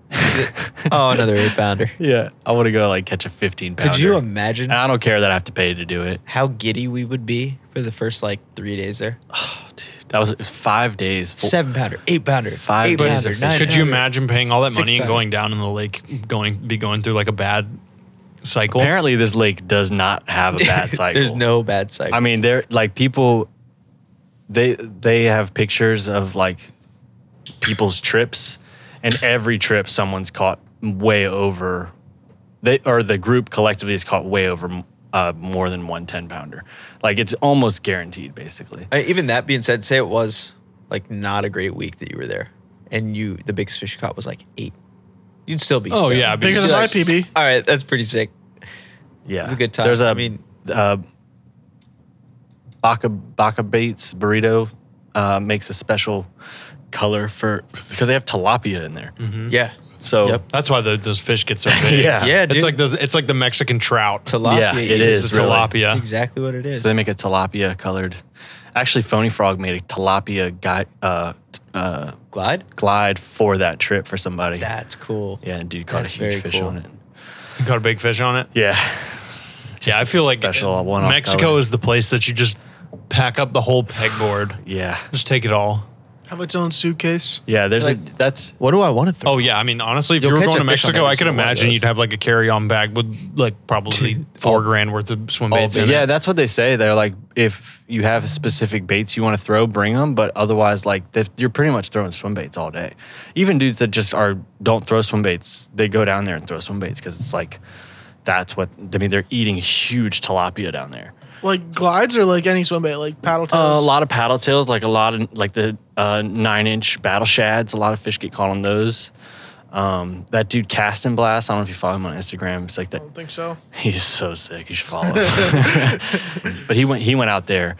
Speaker 3: Oh, another eight pounder.
Speaker 6: Yeah. I want to go like catch a 15 pounder.
Speaker 3: Could you imagine
Speaker 6: And I don't care that I have to pay to do it.
Speaker 3: how giddy we would be for the first like three days there?
Speaker 6: That was, it was five days. full-
Speaker 3: Seven pounder, eight pounder,
Speaker 6: Five
Speaker 3: eight
Speaker 6: days
Speaker 3: pounder,
Speaker 6: of
Speaker 3: nine
Speaker 5: Could you
Speaker 3: pounder.
Speaker 5: imagine paying all that
Speaker 3: Six
Speaker 5: money and
Speaker 3: pack.
Speaker 5: going down in the lake, going be going through like a bad cycle?
Speaker 6: Apparently, this lake does not have a bad cycle.
Speaker 3: There's no bad cycle.
Speaker 6: I mean, they're like people. They they have pictures of like people's trips, and every trip someone's caught way over. They or the group collectively is caught way over uh, more than one 10 pounder. Like it's almost guaranteed, basically.
Speaker 3: Uh, even that being said, say it was like not a great week that you were there, and you the biggest fish caught was like eight. You'd still be.
Speaker 5: Oh
Speaker 3: stoked.
Speaker 5: yeah,
Speaker 4: Bigger than
Speaker 5: because-
Speaker 4: my PB.
Speaker 3: All right, that's pretty sick.
Speaker 6: Yeah,
Speaker 3: It's a good time.
Speaker 6: There's a
Speaker 3: I mean-
Speaker 6: uh, Baca Baca Bates burrito uh, makes a special color for because they have tilapia in there.
Speaker 3: Yeah.
Speaker 6: So
Speaker 3: Mm-hmm. Yep.
Speaker 5: That's why the, those fish get so big.
Speaker 6: Yeah.
Speaker 3: Yeah,
Speaker 5: it's
Speaker 3: dude.
Speaker 5: like those. It's like the Mexican trout.
Speaker 3: Tilapia.
Speaker 6: Yeah, it
Speaker 3: eating-
Speaker 6: is,
Speaker 5: It's a
Speaker 6: really.
Speaker 5: tilapia.
Speaker 3: That's exactly what it is.
Speaker 6: So they make a tilapia colored. Actually, Phony Frog made a tilapia guy, uh, t- uh,
Speaker 3: glide.
Speaker 6: glide for that trip for somebody.
Speaker 3: That's cool.
Speaker 6: yeah, and dude caught
Speaker 3: That's
Speaker 6: a huge
Speaker 3: very
Speaker 6: fish
Speaker 3: cool.
Speaker 6: on it.
Speaker 5: You caught a big fish on it.
Speaker 6: Yeah.
Speaker 5: yeah, I feel like
Speaker 6: special one
Speaker 5: Mexico is the place that you just pack up the whole pegboard,
Speaker 6: Yeah,
Speaker 5: just take it all.
Speaker 4: Have its own suitcase.
Speaker 6: yeah. There's a
Speaker 3: Like-
Speaker 6: that's
Speaker 3: What do I want to throw?
Speaker 5: Oh yeah, I mean honestly, if
Speaker 3: You'll
Speaker 5: you were
Speaker 3: catch
Speaker 5: going
Speaker 3: a
Speaker 5: to
Speaker 3: fish on
Speaker 5: Mexico,
Speaker 3: every
Speaker 5: I could
Speaker 3: single one of
Speaker 5: imagine
Speaker 3: those.
Speaker 5: you'd have like a carry-on bag with like probably four grand worth of swim baits in it.
Speaker 6: yeah. That's what they say. They're like, if you have specific baits you want to throw, bring them. But otherwise, like th- you're pretty much throwing swim baits all day. Even dudes that just are don't throw swim baits, they go down there and throw swim baits because it's like that's what I mean. They're eating huge tilapia down there.
Speaker 4: Like glides or like any swim bait, like
Speaker 6: Uh,
Speaker 4: paddle
Speaker 6: a
Speaker 4: tails.
Speaker 6: lot of paddle tails, like a lot of like the uh, nine inch battle shads. A lot of fish get caught on those. Um, that dude Cast and Blast. I don't know if you follow him on Instagram. It's like that.
Speaker 4: I don't think so.
Speaker 6: He's so sick. You should follow him. but he went. He went out there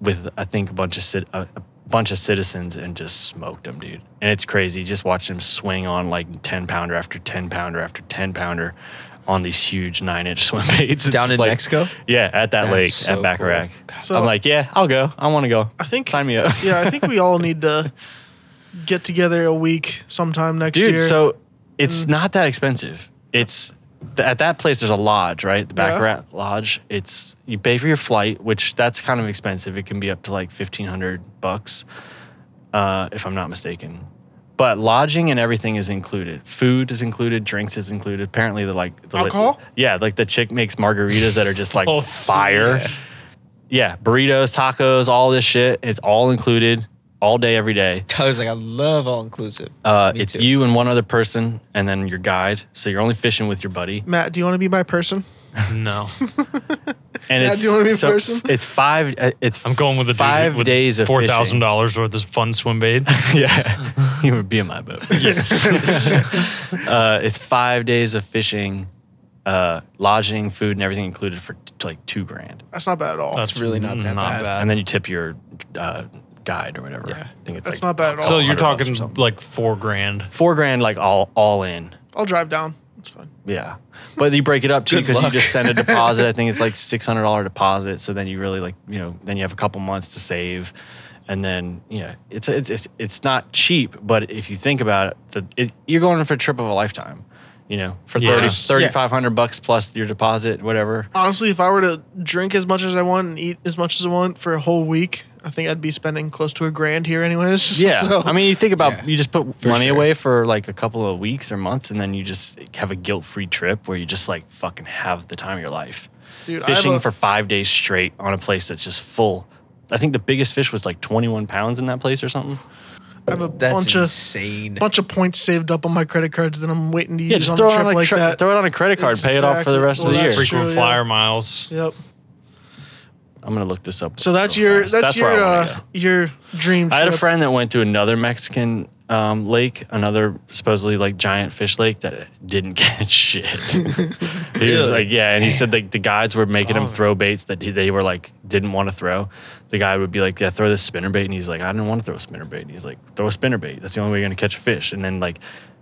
Speaker 6: with I think a bunch of cit- a, a bunch of citizens and just smoked them, dude. And it's crazy. Just watching him swing on like ten pounder after ten pounder after ten pounder on these huge nine inch swim baits It's
Speaker 3: Down
Speaker 6: just
Speaker 3: in
Speaker 6: like-
Speaker 3: Mexico?
Speaker 6: Yeah, at that
Speaker 3: That's
Speaker 6: lake
Speaker 3: so
Speaker 6: at Bacharach.
Speaker 4: So-
Speaker 6: I'm like, yeah, I'll go. I want to go.
Speaker 4: I think.
Speaker 6: Sign me up,
Speaker 4: yeah, I think we all need to get together a week sometime next
Speaker 6: dude.
Speaker 4: year. Mm.
Speaker 6: So it's not that expensive. It's th- at that place. There's a lodge, right? The
Speaker 4: Yeah.
Speaker 6: Baccarat Lodge. It's you pay for your flight, which that's kind of expensive. It can be up to like fifteen hundred bucks, uh, if I'm not mistaken. But lodging and everything is included. Food is included. Drinks is included. Apparently, the like the li-
Speaker 4: Alcohol?
Speaker 6: yeah, like the chick makes margaritas that are just like fire. yeah, burritos, tacos, all this shit. It's all included, all day, every day.
Speaker 3: I was like, I love all inclusive.
Speaker 6: Uh,
Speaker 3: Me
Speaker 6: it's
Speaker 3: too.
Speaker 6: you and one other person, and then your guide. So you're only fishing with your buddy,
Speaker 4: Matt, do you want to be my person?
Speaker 5: No,
Speaker 6: and it's
Speaker 4: do you wanna be the
Speaker 6: so
Speaker 4: person?
Speaker 6: it's five. uh, It's
Speaker 5: I'm going with the
Speaker 6: five days of
Speaker 5: four thousand
Speaker 6: fishing.
Speaker 5: dollars worth of fun swim bait.
Speaker 6: Yeah, you would be in my boat. Yes. uh, it's five days of fishing, uh, lodging, food, and everything included for t- like two grand,
Speaker 4: That's not bad at all.
Speaker 5: That's
Speaker 3: really not that bad.
Speaker 6: and then you tip your uh, guide or whatever. Yeah, I think it's
Speaker 4: That's
Speaker 6: like
Speaker 4: not bad
Speaker 3: Oh,
Speaker 4: at all.
Speaker 5: So you're
Speaker 6: 100 bucks or
Speaker 5: talking
Speaker 6: something.
Speaker 5: like four grand.
Speaker 6: four grand, like all all in.
Speaker 4: I'll drive down. It's fine.
Speaker 6: Yeah, but you break it up too
Speaker 3: Good
Speaker 6: because you
Speaker 3: luck.
Speaker 6: just send a deposit. I think it's like six hundred dollar deposit. So then you really like you know then you have a couple months to save, and then you know it's it's it's, it's not cheap. But if you think about it, the, it, you're going for a trip of a lifetime. You know, for
Speaker 5: Yeah.
Speaker 6: 30
Speaker 5: Yeah.
Speaker 6: 3500 bucks plus your deposit, whatever.
Speaker 4: Honestly, if I were to drink as much as I want and eat as much as I want for a whole week, I think I'd be spending close to a grand here, anyways.
Speaker 6: Yeah,
Speaker 4: So-
Speaker 6: I mean, you think about you just put money
Speaker 3: sure.
Speaker 6: away for like a couple of weeks or months, and then you just have a guilt free trip where you just like fucking have the time of your life.
Speaker 4: Dude, I have
Speaker 6: fishing
Speaker 4: a-
Speaker 6: for five days straight on a place that's just full. I think the biggest fish was like 21 pounds in that place or something.
Speaker 4: I have a
Speaker 3: That's
Speaker 4: bunch of
Speaker 3: insane.
Speaker 4: bunch of points saved up on my credit cards that I'm waiting to
Speaker 6: Yeah,
Speaker 4: use
Speaker 6: just
Speaker 4: on
Speaker 6: throw
Speaker 4: a
Speaker 6: it
Speaker 4: trip
Speaker 6: on a
Speaker 4: like
Speaker 6: cre-
Speaker 4: that.
Speaker 6: throw it on a credit card, pay it off for the
Speaker 4: Exactly.
Speaker 6: rest of
Speaker 4: Well,
Speaker 6: the year.
Speaker 4: that's
Speaker 5: Frequent
Speaker 4: Sure, yeah.
Speaker 5: flyer miles.
Speaker 4: yep.
Speaker 6: I'm gonna look this up.
Speaker 4: So that's
Speaker 6: real
Speaker 4: your
Speaker 6: fast.
Speaker 4: that's, your
Speaker 6: where I wanna
Speaker 4: uh,
Speaker 6: go.
Speaker 4: your dream.
Speaker 6: I had a
Speaker 4: trip.
Speaker 6: friend that went to another Mexican um, lake, another supposedly like giant fish lake that didn't catch shit. he was like, yeah, and he said like the guides were making him throw baits that he, they were like didn't want to throw. The guy would be like, yeah, throw this spinner bait, and he's like, I didn't want to throw a spinner bait. And he's like, throw a spinner bait. That's the only way you're gonna catch a fish. And then like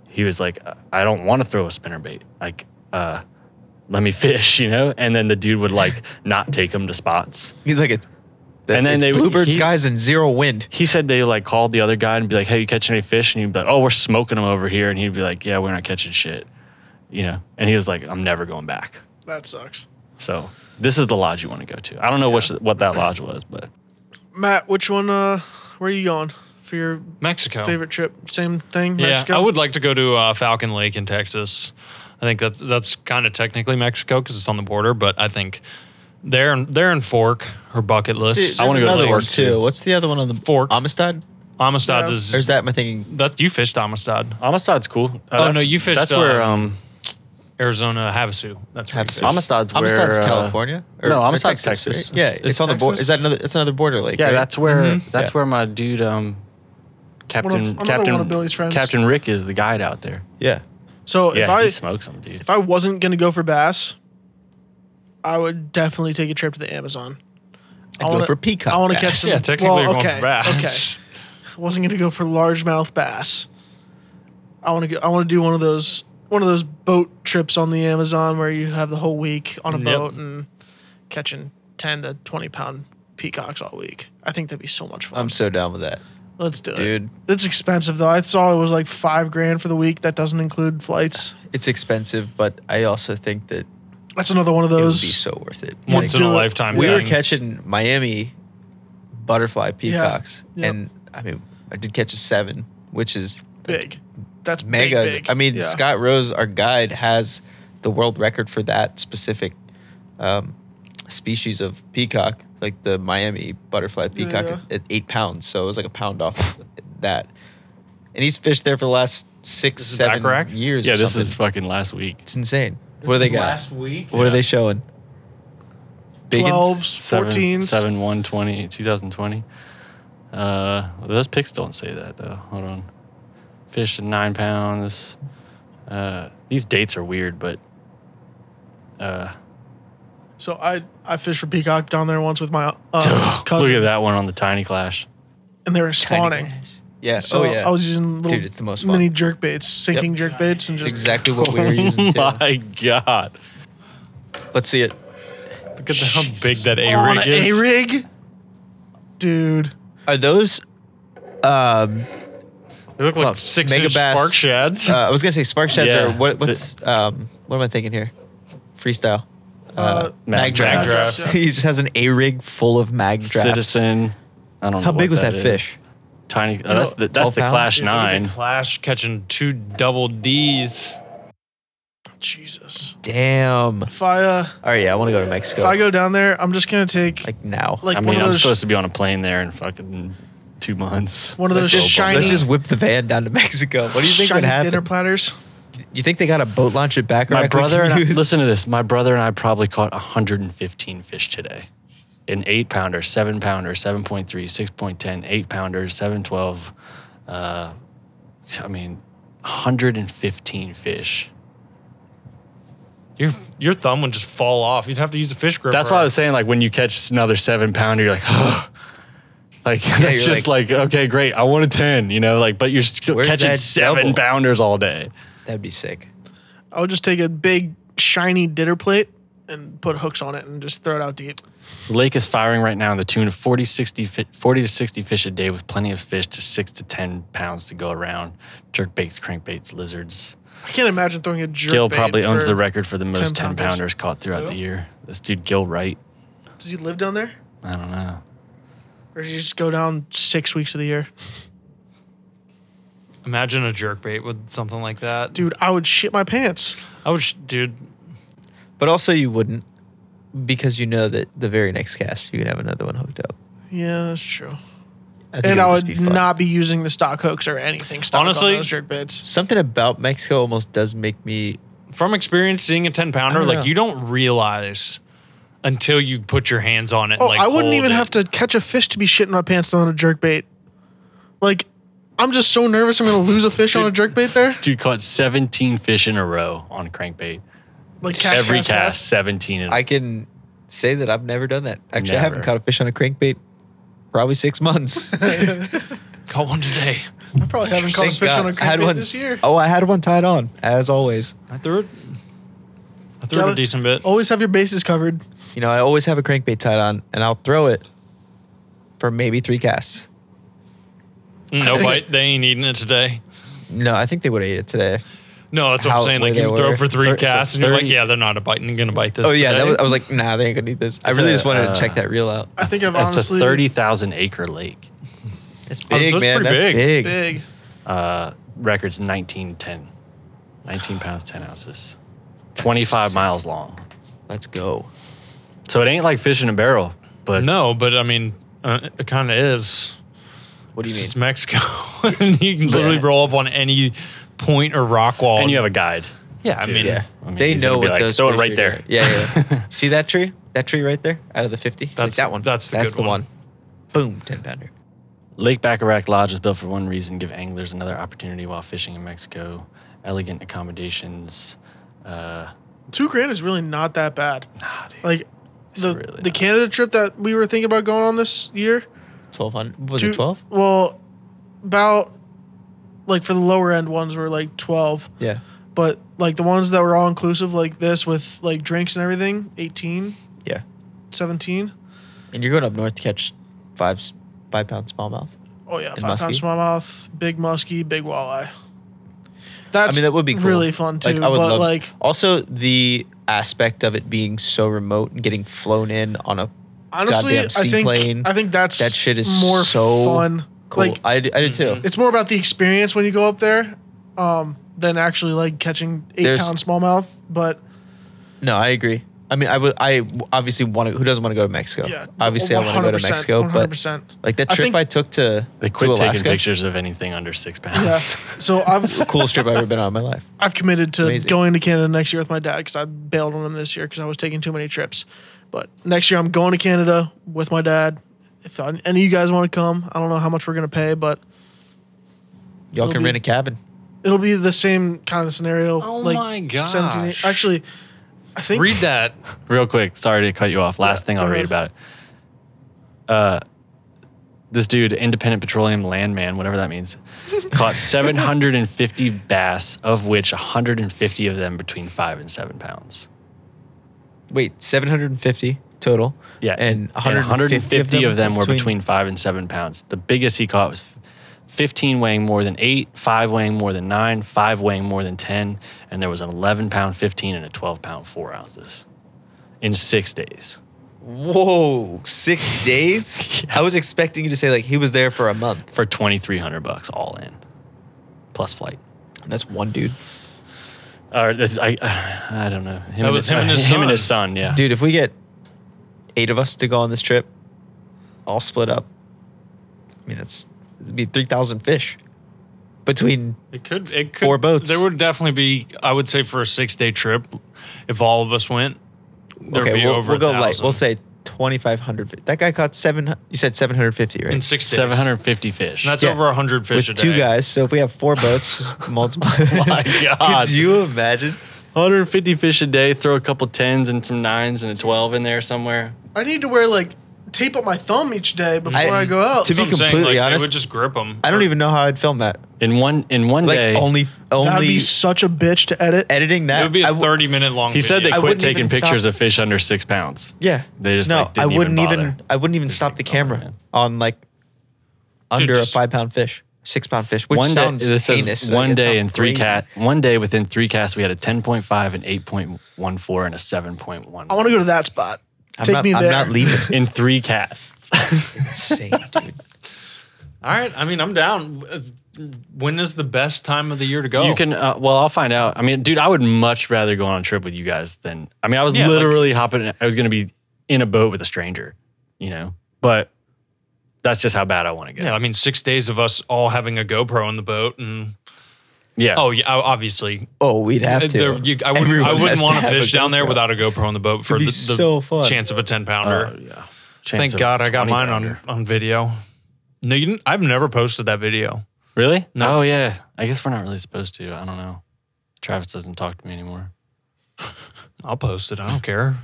Speaker 6: he was like, I don't want to throw a spinner bait. Like, uh, let me fish, you know. And then the dude would like not take him to spots.
Speaker 3: He's like, it's,
Speaker 6: And then
Speaker 3: it's
Speaker 6: they-
Speaker 3: bluebird
Speaker 6: he-
Speaker 3: skies and zero wind.
Speaker 6: he said they like called the other guy and be like, "Hey, you catching any fish?" And he'd be like, "Oh, we're smoking them over here." And he'd be like, "Yeah, we're not catching shit," you know. And he was like, "I'm never going back."
Speaker 4: That sucks.
Speaker 6: So this is the lodge you want to go to. I don't know which what that lodge was, but
Speaker 4: Matt, which one? Uh, where are you going for your
Speaker 5: Mexico.
Speaker 4: favorite trip? Same thing.
Speaker 5: yeah,
Speaker 4: Mexico?
Speaker 5: I would like to go to uh, Falcon Lake in Texas. I think that's that's kind of technically Mexico because it's on the border, but I think there and there and Fork or bucket list.
Speaker 3: I
Speaker 6: I wanna
Speaker 3: want
Speaker 6: go
Speaker 3: to
Speaker 6: to
Speaker 3: another
Speaker 6: Lake
Speaker 3: one
Speaker 6: Fork,
Speaker 3: too.
Speaker 6: too.
Speaker 3: What's the other one on the
Speaker 5: Fork.
Speaker 3: Amistad?
Speaker 5: Amistad
Speaker 4: Yeah.
Speaker 5: is
Speaker 3: Or is that my thinking?
Speaker 5: that you fished Amistad,
Speaker 6: Amistad's cool. Uh,
Speaker 5: Oh,
Speaker 6: that's-
Speaker 5: no, you fished,
Speaker 6: That's where
Speaker 5: uh,
Speaker 6: um,
Speaker 5: Arizona Havasu. That's where you
Speaker 3: Havasu.
Speaker 5: fished.
Speaker 6: Amistad's where
Speaker 3: Amistad's
Speaker 6: uh,
Speaker 3: California.
Speaker 6: no, Amistad's Texas.
Speaker 3: right? Yeah,
Speaker 6: It's-
Speaker 3: it's,
Speaker 6: it's
Speaker 3: on the border.
Speaker 6: Texas?
Speaker 3: Is that another? It's another border lake.
Speaker 6: Yeah,
Speaker 3: right?
Speaker 6: that's where
Speaker 5: Mm-hmm.
Speaker 6: that's
Speaker 3: Yeah.
Speaker 6: where my dude um, Captain
Speaker 4: another
Speaker 6: Captain
Speaker 4: one of Billy's friends.
Speaker 6: Captain Rick is the guide out there.
Speaker 3: yeah.
Speaker 4: so if
Speaker 6: yeah,
Speaker 4: I
Speaker 6: he
Speaker 4: if
Speaker 6: smokes them, dude.
Speaker 4: I wasn't gonna go for bass, I would definitely take a trip to the Amazon.
Speaker 3: I'd
Speaker 4: wanna-
Speaker 3: go for peacock.
Speaker 4: I want to
Speaker 3: bass.
Speaker 4: catch some.
Speaker 5: Yeah, technically
Speaker 4: well,
Speaker 5: you're going
Speaker 4: okay,
Speaker 5: for bass.
Speaker 4: Okay, I wasn't gonna go for largemouth bass. I want to go. I want to do one of those one of those boat trips on the Amazon where you have the whole week on a boat and catching ten to twenty pound peacocks all week. I think that'd be so much fun.
Speaker 3: I'm so down with that.
Speaker 4: Let's do it,
Speaker 3: Um, Dude.
Speaker 4: It's expensive though. I saw it was like five grand for the week. That doesn't include flights.
Speaker 3: It's expensive, but I also think that
Speaker 4: That's another one of
Speaker 3: it would be
Speaker 4: those.
Speaker 3: so worth it.
Speaker 5: Once
Speaker 3: Like,
Speaker 5: in a
Speaker 4: do it.
Speaker 5: lifetime.
Speaker 3: we were
Speaker 5: things.
Speaker 3: catching Miami butterfly peacocks,
Speaker 4: Yeah.
Speaker 3: and I mean, I did catch a seven, which is
Speaker 4: big. That's
Speaker 3: mega.
Speaker 4: Big, big.
Speaker 3: I mean,
Speaker 6: Yeah.
Speaker 3: Scott Rose, our guide, has the world record for that specific um, species of peacock, like the Miami butterfly peacock,
Speaker 4: yeah.
Speaker 3: at eight pounds. So it was like a pound off that. And he's fished there for the last six,
Speaker 5: is
Speaker 3: seven
Speaker 5: back rack?
Speaker 3: years.
Speaker 6: Yeah,
Speaker 3: or
Speaker 6: this
Speaker 3: something.
Speaker 6: is fucking last week.
Speaker 3: it's insane. what do they got?
Speaker 5: week.
Speaker 3: What are they showing? Biggins?
Speaker 4: 12s,
Speaker 6: Seven-
Speaker 4: 14s.
Speaker 6: seven, one, 20, 2020. Uh, those picks don't say that though. Hold on. Fish at nine pounds. Uh, these dates are weird, but uh,
Speaker 4: So I I fished for peacock down there once with my uh, cousin,
Speaker 6: look at that one on the Tiny Clash.
Speaker 4: and they were spawning.
Speaker 3: Yeah.
Speaker 4: So
Speaker 3: oh yeah.
Speaker 4: I was using little
Speaker 3: Dude, it's the most fun.
Speaker 4: mini jerk baits, sinking jerk baits, and
Speaker 3: It's
Speaker 4: just
Speaker 3: exactly what we were using too.
Speaker 6: My God,
Speaker 3: Let's see it.
Speaker 5: Look at how big that A
Speaker 4: on
Speaker 5: rig
Speaker 4: an
Speaker 5: is.
Speaker 4: a rig. Dude,
Speaker 3: Are those? Um,
Speaker 5: They look like
Speaker 3: Club.
Speaker 5: six
Speaker 3: Mega
Speaker 5: inch
Speaker 3: bass.
Speaker 5: spark shads.
Speaker 3: uh, I was gonna say spark shots
Speaker 6: Yeah.
Speaker 3: or what? What's um? What am I thinking here? Freestyle.
Speaker 4: Uh,
Speaker 3: Uh, mag
Speaker 6: Mag drafts.
Speaker 3: draft. he just has an A rig full of mag drafts.
Speaker 6: Citizen. I don't know
Speaker 3: How
Speaker 6: what
Speaker 3: big was that,
Speaker 6: is.
Speaker 3: fish?
Speaker 6: Tiny. uh, that's the, that's
Speaker 3: 12
Speaker 6: the
Speaker 3: pound?
Speaker 6: Clash nine.
Speaker 5: Clash catching two double D's.
Speaker 4: Jesus.
Speaker 3: Damn. All
Speaker 4: If I uh,
Speaker 3: right, yeah, I want to go to Mexico.
Speaker 4: if I go down there, I'm just gonna take like,
Speaker 3: like now.
Speaker 6: I
Speaker 4: one
Speaker 6: mean,
Speaker 4: of
Speaker 6: I'm
Speaker 4: those
Speaker 6: supposed to be on a plane there in fucking two months.
Speaker 4: one of
Speaker 3: let's
Speaker 4: those
Speaker 3: just
Speaker 4: shiny,
Speaker 3: Let's just whip the van down to Mexico. What do you think
Speaker 4: shiny
Speaker 3: would happen?
Speaker 4: dinner platters.
Speaker 3: you think they got a boat launch at back?
Speaker 6: my
Speaker 3: Rack we
Speaker 6: brother
Speaker 3: can
Speaker 6: and I,
Speaker 3: use?
Speaker 6: listen to this. My brother and I probably caught 115 fish today. An eight pounder, seven pounder, 7.3, 6.10, eight pounder, 712. Uh, I mean, 115 fish.
Speaker 5: Your your thumb would just fall off. You'd have to use a fish gripper.
Speaker 6: That's why I was saying, like, when you catch another seven pounder, you're like, oh. Like, that's
Speaker 3: you're
Speaker 6: just like, okay, great. I want a 10, you know, like, but you're still
Speaker 3: Where's
Speaker 6: catching
Speaker 3: that
Speaker 6: seven
Speaker 3: double?
Speaker 6: pounders all day.
Speaker 3: That'd be sick.
Speaker 4: I would just take a big shiny dinner plate and put hooks on it and just throw it out deep.
Speaker 6: The lake is firing right now in the tune of 40, 60, fi- 40 to 60 fish a day with plenty of fish to 6 to 10 pounds to go around. Jerkbaits, crankbaits, lizards.
Speaker 4: I can't imagine throwing a jerk.
Speaker 6: Gil
Speaker 4: bait
Speaker 6: probably owns
Speaker 4: for-
Speaker 6: the record for the most 10
Speaker 4: 10 pounders.
Speaker 6: pounders caught throughout the year. This dude, Gil Wright.
Speaker 4: Does he live down there,
Speaker 6: I don't know.
Speaker 4: or does he just go down six weeks of the year?
Speaker 5: imagine a jerk bait with something like that. Dude,
Speaker 4: Dude, I would shit my pants.
Speaker 5: I was dude.
Speaker 3: But also, you wouldn't because you know that the very next cast you could have another one hooked up.
Speaker 4: Yeah, that's true.
Speaker 3: I think
Speaker 4: And
Speaker 3: it
Speaker 4: I
Speaker 3: just
Speaker 4: would
Speaker 3: be fun.
Speaker 4: not be using the stock hooks or anything. Stock
Speaker 5: Honestly-
Speaker 4: on those jerk baits.
Speaker 3: Something about Mexico almost does make me
Speaker 5: From experience seeing a ten pounder, like
Speaker 3: know.
Speaker 5: you don't realize until you put your hands on it.
Speaker 4: Oh,
Speaker 5: and, like,
Speaker 4: I wouldn't
Speaker 5: hold
Speaker 4: even
Speaker 5: it.
Speaker 4: have to catch a fish to be shitting my pants throwing a jerk bait. Like I'm just so nervous I'm going to lose a fish on a jerkbait there.
Speaker 6: Dude caught 17 fish in a row on crankbait.
Speaker 4: Like cast,
Speaker 6: Every
Speaker 4: cast,
Speaker 6: cast,
Speaker 4: cast.
Speaker 6: 17. In,
Speaker 3: I can say that I've never done that. Actually, I haven't
Speaker 6: Never.
Speaker 3: caught a fish on a crankbait probably six months.
Speaker 5: Caught one today.
Speaker 4: I probably haven't caught a
Speaker 3: Thank
Speaker 4: fish on a
Speaker 3: God. I had
Speaker 4: crankbait
Speaker 3: one-
Speaker 4: this year.
Speaker 3: Oh, I had one tied on, as always.
Speaker 5: I threw it. I threw it
Speaker 4: Gotta-
Speaker 5: a decent bit.
Speaker 3: Oh,
Speaker 4: Always have your bases covered.
Speaker 3: You know, I always have a crankbait tied on, and I'll throw it for maybe three casts.
Speaker 5: Mm, No bite. They ain't eating it today.
Speaker 3: No, I think they would have ate it today.
Speaker 5: No, that's what
Speaker 3: How-
Speaker 5: I'm saying. Like
Speaker 3: where
Speaker 5: you
Speaker 3: they
Speaker 5: throw
Speaker 3: were.
Speaker 5: for three
Speaker 6: Thir- it's a
Speaker 5: casts, and you're like,
Speaker 6: 30
Speaker 5: yeah, they're not a biting. Gonna bite this.
Speaker 3: oh yeah, that
Speaker 5: today.
Speaker 3: was, I was like, nah, they ain't gonna eat this. I
Speaker 6: It's
Speaker 3: really
Speaker 6: a,
Speaker 3: just wanted
Speaker 6: uh,
Speaker 3: to check that reel out.
Speaker 4: I think I've
Speaker 6: That's a
Speaker 4: honestly
Speaker 6: 30,000 acre lake.
Speaker 3: That's
Speaker 5: oh, so
Speaker 3: big,
Speaker 5: it's
Speaker 3: man.
Speaker 5: pretty
Speaker 3: That's big.
Speaker 5: big.
Speaker 4: big.
Speaker 6: Uh, records 1910. 19 pounds, 10 ounces. 25 miles long.
Speaker 3: Let's go.
Speaker 6: So it ain't like fishing a barrel, but
Speaker 5: no, but I mean, uh, it kind of is.
Speaker 3: What do you
Speaker 5: It's
Speaker 3: mean?
Speaker 5: Mexico, and you can literally
Speaker 6: Yeah.
Speaker 5: roll up on any point or rock wall.
Speaker 6: and you have a guide.
Speaker 5: yeah, I
Speaker 6: too.
Speaker 5: mean,
Speaker 3: Yeah,
Speaker 6: I mean,
Speaker 3: they
Speaker 6: he's
Speaker 3: know
Speaker 6: gonna be
Speaker 3: what
Speaker 6: like,
Speaker 3: those.
Speaker 6: throw it
Speaker 3: fish
Speaker 6: right
Speaker 3: are
Speaker 6: there.
Speaker 3: doing. Yeah, yeah, yeah. See that tree? That tree right there, out of the fifty.
Speaker 5: That's-
Speaker 3: that one.
Speaker 5: that's the
Speaker 3: that's
Speaker 5: good
Speaker 3: the
Speaker 5: one.
Speaker 3: one. Boom, ten pounder.
Speaker 6: Lake Bacharach Lodge was built for one reason give anglers another opportunity while fishing in Mexico. Elegant accommodations. Uh,
Speaker 4: Two grand is really not that bad.
Speaker 6: nah, dude,
Speaker 4: Like
Speaker 6: it's
Speaker 4: the
Speaker 6: really
Speaker 4: the
Speaker 6: not.
Speaker 4: Canada trip that we were thinking about going on this year.
Speaker 3: Twelve hundred. Was
Speaker 4: two-
Speaker 3: it twelve?
Speaker 4: Well, about like for the lower end ones were like twelve,
Speaker 3: Yeah.
Speaker 4: but like the ones that were all inclusive like this with like drinks and everything, 18,
Speaker 3: Yeah.
Speaker 4: 17.
Speaker 3: And you're going up north to catch five five pound smallmouth.
Speaker 4: Oh yeah,
Speaker 3: And
Speaker 4: five pound
Speaker 3: musky.
Speaker 4: smallmouth, big muskie, big walleye. That's
Speaker 3: I mean, that would be cool.
Speaker 4: really fun too.
Speaker 3: Like, I would
Speaker 4: but
Speaker 3: love-
Speaker 4: like
Speaker 3: Also, the aspect of it being so remote and getting flown in on a
Speaker 4: honestly, I
Speaker 3: goddamn
Speaker 4: think
Speaker 3: seaplane.
Speaker 4: I think that's
Speaker 3: That shit is
Speaker 4: more
Speaker 3: so
Speaker 4: fun.
Speaker 3: cool.
Speaker 4: Like Mm-hmm.
Speaker 3: I, d- I did too.
Speaker 4: it's more about the experience when you go up there um, than actually like catching eight
Speaker 3: There's-
Speaker 4: pound smallmouth. But
Speaker 3: No, I agree. I mean, I would. I obviously want to. Who doesn't want to go to Mexico?
Speaker 4: yeah,
Speaker 3: Obviously, I want to go to
Speaker 4: 100%,
Speaker 3: Mexico.
Speaker 4: 100%.
Speaker 3: But like that
Speaker 4: I
Speaker 3: trip I,
Speaker 4: think-
Speaker 3: took to
Speaker 6: They
Speaker 3: to
Speaker 6: quit taking
Speaker 3: Alaska,
Speaker 6: pictures of anything under six pounds.
Speaker 4: yeah, so I've
Speaker 3: coolest trip I've ever been on in my life.
Speaker 4: I've committed to
Speaker 3: Amazing.
Speaker 4: going to Canada next year with my dad because I bailed on him this year because I was taking too many trips. But next year I'm going to Canada with my dad. If any of you guys want to come, I don't know how much we're gonna pay, but
Speaker 3: Y'all
Speaker 4: It'll
Speaker 3: can
Speaker 4: be-
Speaker 3: rent a cabin.
Speaker 4: it'll be the same kind of scenario.
Speaker 5: Oh
Speaker 4: like 17
Speaker 5: my gosh.
Speaker 4: Actually, I think
Speaker 5: read that.
Speaker 6: Real quick, sorry to cut you off. Last thing I'll
Speaker 4: go
Speaker 6: read
Speaker 4: ahead.
Speaker 6: about it. Uh, this dude, independent petroleum landman, whatever that means, caught 750 bass, of which 150 of them between five and seven pounds.
Speaker 3: Wait, seven hundred and fifty total.
Speaker 6: Yeah,
Speaker 3: and,
Speaker 6: 150 of them were between five and seven pounds. The biggest he caught was 15 weighing more than eight, five weighing more than nine, five weighing more than 10, and there was an 11 pound 15 and a 12 pound four ounces in six days.
Speaker 3: Whoa, six days! I was expecting you to say like he was there for a month.
Speaker 6: for 2300 bucks all in plus flight
Speaker 3: That's one dude.
Speaker 6: or that's- I, I I don't know him
Speaker 5: That was him and his
Speaker 6: him and his
Speaker 5: son.
Speaker 6: son yeah
Speaker 3: Dude, if we get eight of us to go on this trip, all split up. I mean, that's it'd be three thousand fish between
Speaker 5: It could. It could.
Speaker 3: Four boats.
Speaker 5: There would definitely be. I would say for a six day trip, if all of us went, there'd
Speaker 3: okay,
Speaker 5: be
Speaker 3: we'll,
Speaker 5: over.
Speaker 3: we'll
Speaker 5: a
Speaker 3: go light.
Speaker 5: thousand
Speaker 3: We'll say 2,500. That guy caught seven. You said 750, right?
Speaker 5: in six days.
Speaker 6: 750 fish
Speaker 5: And that's
Speaker 3: Yeah.
Speaker 5: over over hundred
Speaker 3: With
Speaker 5: fish a day.
Speaker 3: two guys. So if we have four boats, just multiply.
Speaker 6: Oh my god
Speaker 3: Could you imagine?
Speaker 6: 150 fish a day throw a couple tens and some nines and a 12 in there somewhere
Speaker 4: I need to wear like tape up my thumb each day before I,
Speaker 3: I-
Speaker 4: go out.
Speaker 3: to
Speaker 5: That's
Speaker 3: be
Speaker 5: what I'm saying,
Speaker 3: completely
Speaker 5: like, they
Speaker 3: honest,
Speaker 5: would just grip them.
Speaker 3: I don't even know how I'd film that.
Speaker 6: in one in one
Speaker 3: Like
Speaker 6: day
Speaker 3: only,
Speaker 4: That'd
Speaker 3: only
Speaker 4: be such a bitch to edit.
Speaker 3: editing that.
Speaker 5: It would be
Speaker 3: I
Speaker 5: a
Speaker 3: w-
Speaker 5: thirty minute long.
Speaker 6: he said they
Speaker 5: video.
Speaker 3: I
Speaker 6: quit
Speaker 3: wouldn't
Speaker 6: taking
Speaker 3: even stop.
Speaker 6: pictures of fish under six pounds
Speaker 3: Yeah.
Speaker 6: They just,
Speaker 3: no.
Speaker 6: like, didn't
Speaker 3: I
Speaker 6: even
Speaker 3: wouldn't even.
Speaker 6: bother.
Speaker 3: I wouldn't even
Speaker 6: Just
Speaker 3: stop
Speaker 6: like,
Speaker 3: the
Speaker 6: oh,
Speaker 3: camera
Speaker 6: man.
Speaker 3: on like under
Speaker 5: just-
Speaker 3: a five pound fish, six pound fish, which
Speaker 6: one
Speaker 3: sounds
Speaker 6: day, this says
Speaker 3: heinous. like,
Speaker 6: one
Speaker 3: it
Speaker 6: day
Speaker 3: sounds
Speaker 6: in three
Speaker 3: crazy.
Speaker 6: cat one day within three casts we had a 10.5 an 8.14 and a 7.1
Speaker 4: I want to go to that spot.
Speaker 3: I'm
Speaker 4: Take
Speaker 3: not,
Speaker 4: me
Speaker 3: I'm
Speaker 4: there.
Speaker 3: not leaving.
Speaker 6: in three casts
Speaker 3: Insane, dude.
Speaker 5: All right. I mean, I'm down. Uh, When is the best time of the year to go?
Speaker 6: You can. Uh, well, I'll find out. I mean, dude, I would much rather go on a trip with you guys than. I mean, I was
Speaker 5: Yeah, like-
Speaker 6: literally hopping. in- I was going to be in a boat with a stranger, you know. But that's just how bad I want to go.
Speaker 5: Yeah, I mean, six days of us all having a GoPro in the boat, and
Speaker 6: Yeah.
Speaker 5: oh yeah, o- obviously,
Speaker 3: Oh, we'd have to.
Speaker 5: There- you- I wouldn't,
Speaker 3: Everyone
Speaker 5: I
Speaker 3: has
Speaker 5: wouldn't
Speaker 3: to
Speaker 5: want to
Speaker 3: have a
Speaker 5: fish down there
Speaker 3: GoPro.
Speaker 5: without a GoPro on the boat for
Speaker 3: be
Speaker 5: the, the
Speaker 3: so fun. Uh,
Speaker 5: chance of a ten
Speaker 6: Oh,
Speaker 5: pounder.
Speaker 6: yeah. Chance
Speaker 5: Thank
Speaker 6: of
Speaker 5: God I got
Speaker 6: 20
Speaker 5: mine on
Speaker 6: pounder.
Speaker 5: on video. No, you didn't, I've never posted that video.
Speaker 6: Really?
Speaker 7: No.
Speaker 6: Oh yeah. I guess we're not really supposed to. I don't know. Travis doesn't talk to me anymore.
Speaker 7: I'll post it. I don't care.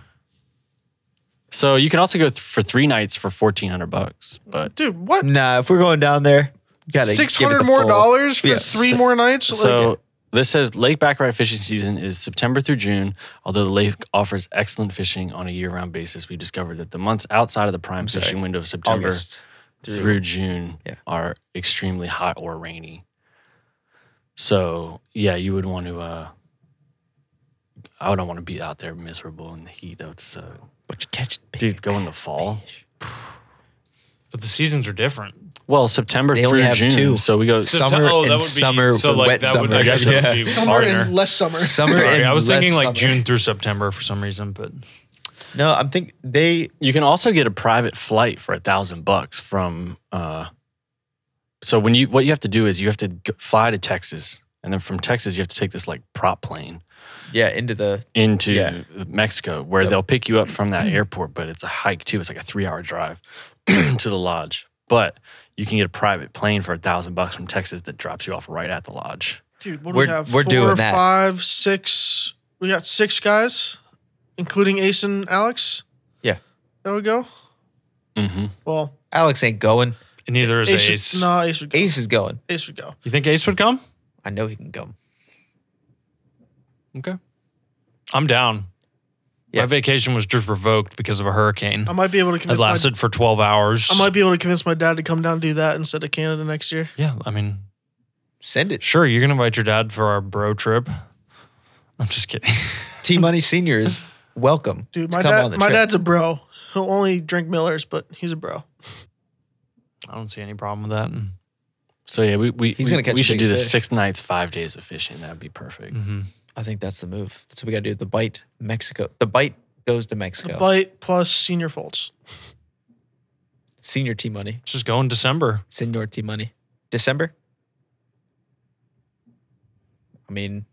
Speaker 6: So you can also go th- for three nights for fourteen hundred bucks. But
Speaker 4: Dude, what?
Speaker 3: Nah, if we're going down there, you gotta give it
Speaker 4: Six hundred
Speaker 3: the
Speaker 4: more
Speaker 3: full-
Speaker 4: dollars for
Speaker 3: Yeah.
Speaker 4: three more nights?
Speaker 6: so
Speaker 4: like,
Speaker 6: this says lake baccarat fishing season is September through June. Although the lake offers excellent fishing on a year-round basis, we discovered that the months outside of the prime
Speaker 3: sorry,
Speaker 6: fishing window of September
Speaker 3: August.
Speaker 6: through, June
Speaker 3: Yeah.
Speaker 6: are extremely hot or rainy. So yeah, you would want to. uh I would not want to be out there miserable in the heat. That would suck.
Speaker 3: But you catch it,
Speaker 6: Dude, go in the fall.
Speaker 7: But the seasons are different.
Speaker 6: Well, September
Speaker 3: They
Speaker 6: through
Speaker 3: only have
Speaker 6: June.
Speaker 3: two.
Speaker 6: So we go.
Speaker 5: Septem-
Speaker 3: Summer
Speaker 5: oh,
Speaker 3: and
Speaker 5: that would be-
Speaker 3: summer,
Speaker 5: so,
Speaker 3: with
Speaker 5: like,
Speaker 3: wet
Speaker 5: that would-
Speaker 3: summer.
Speaker 5: I guess that would be
Speaker 4: summer
Speaker 5: harder.
Speaker 4: and less summer.
Speaker 3: Summer
Speaker 5: Sorry,
Speaker 3: and
Speaker 5: I was
Speaker 3: less
Speaker 5: thinking like
Speaker 3: summer.
Speaker 5: June through September for some reason, but
Speaker 3: No, I'm thinking they
Speaker 6: You can also get a private flight for a thousand bucks from. uh So when you what you have to do is you have to go, fly to Texas, and then from Texas you have to take this like prop plane
Speaker 3: yeah into the
Speaker 6: into
Speaker 3: Yeah.
Speaker 6: Mexico, where
Speaker 3: Yep.
Speaker 6: they'll pick you up from that airport. But it's a hike too; it's like a three-hour drive to the lodge. But you can get a private plane for a thousand bucks from Texas that drops you off right at the lodge.
Speaker 4: Dude, what do
Speaker 3: We're-
Speaker 4: we have?
Speaker 3: we're
Speaker 4: Four,
Speaker 3: doing that.
Speaker 4: five, six. We got six guys, including Ace and Alex.
Speaker 3: Yeah.
Speaker 4: There we go.
Speaker 6: Mm-hmm.
Speaker 4: Well,
Speaker 3: Alex ain't going.
Speaker 5: and neither is
Speaker 4: Ace.
Speaker 5: Ace.
Speaker 4: Ace. Nah, Ace would go. Ace,
Speaker 3: Ace is going.
Speaker 4: would go.
Speaker 5: You think Ace would come?
Speaker 3: I know he can come.
Speaker 5: Okay. I'm down.
Speaker 3: Yeah.
Speaker 5: My vacation was just revoked because of a hurricane.
Speaker 4: I might be able to
Speaker 5: It
Speaker 4: convince. My,
Speaker 5: lasted for 12 hours.
Speaker 4: I might be able to convince my dad to come down and do that instead of Canada next year.
Speaker 5: yeah, I mean,
Speaker 3: Send it.
Speaker 5: sure, you're going to invite your dad for our bro trip. I'm just kidding.
Speaker 3: T Money Senior is welcome.
Speaker 4: Dude,
Speaker 3: to
Speaker 4: my
Speaker 3: come on
Speaker 4: dad,
Speaker 3: the
Speaker 4: my
Speaker 3: trip.
Speaker 4: dad's a bro. He'll only drink Millers, but he's a bro.
Speaker 5: I don't see any problem with that.
Speaker 6: So yeah, we we
Speaker 3: He's
Speaker 6: we,
Speaker 3: gonna catch
Speaker 6: we
Speaker 3: a
Speaker 6: should
Speaker 3: big
Speaker 6: do the
Speaker 3: fish.
Speaker 6: six nights, five days of fishing. That would be perfect.
Speaker 5: hmm
Speaker 3: I think that's the move. That's what we gotta do. The bite Mexico. The bite goes to
Speaker 4: The
Speaker 3: Mexico.
Speaker 4: bite plus senior folds.
Speaker 3: Senior T Money.
Speaker 5: Let's just go in December.
Speaker 3: Senior T Money. December. I mean,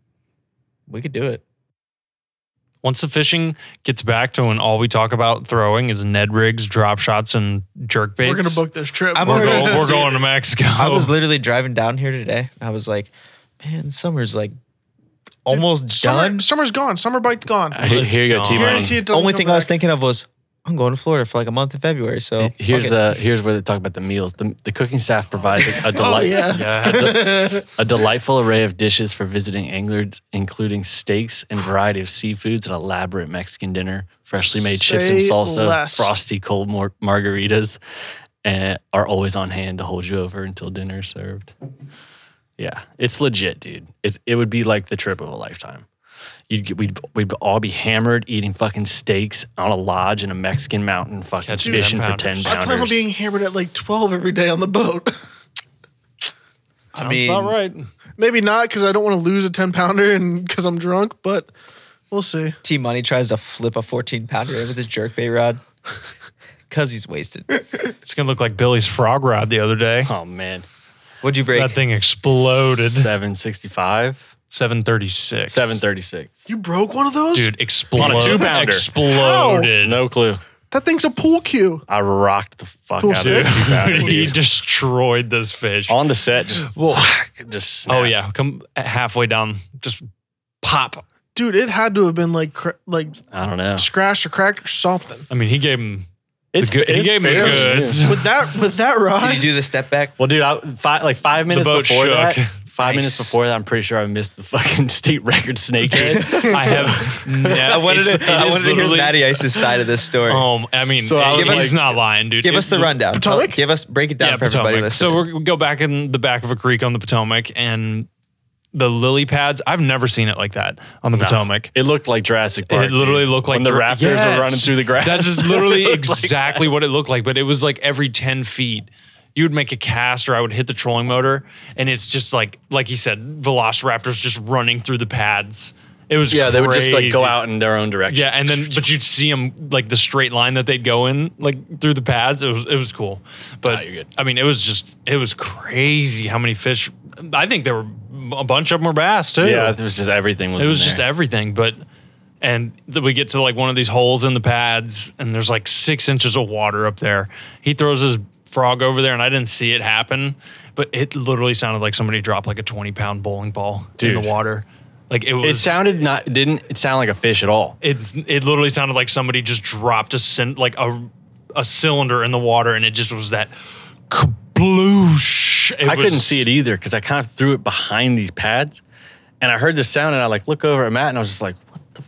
Speaker 3: we could do it.
Speaker 5: Once the fishing gets back to when all we talk about throwing is Ned rigs, drop shots, and jerk baits,
Speaker 4: We're gonna book this trip.
Speaker 3: I'm
Speaker 5: We're,
Speaker 3: already-
Speaker 5: going, we're going to Mexico.
Speaker 3: I was
Speaker 4: Oh.
Speaker 3: literally driving down here today. And I was like, man, summer's like almost
Speaker 4: Summer,
Speaker 3: done.
Speaker 4: summer's gone. Summer bite gone.
Speaker 6: Uh, here- here you go,
Speaker 5: Let's
Speaker 6: T
Speaker 5: go.
Speaker 6: Money.
Speaker 4: Guarantee it doesn't
Speaker 3: Only
Speaker 4: come
Speaker 3: thing I was
Speaker 4: back.
Speaker 3: thinking of was I'm going to Florida for like a month in
Speaker 4: Oh,
Speaker 3: February. So
Speaker 6: Here's
Speaker 3: fuck it.
Speaker 6: the here's where they talk about the meals. The, the cooking staff provides a,
Speaker 4: Oh,
Speaker 6: a delight a, de- a delightful array of dishes for visiting anglers, including steaks and variety of seafoods, an elaborate Mexican dinner, freshly made chips and
Speaker 4: Say
Speaker 6: salsa,
Speaker 4: less.
Speaker 6: frosty cold mar- margaritas, and are always on hand to hold you over until dinner is served. Yeah, it's legit, dude. It it would be like the trip of a lifetime. You'd get, we'd we'd all be hammered eating fucking steaks on a lodge in a Mexican mountain, fucking
Speaker 5: Catching
Speaker 6: fishing for
Speaker 5: 10-pounders.
Speaker 6: ten
Speaker 4: I plan on
Speaker 6: pounders.
Speaker 4: being hammered at like twelve every day on the boat.
Speaker 3: I
Speaker 5: Sounds
Speaker 3: mean,
Speaker 5: about right.
Speaker 4: Maybe not because I don't want to lose a ten pounder and because I'm drunk, but we'll see.
Speaker 3: T Money tries to flip a 14 pounder in with his jerk bait rod because he's wasted.
Speaker 5: It's gonna look like Billy's frog rod the other day.
Speaker 6: Oh man,
Speaker 3: What'd you break?
Speaker 5: That thing exploded.
Speaker 6: seven sixty five.
Speaker 5: Seven thirty six.
Speaker 6: 736.
Speaker 4: You broke one of those,
Speaker 5: Dude, exploded.
Speaker 6: two-pounder.
Speaker 3: Oh,
Speaker 5: Exploded.
Speaker 6: No clue.
Speaker 4: That thing's a pool cue.
Speaker 6: I rocked the fuck out of
Speaker 4: Bullshit.
Speaker 6: this two-pounder,
Speaker 5: he
Speaker 6: dude.
Speaker 5: destroyed this fish.
Speaker 6: On the set, just whack, just snap.
Speaker 5: Oh yeah, come halfway down, just pop.
Speaker 4: Dude, it had to have been like cra- like
Speaker 6: I don't know.
Speaker 4: scratched or cracked or something.
Speaker 5: I mean, he gave him. It's good. He gave him the
Speaker 6: fair.
Speaker 5: goods.
Speaker 4: With that with that
Speaker 3: Did you
Speaker 4: rod,
Speaker 3: do the step back?
Speaker 6: Well, dude, I, five, like five minutes
Speaker 5: boat
Speaker 6: before that,
Speaker 5: shook.
Speaker 6: five minutes
Speaker 3: Nice.
Speaker 6: before that, I'm pretty sure I missed the fucking state record snakehead.
Speaker 5: I have. Never,
Speaker 3: I wanted to, I wanted to hear Matty Ice's side of this story.
Speaker 6: Oh
Speaker 5: Um, I mean,
Speaker 6: So I
Speaker 5: he's
Speaker 6: was
Speaker 3: like-
Speaker 5: not lying, dude.
Speaker 3: give us
Speaker 5: It-
Speaker 3: the rundown. Tell-
Speaker 4: Potomac?
Speaker 3: Give us break it down for everybody
Speaker 5: Potomac.
Speaker 3: listening.
Speaker 5: So we're, we go back in the back of a creek on the Potomac, and the lily pads. I've never seen it like that on the Potomac.
Speaker 6: it looked like Jurassic Park.
Speaker 5: It literally
Speaker 6: dude,
Speaker 5: looked like
Speaker 6: when the
Speaker 5: Jura-
Speaker 6: raptors
Speaker 5: Yes.
Speaker 6: were running through the grass.
Speaker 5: That is literally exactly what it looked like. But it was like every ten feet, you would make a cast, or I would hit the trolling motor, and it's just like like he said, Velociraptors just running through the pads. It was
Speaker 6: yeah, they would just like go
Speaker 5: crazy.
Speaker 6: out in their own direction.
Speaker 5: Yeah, and then but you'd see them like the straight line that they'd go in like through the pads. It was it was cool, but
Speaker 6: Ah, you're good.
Speaker 5: I mean it was just it was crazy how many fish. I think there were a bunch of them were bass too.
Speaker 6: yeah, it was just everything was.
Speaker 5: It
Speaker 6: in
Speaker 5: was just
Speaker 6: there.
Speaker 5: everything, but and th- we get to like one of these holes in the pads, and there's like six inches of water up there. He throws his frog over there, and I didn't see it happen, but it literally sounded like somebody dropped like a twenty pound bowling ball in
Speaker 6: Dude.
Speaker 5: the water. Like it was.
Speaker 6: It sounded not it didn't it sound like a fish at all.
Speaker 5: It it literally sounded like somebody just dropped a cin- like a a cylinder in the water, and it just was that kabloosh. It
Speaker 6: I couldn't
Speaker 5: was-
Speaker 6: see it either because I kind of threw it behind these pads, and I heard the sound, and I like look over at Matt, and I was just like, "What the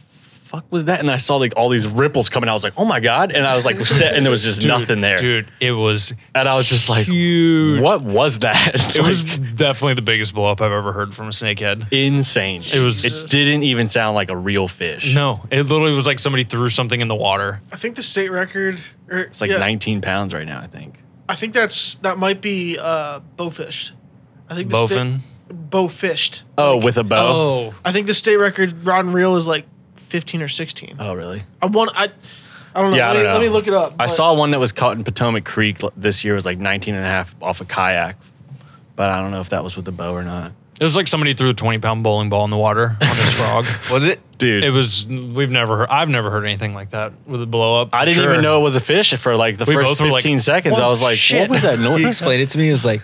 Speaker 6: fuck was that?" And I saw like all these ripples coming out. I was like, "Oh my god!" And I was like, set, and there was just nothing there,
Speaker 5: dude. It was
Speaker 6: And I was just like,
Speaker 5: huge.
Speaker 6: "What was that?"
Speaker 5: It was definitely the biggest blow up I've ever heard from a snakehead.
Speaker 6: insane.
Speaker 5: It was-
Speaker 6: It didn't even sound like a real fish.
Speaker 5: No, it literally was like somebody threw something in the water.
Speaker 4: I think the state record. Or,
Speaker 6: it's like 19 pounds right now. I think.
Speaker 4: I think that's that might be uh, bowfished. I think the
Speaker 5: Bowfin?
Speaker 4: state, bowfished.
Speaker 6: Oh, with a bow.
Speaker 4: I think the state record rod and reel is like fifteen or sixteen.
Speaker 6: Oh, really?
Speaker 4: I want. I. I don't know.
Speaker 6: Yeah, I
Speaker 4: let, me,
Speaker 6: don't know.
Speaker 4: let me look it up.
Speaker 6: I
Speaker 4: but
Speaker 6: saw one that was caught in Potomac Creek l- this year. It was like 19 and a half off a kayak, but I don't know if that was with a bow or not.
Speaker 5: It was like somebody threw a twenty pound bowling ball in the water on this frog.
Speaker 3: Was it?
Speaker 6: Dude,
Speaker 5: It was we've never heard. I've never heard anything like that with a blow up.
Speaker 6: I didn't
Speaker 5: Sure.
Speaker 6: even know it was a fish for like the
Speaker 5: We
Speaker 6: first
Speaker 5: both were like,
Speaker 6: 15 seconds. I was like, what was that
Speaker 3: He
Speaker 6: noise?
Speaker 3: explained it to me. He was like,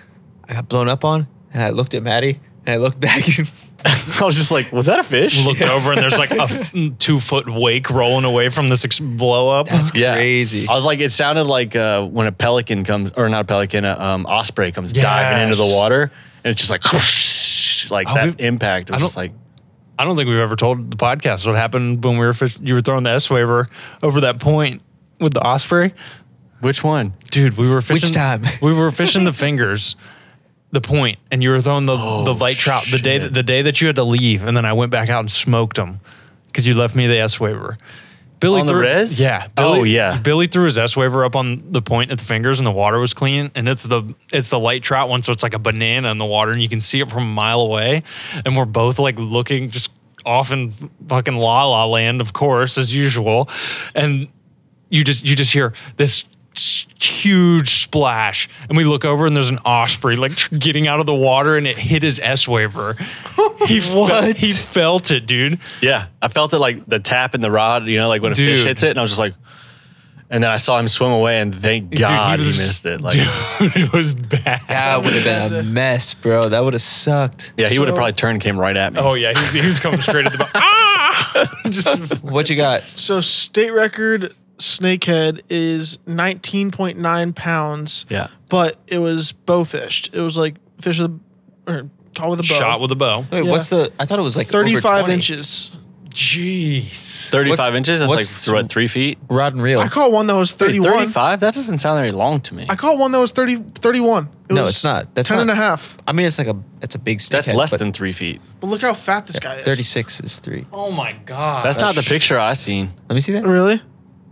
Speaker 3: I got blown up on, and I looked at Maddie, and I looked back. And
Speaker 6: I was just like, was that a fish?
Speaker 5: Looked over and there's like a f- two foot wake rolling away from this ex- blow up.
Speaker 3: That's crazy.
Speaker 6: I was like, it sounded like uh, when a pelican comes, or not a pelican, a um, osprey comes diving into the
Speaker 5: Yes.
Speaker 6: water. And it's just like, whoosh, like
Speaker 5: Oh,
Speaker 6: that
Speaker 5: we-
Speaker 6: impact. It was
Speaker 5: I
Speaker 6: just
Speaker 5: don't-
Speaker 6: like,
Speaker 5: I don't think we've ever told the podcast what happened when we were fish- you were throwing the S waiver over that point with the osprey.
Speaker 6: which one?
Speaker 5: Dude, we were fishing.
Speaker 3: time?
Speaker 5: We were fishing the fingers, the point, and you were throwing the the light trout the day that, the day that you had to leave, and then I went back out and smoked them because you left me the S waiver. Billy
Speaker 6: On the
Speaker 5: threw,
Speaker 6: res?
Speaker 5: Yeah.
Speaker 6: Oh, yeah.
Speaker 5: Billy threw his S waiver up on the point at the fingers, and the water was clean. And it's the it's the light trout one, so it's like a banana in the water, and you can see it from a mile away. And we're both like looking just off in fucking la la land, of course, as usual. And you just you just hear this s- huge splash and we look over and there's an osprey like tr- getting out of the water and it hit his s waiver he what he felt it dude
Speaker 6: Yeah. I felt it like the tap in the rod, you know, like when a fish
Speaker 5: Dude.
Speaker 6: hits it. And I was just like, and then I saw him swim away, and thank God
Speaker 5: was-
Speaker 6: he missed it. Like,
Speaker 5: dude, it was bad
Speaker 3: that would have been a mess, bro. That would have sucked.
Speaker 6: yeah, he would have probably turned, came right at me.
Speaker 5: oh yeah he was, he was coming straight at the bo- ah just
Speaker 3: What you got?
Speaker 4: So state record snakehead is nineteen point nine pounds.
Speaker 6: Yeah.
Speaker 4: But it was bowfished. It was like fish with a, or caught with a bow.
Speaker 5: shot with a bow
Speaker 3: Wait,
Speaker 4: Yeah.
Speaker 3: what's the? I thought it was like over
Speaker 4: thirty-five
Speaker 3: 20.
Speaker 4: inches.
Speaker 5: jeez
Speaker 6: 35
Speaker 3: What's-
Speaker 6: inches? That's like,
Speaker 3: what's-
Speaker 6: what, three feet?
Speaker 3: Rod and reel.
Speaker 4: I caught one that was
Speaker 6: Dude,
Speaker 4: thirty-one.
Speaker 6: 35? That doesn't sound very long to me.
Speaker 4: I caught one that was 30, 31. It
Speaker 3: No,
Speaker 4: was
Speaker 3: it's not. That's
Speaker 4: 10 and
Speaker 3: not-
Speaker 4: a half.
Speaker 3: I mean, it's like a. It's a big stick.
Speaker 6: That's less than three feet.
Speaker 4: But look how fat this guy is.
Speaker 3: Thirty-six is three.
Speaker 5: oh my god
Speaker 6: That's not the picture I seen.
Speaker 3: Let me see that.
Speaker 4: Really?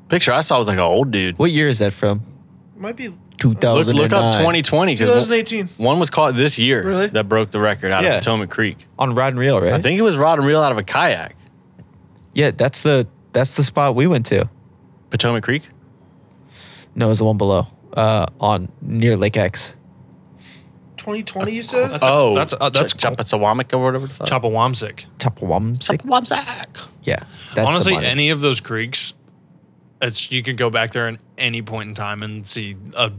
Speaker 6: Picture I saw was like an old dude.
Speaker 3: What year is that from?
Speaker 4: Might be
Speaker 3: Two
Speaker 6: Look,
Speaker 3: thousand.
Speaker 6: look up 2020 because
Speaker 4: 2018.
Speaker 6: one was caught this year
Speaker 4: Really?
Speaker 6: that broke the record out
Speaker 3: Yeah.
Speaker 6: of Potomac Creek.
Speaker 3: on rod and reel, right?
Speaker 6: I think it was rod and reel out of a kayak.
Speaker 3: Yeah, that's the that's the spot we went to.
Speaker 6: Potomac Creek.
Speaker 3: No, it was the one below. Uh, on near Lake X.
Speaker 4: 2020, you said?
Speaker 6: oh,
Speaker 5: that's- uh, that's
Speaker 6: Ch- Chapatsawamic or whatever. the fuck.
Speaker 5: Chapawamsick.
Speaker 3: Chapawamsick.
Speaker 6: Chapawamsack.
Speaker 3: Yeah, that's
Speaker 5: honestly
Speaker 3: the money.
Speaker 5: any of those creeks it's you could go back there at any point in time and see a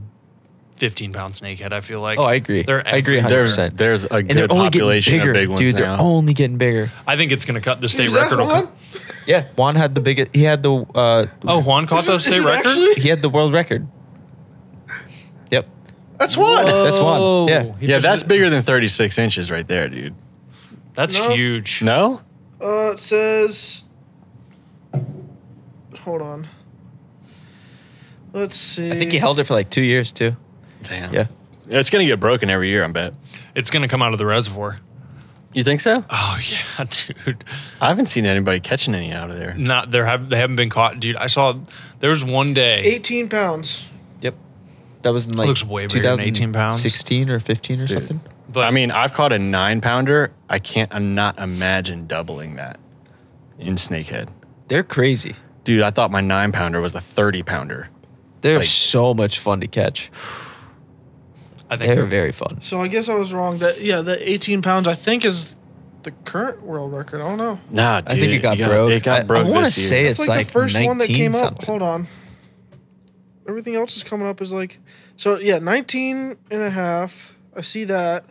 Speaker 5: 15 pound snakehead i feel like
Speaker 3: Oh, I agree.
Speaker 5: They're
Speaker 3: I agree.
Speaker 5: everywhere.
Speaker 3: 100%.
Speaker 6: There's there's a
Speaker 3: and
Speaker 6: good
Speaker 3: they're only getting
Speaker 6: population
Speaker 3: bigger,
Speaker 6: of big ones
Speaker 3: dude.
Speaker 6: now.
Speaker 3: They're only getting bigger.
Speaker 5: i think it's going to cut the state
Speaker 4: Is that
Speaker 5: record will
Speaker 4: Juan?
Speaker 5: cut-
Speaker 3: Yeah, Juan had the biggest. He had the uh,
Speaker 5: oh juan caught
Speaker 4: Is
Speaker 5: the
Speaker 4: it- is
Speaker 5: state
Speaker 4: it
Speaker 5: record
Speaker 4: actually?
Speaker 3: he had the world record. Yep,
Speaker 4: That's one.
Speaker 3: that's Juan. Yeah,
Speaker 5: He
Speaker 6: yeah,
Speaker 5: fishes
Speaker 6: that's
Speaker 5: it-
Speaker 6: bigger than 36 inches right there, dude.
Speaker 5: that's
Speaker 4: No.
Speaker 5: huge
Speaker 6: No,
Speaker 4: Uh, it says. Hold on. Let's see.
Speaker 3: I think he held it for like two years too.
Speaker 6: damn.
Speaker 3: Yeah,
Speaker 6: it's gonna get broken every year. I bet.
Speaker 5: it's going to come out of the reservoir
Speaker 6: You think so?
Speaker 5: oh yeah dude
Speaker 6: I haven't seen anybody catching any out of there.
Speaker 5: not there have they haven't been caught dude i saw there was one day
Speaker 4: 18 pounds.
Speaker 3: yep. That was in like
Speaker 5: Looks way bigger than 18 pounds.
Speaker 3: 16 or 15 or something.
Speaker 5: but
Speaker 6: I mean, I've caught a nine pounder. I can't I'm not imagine doubling that in snakehead.
Speaker 3: They're crazy.
Speaker 6: Dude, I thought my nine pounder was a 30 pounder.
Speaker 3: They're
Speaker 6: Like-
Speaker 3: so much fun to catch.
Speaker 5: i think
Speaker 3: They're
Speaker 5: they're,
Speaker 3: very fun.
Speaker 4: So I guess I was wrong. That Yeah, the 18 pounds, I think, is the current world record. I don't know.
Speaker 6: Nah, dude.
Speaker 3: I think it got broke.
Speaker 6: It got
Speaker 3: I-
Speaker 6: broke.
Speaker 3: I, want to
Speaker 6: this year.
Speaker 3: say
Speaker 4: It's
Speaker 3: it's
Speaker 4: like,
Speaker 3: like
Speaker 4: the first one that
Speaker 3: 19
Speaker 4: came up.
Speaker 3: something.
Speaker 4: Hold on. everything else is coming up as like so yeah 19 and a half i see that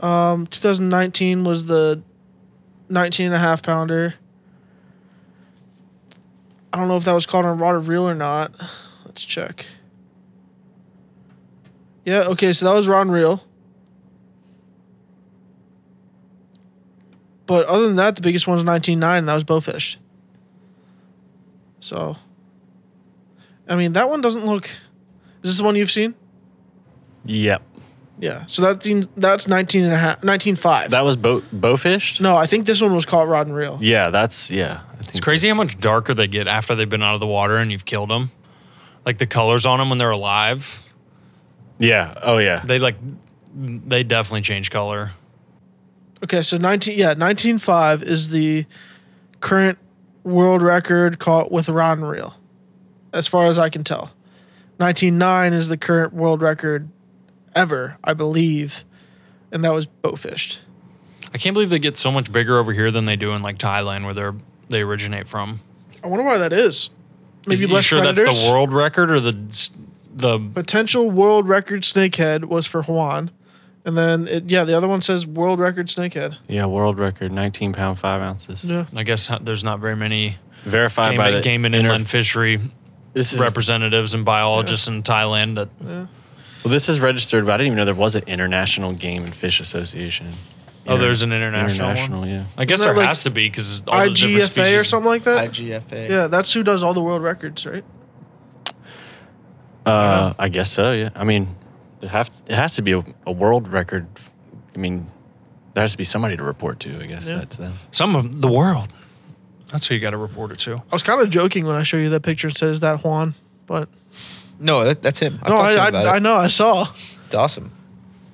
Speaker 4: um 2019 was the 19 and a half pounder i don't know if that was called on rod or reel or not let's check yeah okay so that was rod and reel but other than that the biggest one was 19.9 and that was bowfished so I mean, that one doesn't look. Is this the one you've seen?
Speaker 6: Yep.
Speaker 4: Yeah. So that seems- that's 19 and a half, 19.5.
Speaker 6: That was bow bowfished.
Speaker 4: no, I think this one was caught rod and reel.
Speaker 6: Yeah, that's yeah. I
Speaker 5: It's crazy how much darker they get after they've been out of the water and you've killed them. Like the colors on them when they're alive,
Speaker 6: Yeah. Oh yeah.
Speaker 5: they like they definitely change color.
Speaker 4: Okay, so 19, yeah, 19.5 is the current world record caught with a rod and reel, as far as I can tell. 19.9 is the current world record ever, I believe, and that was bowfished.
Speaker 5: I can't believe they get so much bigger over here than they do in like Thailand where they're they originate from.
Speaker 4: I wonder why that is. Maybe
Speaker 5: Is- you
Speaker 4: less
Speaker 5: sure
Speaker 4: predators.
Speaker 5: that's the world record or the the
Speaker 4: potential world record snakehead was for Juan. And then, it, yeah, the other one says world record snakehead.
Speaker 6: Yeah. World record, 19 pound five ounces.
Speaker 4: Yeah.
Speaker 5: I guess not- there's not very many
Speaker 6: Verified
Speaker 5: game,
Speaker 6: by the
Speaker 5: game and
Speaker 6: inter-
Speaker 5: inland fishery
Speaker 6: This is
Speaker 5: representatives and biologists in Thailand that
Speaker 6: well. This is registered, but I didn't even know there was an International Game and Fish Association.
Speaker 5: oh
Speaker 6: Inter-
Speaker 5: there's an international, one?
Speaker 6: international. Yeah.
Speaker 5: I guess
Speaker 4: Isn't
Speaker 5: there
Speaker 4: that like
Speaker 5: has to be because all the different
Speaker 4: IGFA or
Speaker 5: species-
Speaker 4: something like that?
Speaker 3: IGFA.
Speaker 4: Yeah, that's who does all the world records, right?
Speaker 6: Uh, I guess so. Yeah. I mean, it have it has to be a, a world record. I mean, there has to be somebody to report to. I guess that's uh, them.
Speaker 5: Some of the world. That's who you got to report it to.
Speaker 4: I was kind of joking when I showed you that picture and said, is that Juan? But
Speaker 3: No, that, that's him. I've
Speaker 4: no,
Speaker 3: talked to
Speaker 4: I,
Speaker 3: him about
Speaker 4: I, I
Speaker 3: it.
Speaker 4: know, I saw.
Speaker 3: It's awesome.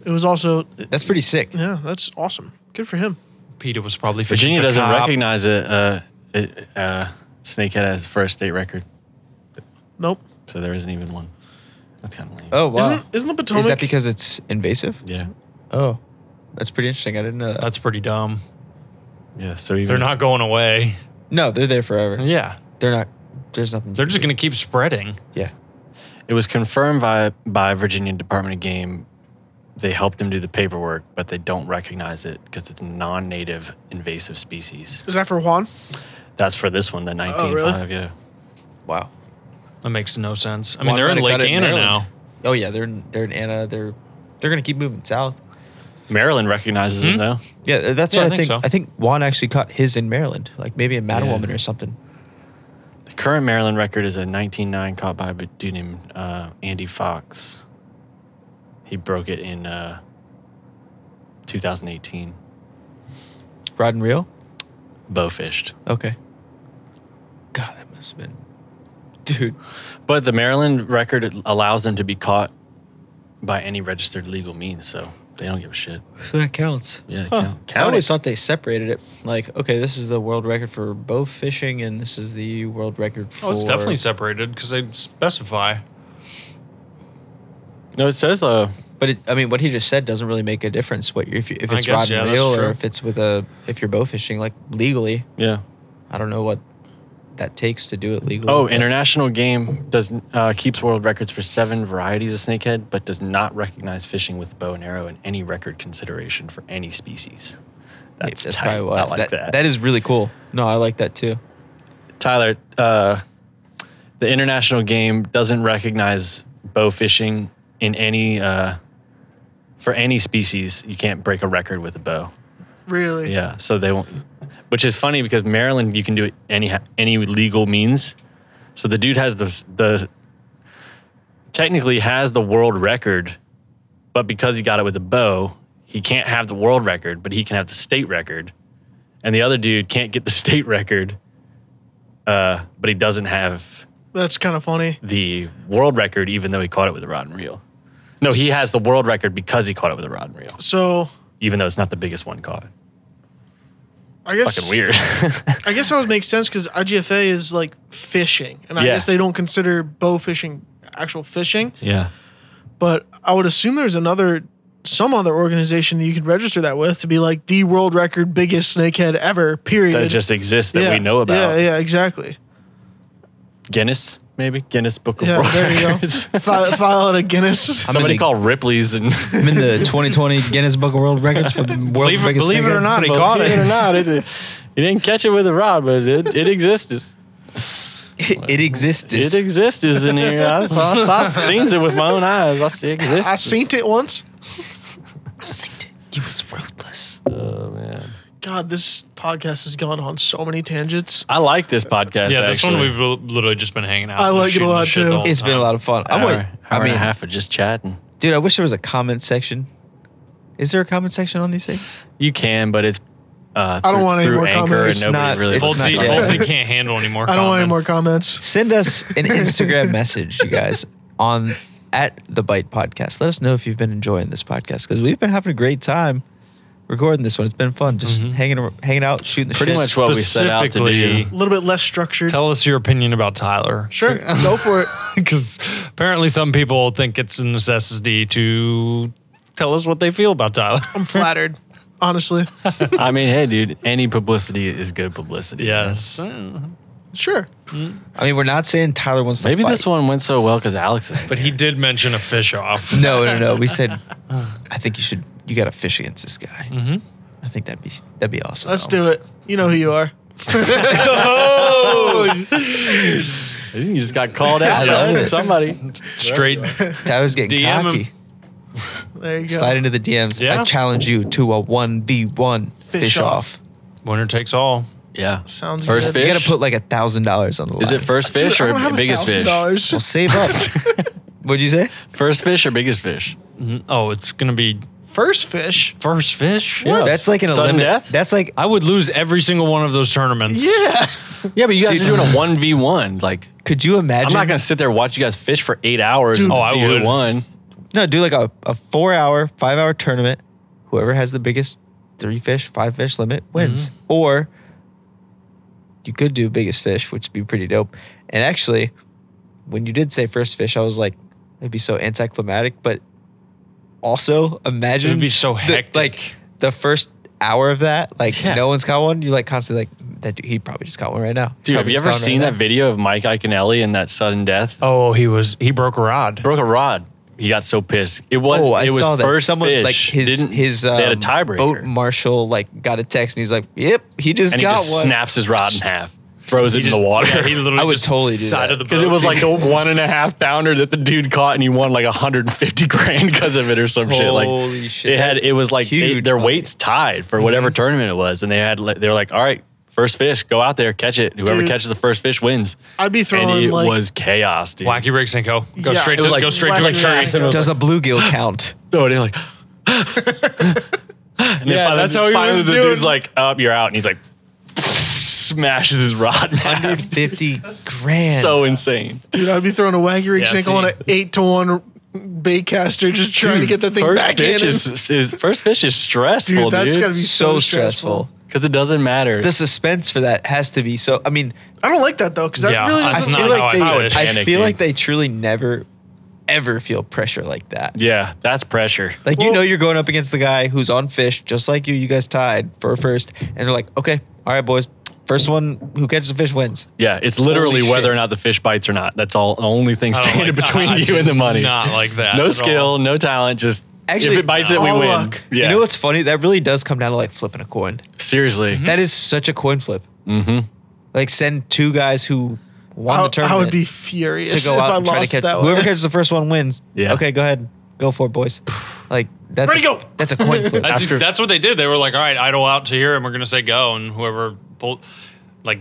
Speaker 4: It was also,
Speaker 3: That's pretty sick.
Speaker 4: yeah, that's awesome. Good for him.
Speaker 5: Peter was probably fishing
Speaker 6: Virginia
Speaker 5: for
Speaker 6: doesn't
Speaker 5: cop.
Speaker 6: recognize it. Uh, it uh, snakehead as for a state record,
Speaker 4: Nope.
Speaker 6: so there isn't even one. That's kind of lame.
Speaker 3: Oh wow.
Speaker 4: Isn't, isn't the Potomac?
Speaker 3: Is that because it's invasive?
Speaker 6: Yeah.
Speaker 3: Oh, that's pretty interesting. I didn't know that.
Speaker 5: That's pretty dumb.
Speaker 6: Yeah. So even
Speaker 5: They're not going away.
Speaker 3: no, they're there forever.
Speaker 5: Yeah,
Speaker 3: They're not. There's nothing.
Speaker 5: they're just gonna keep spreading.
Speaker 3: Yeah.
Speaker 6: It was confirmed by by Virginia Department of Game. They helped them do the paperwork, but they don't recognize it because it's a non-native invasive species.
Speaker 4: Is that for Juan?
Speaker 6: That's for this one, the
Speaker 5: Oh,
Speaker 6: 19.5.
Speaker 4: really?
Speaker 6: Yeah.
Speaker 3: Wow.
Speaker 5: That makes no sense. I mean,
Speaker 3: Well,
Speaker 5: they're
Speaker 3: I'm
Speaker 5: in
Speaker 3: glad I
Speaker 5: Lake
Speaker 3: got it in
Speaker 5: Anna now.
Speaker 3: Maryland. Oh yeah, they're in, they're in Anna. They're they're gonna keep moving south.
Speaker 6: Maryland recognizes
Speaker 5: Hmm?
Speaker 6: it though.
Speaker 3: Yeah, that's
Speaker 5: Yeah,
Speaker 3: what
Speaker 5: I
Speaker 3: I,
Speaker 5: think
Speaker 3: think.
Speaker 5: so.
Speaker 3: I think Juan actually caught his in Maryland, like maybe in Mattawoman or something.
Speaker 6: The current Maryland record is a 19.9 caught by a dude named uh, Andy Fox. He broke it in uh, 2018.
Speaker 3: Rod and reel.
Speaker 6: Bowfished.
Speaker 3: Okay. God, that must have been. Dude,
Speaker 6: But the Maryland record allows them to be caught by any registered legal means, so they don't give a shit.
Speaker 3: so that counts.
Speaker 6: Yeah,
Speaker 3: Huh.
Speaker 6: count,
Speaker 3: I
Speaker 6: count
Speaker 3: always
Speaker 6: it.
Speaker 3: thought they separated it. Like, okay, this is the world record for bow fishing, and this is the world record for.
Speaker 5: Oh, it's definitely separated because they specify.
Speaker 6: No, it says uh,
Speaker 3: But it, I mean, what he just said doesn't really make a difference. What if, you, if
Speaker 5: I
Speaker 3: it's
Speaker 5: guess,
Speaker 3: rod
Speaker 5: yeah,
Speaker 3: and
Speaker 5: that's
Speaker 3: reel,
Speaker 5: true.
Speaker 3: or if it's with a if you're bow fishing, like legally.
Speaker 6: yeah.
Speaker 3: I don't know what that takes to do it legally.
Speaker 6: Oh,
Speaker 3: but-
Speaker 6: international game does uh, keeps world records for seven varieties of snakehead, but does not recognize fishing with bow and arrow in any record consideration for any species.
Speaker 3: Yeah,
Speaker 6: That's, tight. I like that.
Speaker 3: That is really cool. No, I like that too.
Speaker 6: Tyler, uh, the international game doesn't recognize bow fishing in any uh, for any species. You can't break a record with a bow.
Speaker 4: Really?
Speaker 6: Yeah, so they won't. Which is funny because Maryland, you can do it any any legal means. So the dude has the the technically has the world record, but because he got it with a bow, he can't have the world record, but he can have the state record. And the other dude can't get the state record, uh, but he doesn't have
Speaker 4: That's kind of funny.
Speaker 6: the world record, even though he caught it with a rod and reel. No, he has the world record because he caught it with a rod and reel,
Speaker 4: So
Speaker 6: even though it's not the biggest one caught.
Speaker 4: I guess.
Speaker 6: Fucking weird.
Speaker 4: I guess that would make sense because IGFA is like fishing, and I
Speaker 6: Yeah.
Speaker 4: guess they don't consider bow fishing actual fishing.
Speaker 6: yeah.
Speaker 4: But I would assume there's another, some other organization that you could register that with to be like the world record biggest snakehead ever. Period.
Speaker 6: that just exists that
Speaker 4: Yeah,
Speaker 6: we know about.
Speaker 4: Yeah, yeah, exactly.
Speaker 6: Guinness. maybe Guinness Book of
Speaker 4: Yeah,
Speaker 6: World
Speaker 4: there you go.
Speaker 6: Records.
Speaker 4: file, file it a Guinness.
Speaker 6: Somebody
Speaker 3: the-
Speaker 6: call Ripley's and
Speaker 3: I'm in the 2020 Guinness Book of World Records for the world
Speaker 5: Believe it,
Speaker 3: biggest
Speaker 5: believe it
Speaker 3: snake.
Speaker 5: or not, he
Speaker 6: Well,
Speaker 5: caught
Speaker 6: believe
Speaker 5: it.
Speaker 6: or not, it, it- he didn't catch it with a rod, but it it existed.
Speaker 3: it, it exists.
Speaker 6: It existed in here. I saw, I saw seen it with my own eyes. I see it exists.
Speaker 4: I seen it once.
Speaker 3: He was ruthless.
Speaker 6: Oh man,
Speaker 4: God, this podcast has gone on so many tangents.
Speaker 6: I like this podcast.
Speaker 5: Yeah, this one
Speaker 6: actually.
Speaker 5: we've li- literally just been hanging out.
Speaker 4: I
Speaker 5: and
Speaker 4: like it a
Speaker 5: shooting the
Speaker 4: lot,
Speaker 5: shit
Speaker 4: too.
Speaker 5: the whole
Speaker 3: It's been a
Speaker 5: time.
Speaker 3: lot of fun.
Speaker 6: hour,
Speaker 3: I,
Speaker 6: hour
Speaker 3: want, I
Speaker 6: and
Speaker 3: mean,
Speaker 6: a half of just chatting.
Speaker 3: dude, I wish there was a comment section. Is there a comment section on these things?
Speaker 6: You can, but it's. Uh,
Speaker 4: I don't
Speaker 6: through-
Speaker 4: want any
Speaker 6: through
Speaker 4: more
Speaker 6: Anchor and
Speaker 4: comments.
Speaker 3: It's
Speaker 6: nobody
Speaker 3: not-
Speaker 6: really
Speaker 3: it's
Speaker 6: listens
Speaker 3: not
Speaker 5: Foldsy,
Speaker 6: to it.
Speaker 3: yet.
Speaker 5: Foldsy can't handle any more.
Speaker 4: I don't want any more
Speaker 5: comments.
Speaker 4: comments.
Speaker 3: Send us an Instagram message, you guys, on at the Bite Podcast. Let us know if you've been enjoying this podcast because we've been having a great time recording this one. It's been fun, just hanging, ar- hanging out, shooting the
Speaker 6: Mm-hmm. Pretty
Speaker 3: shit.
Speaker 6: much what we set out to do.
Speaker 5: Specifically,
Speaker 4: A little bit less structured.
Speaker 5: Tell us your opinion about Tyler.
Speaker 4: sure, go for it.
Speaker 5: Because apparently some people think it's a necessity to tell us what they feel about Tyler.
Speaker 4: I'm flattered, honestly.
Speaker 6: I mean, hey, dude, any publicity is good publicity.
Speaker 5: Yes.
Speaker 4: Sure.
Speaker 3: I mean, we're not saying Tyler wants to
Speaker 6: Maybe
Speaker 3: fight.
Speaker 6: this one went so well because Alex is.
Speaker 5: But he did mention a fish off.
Speaker 3: No, no, no. We said,
Speaker 6: Uh.
Speaker 3: I think you should. You got to fish against this guy. Mm-hmm. I think that'd be that'd be awesome.
Speaker 4: Let's do it. You know who you are.
Speaker 6: You just got called out.
Speaker 3: I love it.
Speaker 6: Somebody.
Speaker 5: Straight
Speaker 3: Tyler's getting
Speaker 5: DM him.
Speaker 3: cocky.
Speaker 4: There you go.
Speaker 3: Slide into the DMs.
Speaker 5: Yeah.
Speaker 3: I challenge you to a one v one
Speaker 4: Fish
Speaker 3: fish
Speaker 4: off.
Speaker 3: off.
Speaker 5: winner takes all.
Speaker 6: Yeah.
Speaker 4: Sounds
Speaker 6: First
Speaker 4: good.
Speaker 6: fish.
Speaker 3: You got to put like a thousand dollars on the line.
Speaker 6: Is it first
Speaker 4: Dude,
Speaker 6: fish
Speaker 4: I don't
Speaker 6: or
Speaker 4: have
Speaker 6: biggest fish?
Speaker 4: $1,000.
Speaker 3: Well, save up. What'd you say?
Speaker 6: First fish or biggest fish?
Speaker 5: Oh, it's gonna be
Speaker 4: First fish.
Speaker 5: first fish.
Speaker 6: Yeah.
Speaker 3: That's like an
Speaker 6: Sudden
Speaker 3: elimin-
Speaker 6: death?
Speaker 3: That's like uh,
Speaker 5: I would lose every single one of those tournaments.
Speaker 4: Yeah.
Speaker 6: Yeah, but you guys are doing a one v one. Like,
Speaker 3: could you imagine?
Speaker 6: I'm not gonna sit there and watch you guys fish for eight hours and
Speaker 5: Dude. Oh, I
Speaker 6: see who
Speaker 5: would.
Speaker 6: won.
Speaker 3: No, do like a, a four hour, five hour tournament. Whoever has the biggest three fish, five fish limit wins.
Speaker 6: Mm-hmm.
Speaker 3: Or you could do biggest fish, which would be pretty dope. And actually, when you did say first fish, I was like, it'd be so anticlimactic. But also, imagine
Speaker 5: It'd be so
Speaker 3: the-
Speaker 5: hectic.
Speaker 3: like the first hour of that, like
Speaker 6: Yeah.
Speaker 3: no one's got one. You're like constantly like that. Dude, he probably just got one right now.
Speaker 6: Dude, have
Speaker 3: Probably
Speaker 6: you
Speaker 3: just
Speaker 6: ever
Speaker 3: got one
Speaker 6: seen
Speaker 3: right
Speaker 6: that
Speaker 3: now."
Speaker 6: video of Mike Iaconelli and that sudden death?
Speaker 5: Oh, he was he broke a rod.
Speaker 6: Broke a rod. He got so pissed. It was.
Speaker 3: Oh, I
Speaker 6: it was
Speaker 3: saw that.
Speaker 6: first
Speaker 3: Someone
Speaker 6: fish.
Speaker 3: like his
Speaker 6: Didn't,
Speaker 3: his
Speaker 6: they had a
Speaker 3: um, boat
Speaker 6: tiebreaker,
Speaker 3: marshal like got a text and he's like, "Yep, he just
Speaker 6: and he
Speaker 3: got
Speaker 6: just
Speaker 3: one."
Speaker 6: snaps his rod in half, throws it
Speaker 5: He
Speaker 6: in the
Speaker 5: just-
Speaker 6: water.
Speaker 5: yeah, he literally
Speaker 3: I would
Speaker 5: just
Speaker 3: totally do
Speaker 5: side
Speaker 3: that.
Speaker 5: of the
Speaker 6: Because it
Speaker 5: boat.
Speaker 6: was like a one and a half pounder that the dude caught, and he won like 150 grand because of it or some shit. Like
Speaker 3: Holy shit.
Speaker 6: it had it was like they-
Speaker 3: Huge
Speaker 6: their
Speaker 3: money.
Speaker 6: weights tied for whatever tournament it was, and they had like- they were like, all right, first fish, go out there, catch it. Whoever
Speaker 4: Dude.
Speaker 6: catches the first fish wins.
Speaker 4: I'd be
Speaker 6: And
Speaker 4: throwing
Speaker 6: it
Speaker 4: like
Speaker 6: was chaos, dude.
Speaker 5: Wacky Rig Sinko. Go
Speaker 4: Yeah.
Speaker 5: straight
Speaker 6: It
Speaker 5: to
Speaker 6: was like-
Speaker 5: go straight to a
Speaker 4: Wacky
Speaker 5: tree.
Speaker 4: Rig Senko.
Speaker 3: Does a bluegill count?
Speaker 6: Oh, they're like. yeah,
Speaker 5: that's how he was
Speaker 6: the
Speaker 5: doing.
Speaker 6: dude's like, up, you're out, and he's like, smashes his rod. in half.
Speaker 3: 150 grand.
Speaker 6: So insane.
Speaker 4: Dude, I'd be throwing a wacky rig
Speaker 5: Yeah,
Speaker 4: sink
Speaker 5: see.
Speaker 4: on an eight to one baitcaster, just trying to get that thing
Speaker 6: first
Speaker 4: back in.
Speaker 6: fish is, is first fish is stressful,
Speaker 4: dude, that's gotta be so,
Speaker 3: so
Speaker 4: stressful.
Speaker 3: stressful.
Speaker 6: Because it doesn't matter.
Speaker 3: The suspense for that has to be so. I mean,
Speaker 4: I don't like that though, because that
Speaker 5: Yeah,
Speaker 4: really
Speaker 5: I
Speaker 4: doesn't
Speaker 5: not
Speaker 3: feel
Speaker 4: feel
Speaker 5: how
Speaker 4: like
Speaker 5: I
Speaker 3: they,
Speaker 5: wish.
Speaker 3: I feel
Speaker 6: Panicking.
Speaker 3: like they truly never, ever feel pressure like that.
Speaker 6: yeah, that's pressure.
Speaker 3: Like you
Speaker 4: Well-
Speaker 3: know, you're going up against the guy who's on fish, just like you. You guys tied for first, and they're like, "Okay, all right, boys, first one who catches the fish wins."
Speaker 6: Yeah, it's literally
Speaker 3: Holy
Speaker 6: whether
Speaker 3: shit.
Speaker 6: or not the fish bites or not. That's all the only thing
Speaker 5: I don't
Speaker 6: standing
Speaker 5: like-
Speaker 6: between
Speaker 5: I- I
Speaker 6: you
Speaker 5: do
Speaker 6: and the money.
Speaker 5: Not like that. at
Speaker 6: no
Speaker 5: all.
Speaker 6: skill, no talent. Just
Speaker 3: Actually,
Speaker 6: if it bites it, we
Speaker 4: all
Speaker 6: win.
Speaker 4: luck.
Speaker 6: Yeah,
Speaker 3: You know what's funny? That really does come down to like flipping a coin.
Speaker 6: seriously,
Speaker 5: Mm-hmm.
Speaker 3: That is such a coin flip. Mm-hmm. Like send two guys who won
Speaker 4: I, I
Speaker 3: the tournament
Speaker 4: would be
Speaker 3: to
Speaker 4: furious
Speaker 3: go
Speaker 4: if
Speaker 3: out
Speaker 4: I
Speaker 3: and try to
Speaker 4: lost
Speaker 3: catch
Speaker 4: that
Speaker 3: whoever
Speaker 4: one.
Speaker 3: catches the first one wins.
Speaker 6: Yeah.
Speaker 3: Okay, go ahead, go for it, boys. Like that's
Speaker 4: Ready,
Speaker 3: a,
Speaker 4: go.
Speaker 3: That's a coin flip.
Speaker 5: That's, that's what they did. They were like, all right, idle out to here, and we're gonna say go, and whoever pulled, like,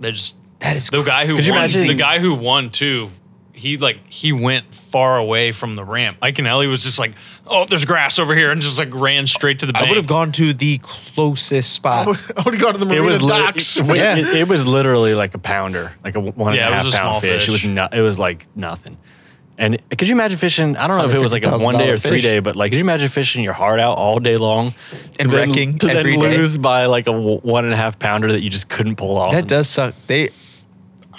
Speaker 5: they just
Speaker 3: that is
Speaker 5: the guy who
Speaker 3: Could you
Speaker 5: won,
Speaker 3: imagine-
Speaker 5: the guy who won too. He like he went far away from the ramp. Ike and Ellie was just like, oh, there's grass over here, and just like ran straight to the. Bank.
Speaker 3: I would have gone to the closest
Speaker 4: I
Speaker 3: spot.
Speaker 4: would have gone to the
Speaker 6: it
Speaker 4: marina
Speaker 6: was lit-
Speaker 4: docks.
Speaker 6: it- wait,
Speaker 3: Yeah.
Speaker 6: it, it was literally like a pounder, like a one and a
Speaker 5: Yeah, it
Speaker 6: half
Speaker 5: was a small
Speaker 6: pound fish. It was
Speaker 5: fish.
Speaker 6: no, it was like nothing. And could you imagine fishing? I don't know if it was like a
Speaker 3: $150,000
Speaker 6: one day or three
Speaker 3: fish.
Speaker 6: day, but like, could you imagine fishing your heart out all day long
Speaker 3: And
Speaker 6: to then-
Speaker 3: wrecking
Speaker 6: to then
Speaker 3: every day?
Speaker 6: lose by like a w- one and a half pounder that you just couldn't pull off?
Speaker 3: That does suck. They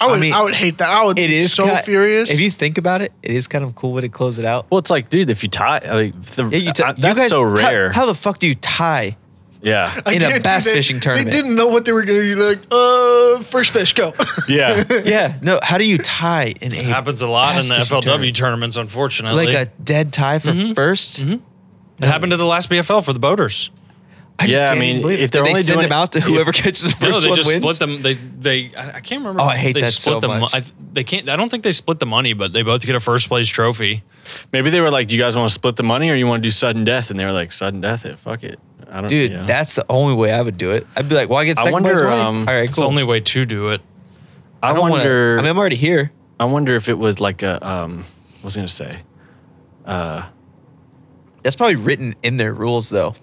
Speaker 4: I would, I,
Speaker 3: I mean,
Speaker 4: would hate that. I would
Speaker 3: it
Speaker 4: be
Speaker 3: is
Speaker 4: so
Speaker 3: ki-
Speaker 4: furious.
Speaker 3: If you think about it, it is kind of cool way to close it out.
Speaker 6: Well, it's like, dude, if you tie, I mean, the,
Speaker 5: uh,
Speaker 3: Yeah, you t-
Speaker 6: I-
Speaker 3: you
Speaker 6: that's
Speaker 3: guys-
Speaker 6: so
Speaker 3: how-
Speaker 6: rare.
Speaker 3: How, the fuck do you tie
Speaker 6: Yeah.
Speaker 4: I
Speaker 3: In a
Speaker 4: guarantee
Speaker 3: bass
Speaker 4: they-
Speaker 3: fishing tournament.
Speaker 4: They didn't know what they were going to do. Like, uh, first fish, go.
Speaker 6: Yeah.
Speaker 3: Yeah. No. How do you tie in a
Speaker 5: happens a lot
Speaker 3: bass
Speaker 5: in the
Speaker 3: fishing
Speaker 5: FLW
Speaker 3: tournament?
Speaker 5: tournaments, unfortunately.
Speaker 3: Like a dead tie for
Speaker 5: Mm-hmm.
Speaker 3: 1st
Speaker 5: it happened to the last BFL for the boaters.
Speaker 3: I just
Speaker 6: Yeah, I
Speaker 3: can't even
Speaker 6: mean,
Speaker 3: believe it.
Speaker 6: if
Speaker 3: Did
Speaker 6: they're
Speaker 3: they
Speaker 6: only
Speaker 3: send
Speaker 6: doing
Speaker 3: him
Speaker 6: it-
Speaker 3: out to whoever catches the
Speaker 5: No,
Speaker 3: first
Speaker 5: they
Speaker 3: one
Speaker 5: just
Speaker 3: wins.
Speaker 5: split them. They they I, I can't remember.
Speaker 3: Oh, I
Speaker 5: if
Speaker 3: hate
Speaker 5: they
Speaker 3: that
Speaker 5: split
Speaker 3: so
Speaker 5: the mo-
Speaker 3: much.
Speaker 5: I, they can't. I don't think they split the money, but they both get a first place trophy.
Speaker 6: Maybe they were like, "Do you guys want to split the money, or you want to do sudden death?" And they were like, "Sudden death, it fuck it." I don't.
Speaker 3: Dude,
Speaker 6: you know.
Speaker 3: that's the only way I would do it. I'd be like, well, I get
Speaker 6: I
Speaker 3: second
Speaker 6: wonder,
Speaker 3: place money.
Speaker 6: um,
Speaker 3: All right,
Speaker 5: It's
Speaker 3: cool.
Speaker 5: the only way to do it.
Speaker 6: I,
Speaker 3: don't wanna-
Speaker 6: wonder.
Speaker 3: I mean, I'm already here.
Speaker 6: I wonder if it was like a. Um, what was I gonna say?
Speaker 3: That's probably written in their rules though,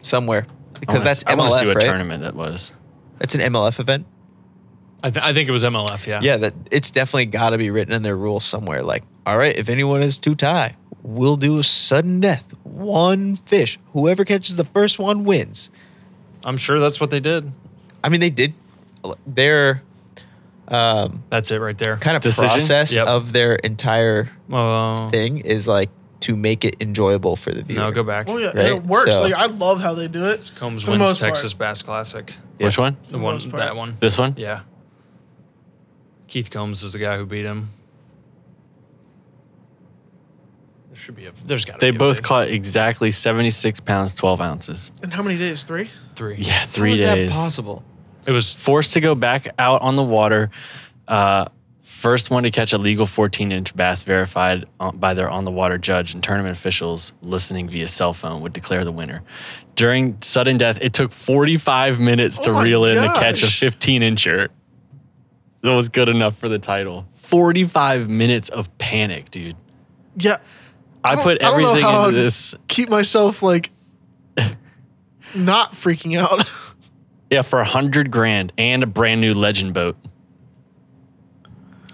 Speaker 3: somewhere
Speaker 6: I
Speaker 3: because
Speaker 6: wanna-
Speaker 3: that's
Speaker 6: I wanna see
Speaker 3: MLF,
Speaker 6: what
Speaker 3: right?
Speaker 6: tournament that was.
Speaker 3: That's an MLF event.
Speaker 5: I, th- I think it was MLF. Yeah.
Speaker 3: Yeah, that it's definitely got to be written in their rules somewhere. Like, all right, if anyone is too tie, we'll do a sudden death, one fish. Whoever catches the first one wins.
Speaker 5: I'm sure that's what they did.
Speaker 3: I mean, they did their um,
Speaker 5: That's it right there.
Speaker 3: kind of
Speaker 6: Decision?
Speaker 3: process
Speaker 5: Yep.
Speaker 3: of their entire
Speaker 5: Oh
Speaker 3: thing is like to make it enjoyable for the viewer.
Speaker 5: no, go back.
Speaker 4: well, Oh, yeah, and
Speaker 3: Right,
Speaker 4: it works.
Speaker 3: so-
Speaker 4: like, I love how they do it.
Speaker 5: Combs
Speaker 4: for the
Speaker 5: wins
Speaker 4: most part.
Speaker 5: Texas Bass Classic.
Speaker 3: Yeah.
Speaker 6: Which one?
Speaker 4: the
Speaker 5: The one
Speaker 4: most part.
Speaker 5: that one.
Speaker 6: This one?
Speaker 5: Yeah. Keith Combs is the guy who beat him. There should be a. There's got.
Speaker 6: They both caught exactly seventy-six pounds twelve ounces.
Speaker 4: In how many days? Three?
Speaker 5: three.
Speaker 6: Yeah,
Speaker 3: How
Speaker 6: three
Speaker 3: is
Speaker 6: days.
Speaker 3: that possible?
Speaker 5: It was
Speaker 6: Forced to go back out on the water. Uh, first one to catch a legal fourteen-inch bass verified on, by their on-the-water judge and tournament officials listening via cell phone would declare the winner. During sudden death, it took forty-five minutes to
Speaker 4: Oh my
Speaker 6: reel in to catch a
Speaker 4: gosh.
Speaker 6: fifteen-incher. That was good enough for the title. Forty-five minutes of panic, dude.
Speaker 4: Yeah.
Speaker 6: I,
Speaker 4: don't-
Speaker 6: put
Speaker 4: I don't know
Speaker 6: everything
Speaker 4: how I
Speaker 6: into
Speaker 4: would-
Speaker 6: this.
Speaker 4: Keep myself like not freaking out.
Speaker 6: Yeah, for a hundred grand and a brand new legend boat.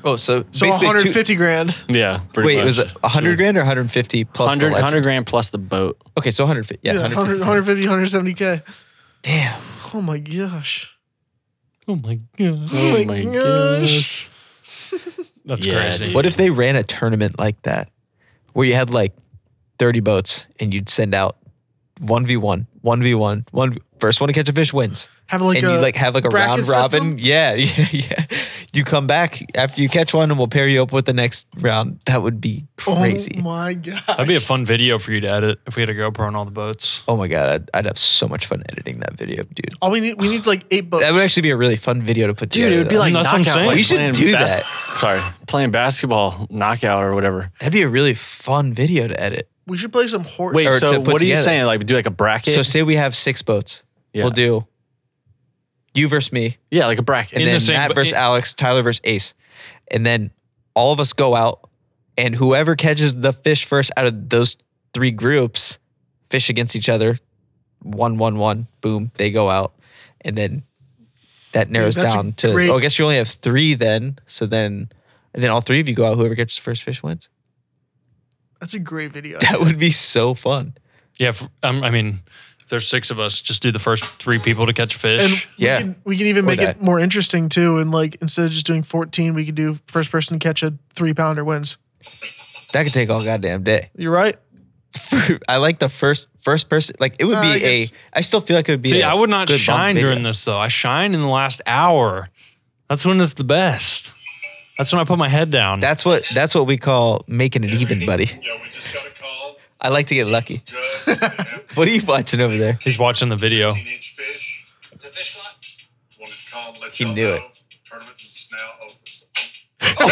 Speaker 3: Oh, so
Speaker 4: So
Speaker 3: basically two-
Speaker 4: 150 grand.
Speaker 6: Yeah, pretty
Speaker 3: Wait,
Speaker 6: much.
Speaker 3: it was a 100 grand or 150 plus 100,
Speaker 6: 100, 100 grand plus the boat.
Speaker 3: Okay, so 150. Yeah,
Speaker 4: Yeah,
Speaker 3: 150.
Speaker 4: 100, 150, 170k.
Speaker 3: Damn.
Speaker 4: Oh my gosh.
Speaker 5: Oh my god.
Speaker 4: Oh my, gosh.
Speaker 5: That's
Speaker 6: Yeah,
Speaker 5: crazy.
Speaker 6: dude.
Speaker 3: What if they ran a tournament like that where you had like 30 boats and you'd send out 1v1, 1v1, one first one to catch a fish wins.
Speaker 4: Have like
Speaker 3: and
Speaker 4: a
Speaker 3: you like have like a
Speaker 4: bracket
Speaker 3: round
Speaker 4: system?
Speaker 3: robin. Yeah, yeah, yeah. You come back after you catch one and we'll pair you up with the next round. That would be crazy.
Speaker 4: Oh
Speaker 3: Oh my,
Speaker 4: my god.
Speaker 5: That'd be a fun video for you to edit if we had a GoPro on all the boats.
Speaker 3: Oh god, I'd, I'd have so much fun editing that video, dude.
Speaker 4: All we need we need like eight boats.
Speaker 3: That would actually be a really fun video to put together. though.
Speaker 5: like That's what I'm knockout, saying. like
Speaker 3: We should
Speaker 6: playing
Speaker 3: do
Speaker 6: bas-
Speaker 3: that.
Speaker 6: Sorry, playing basketball knockout or whatever.
Speaker 3: That'd be a really fun video to edit.
Speaker 4: we should play some horse.
Speaker 6: Wait,
Speaker 3: Or to
Speaker 6: so
Speaker 3: put
Speaker 6: what are you
Speaker 3: together.
Speaker 6: saying? Like do like a bracket?
Speaker 3: So say we have six boats.
Speaker 6: yeah.
Speaker 3: We'll do you versus me,
Speaker 6: yeah, like a bracket.
Speaker 3: and
Speaker 5: In the
Speaker 3: then
Speaker 5: same
Speaker 3: Matt
Speaker 5: bo-
Speaker 3: versus
Speaker 5: in-
Speaker 3: Alex, Tyler versus Ace, and then all of us go out, and whoever catches the fish first out of those three groups, fish against each other, one one one, boom, they go out, and then that narrows
Speaker 4: that's a
Speaker 3: down to.
Speaker 4: great-
Speaker 3: oh, I guess you only have three then. So then, and then all three of you go out. Whoever catches the first fish wins.
Speaker 4: That's a great video.
Speaker 3: That would be so fun.
Speaker 5: Yeah, f um, I mean, if there's six of us, just do the first three people to catch
Speaker 4: And
Speaker 5: fish.
Speaker 3: Yeah.
Speaker 4: we can, we can even
Speaker 3: Or
Speaker 4: make
Speaker 3: that.
Speaker 4: it more interesting too. And like instead of just doing 14, we could do first person to catch a three pounder wins.
Speaker 3: That could take all goddamn day.
Speaker 4: You're right.
Speaker 3: I like the first first person. Like it would
Speaker 4: Uh, I
Speaker 3: be a.
Speaker 4: guess-
Speaker 3: I still feel like it would be.
Speaker 5: See,
Speaker 3: I
Speaker 5: I would not shine during this though. I shine in the last hour. That's when it's the best. That's when I put my head down.
Speaker 3: That's what that's what we call making it even, buddy.
Speaker 8: Yeah, we just got a call.
Speaker 3: I like to get lucky.
Speaker 8: Good.
Speaker 3: What are you watching over there?
Speaker 5: He's watching the video.
Speaker 8: Teenage fish. It's a fish lot. Wanted to call and let
Speaker 3: He
Speaker 8: y'all
Speaker 3: knew
Speaker 8: know.
Speaker 3: it.
Speaker 8: Tournament is now over.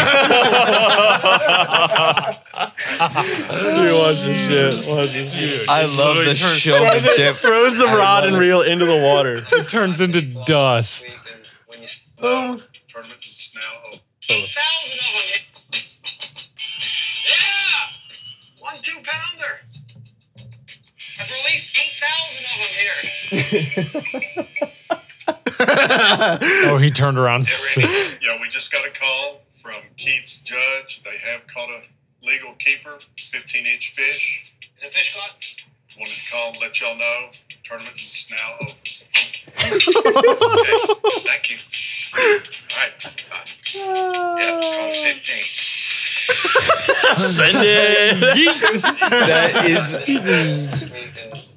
Speaker 3: I love the showmanship.
Speaker 6: Throws the rod
Speaker 3: love
Speaker 6: and
Speaker 3: it.
Speaker 6: reel into the water.
Speaker 5: It turns into dust.
Speaker 8: When you oh. tournament is now
Speaker 3: Oh.
Speaker 8: over. Thousand of them. Yeah, one two pounder. I've released eight thousand of them here.
Speaker 5: Oh, he turned around.
Speaker 8: Yeah, we just got a call from Keith's judge. They have caught a legal keeper, 15 inch fish. Is it fish caught? Wanted to call and let y'all know. Tournament is now over. okay, thank you. All right. Bye. Yeah, call 15.
Speaker 5: Send it.
Speaker 3: That is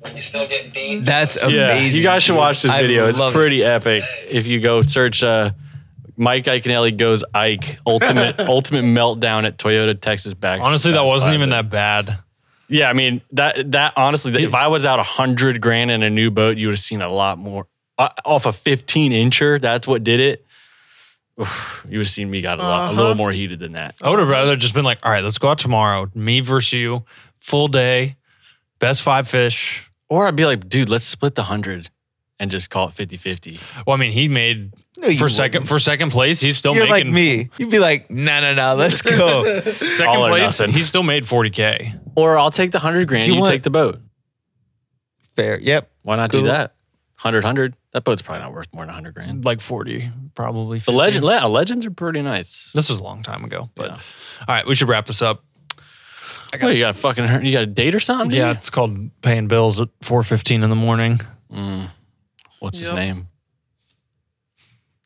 Speaker 9: when you still get beat.
Speaker 3: that's amazing.
Speaker 6: Yeah, you guys should watch this
Speaker 3: I
Speaker 6: video. It's
Speaker 3: love it.
Speaker 6: pretty epic. If you go search uh, Mike Iconelli goes Ike ultimate ultimate meltdown at Toyota Texas back.
Speaker 5: Honestly, that wasn't even that bad.
Speaker 6: Yeah, I mean that that honestly, if I was out a hundred grand in a new boat, you would have seen a lot more uh, off a fifteen incher. That's what did it. Oof, you would have seen me got a lot, a little more heated than that.
Speaker 5: I would have rather just been like, all right, let's go out tomorrow. Me versus you, full day, best five fish.
Speaker 6: Or I'd be like, dude, let's split the hundred and just call it 50-50.
Speaker 5: Well, I mean, he made
Speaker 3: you
Speaker 5: for second
Speaker 3: wouldn't.
Speaker 5: for second place. He's still
Speaker 3: You're like
Speaker 5: making
Speaker 3: me. You'd be like, no, no, no, let's go.
Speaker 5: second
Speaker 6: All or
Speaker 5: place.
Speaker 6: nothing.
Speaker 5: He still made forty k.
Speaker 6: Or I'll take the hundred grand.
Speaker 3: Do you
Speaker 6: You,
Speaker 3: want-
Speaker 6: take the boat.
Speaker 3: Fair. Yep.
Speaker 6: Why not do
Speaker 3: Cool.
Speaker 6: that? Mm. 100, 100. That boat's probably not worth more than 100 grand.
Speaker 5: Like forty, probably.
Speaker 6: The
Speaker 5: 50.
Speaker 6: legend, le- uh, legends are pretty nice.
Speaker 5: This was a long time ago, but
Speaker 6: Yeah.
Speaker 5: all right, we should wrap this up. I
Speaker 6: What, you got a fucking, you got a date or something? dude?
Speaker 5: yeah, it's called paying bills at four fifteen in the morning.
Speaker 6: Mm. What's his
Speaker 4: Yep.
Speaker 6: name?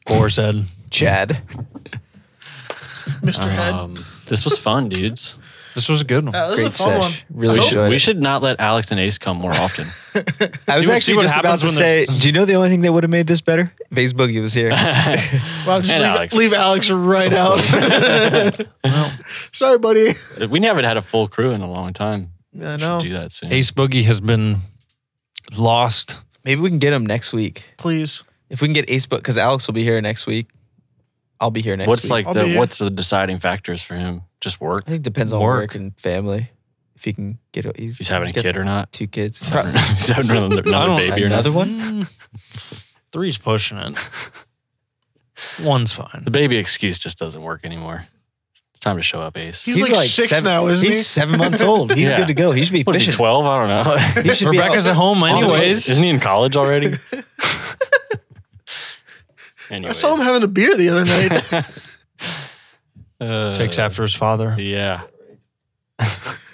Speaker 5: Gore said,
Speaker 3: Chad.
Speaker 4: Mr. Head.
Speaker 6: Um, this was fun, dudes.
Speaker 5: "This was a good one."
Speaker 4: Uh, this is a
Speaker 3: Great
Speaker 4: fun one.
Speaker 3: sesh. Really
Speaker 6: We
Speaker 3: should.
Speaker 6: should, we should not let Alex and Ace come more often.
Speaker 3: I was
Speaker 5: see
Speaker 3: actually
Speaker 5: what
Speaker 3: just about
Speaker 5: happens
Speaker 3: to
Speaker 5: when
Speaker 3: say,
Speaker 5: there's-
Speaker 3: do you know the only thing that would have made this better? Vase Boogie was here.
Speaker 4: Wow, just
Speaker 6: And Alex.
Speaker 4: leave Alex. leave Alex right out. Sorry, buddy.
Speaker 6: we haven't had a full crew in a long time. We
Speaker 4: I know.
Speaker 6: should do that soon.
Speaker 5: Ace Boogie has been lost.
Speaker 3: Maybe we can get him next week.
Speaker 4: Please.
Speaker 3: If we can get Ace Book, because Alex will be here next week. I'll be here next
Speaker 6: what's
Speaker 3: week.
Speaker 6: like
Speaker 4: I'll be
Speaker 6: the
Speaker 4: here.
Speaker 6: what's the deciding factors for him? Just work.
Speaker 3: I think it depends on
Speaker 5: Work.
Speaker 3: work. and family. If he can get a-
Speaker 6: If he's having a
Speaker 3: get
Speaker 6: kid or not.
Speaker 3: two kids.
Speaker 6: He's having he's having another,
Speaker 5: I
Speaker 6: another
Speaker 5: don't-
Speaker 6: baby or not.
Speaker 3: Another one?
Speaker 5: Three's pushing it. One's fine.
Speaker 6: The baby excuse just doesn't work anymore. It's time to show up, Ace.
Speaker 4: He's, like, six
Speaker 3: seven,
Speaker 4: now, isn't
Speaker 3: he's
Speaker 4: he?
Speaker 3: seven months old. He's
Speaker 6: Yeah.
Speaker 3: good to go. He should be
Speaker 6: what is
Speaker 3: fishing.
Speaker 6: he, 12? I don't know.
Speaker 3: He should be
Speaker 5: Rebecca's
Speaker 3: out-
Speaker 5: at home, anyways.
Speaker 6: Isn't he in college already? anyway.
Speaker 4: I saw him having a beer the other night.
Speaker 5: Takes after his father.
Speaker 6: Uh, Yeah.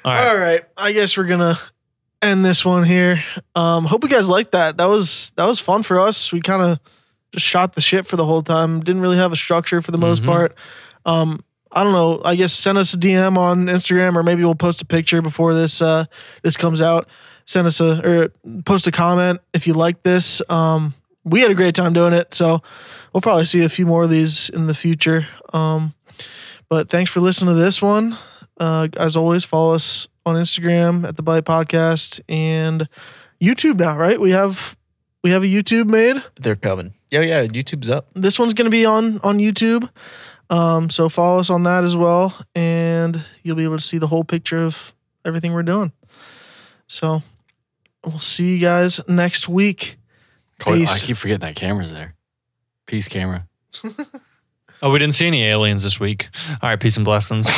Speaker 5: All right.
Speaker 4: All right. I guess we're gonna end this one here. Um, hope you guys liked that. That was that was fun for us. We kind of just shot the shit for the whole time. Didn't really have a structure for the most
Speaker 5: Mhm.
Speaker 4: part. Um, I don't know. I guess send us a DM on Instagram, or maybe we'll post a picture before this uh, this comes out. Send us a or post a comment if you like this. Um, we had a great time doing it, so we'll probably see a few more of these in the future. Um, but thanks for listening to this one. Uh, as always, follow us on Instagram at the Bite Podcast and YouTube now. Right? We have we have a YouTube made
Speaker 3: They're coming. Yeah, yeah. YouTube's up.
Speaker 4: this one's going to be on on YouTube. Um, so follow us on that as well, and you'll be able to see the whole picture of everything we're doing. So we'll see you guys next week.
Speaker 6: Cor- I
Speaker 4: Peace.
Speaker 6: keep forgetting that camera's there. Peace, camera.
Speaker 5: Oh, we didn't see any aliens this week. All right. Peace and blessings.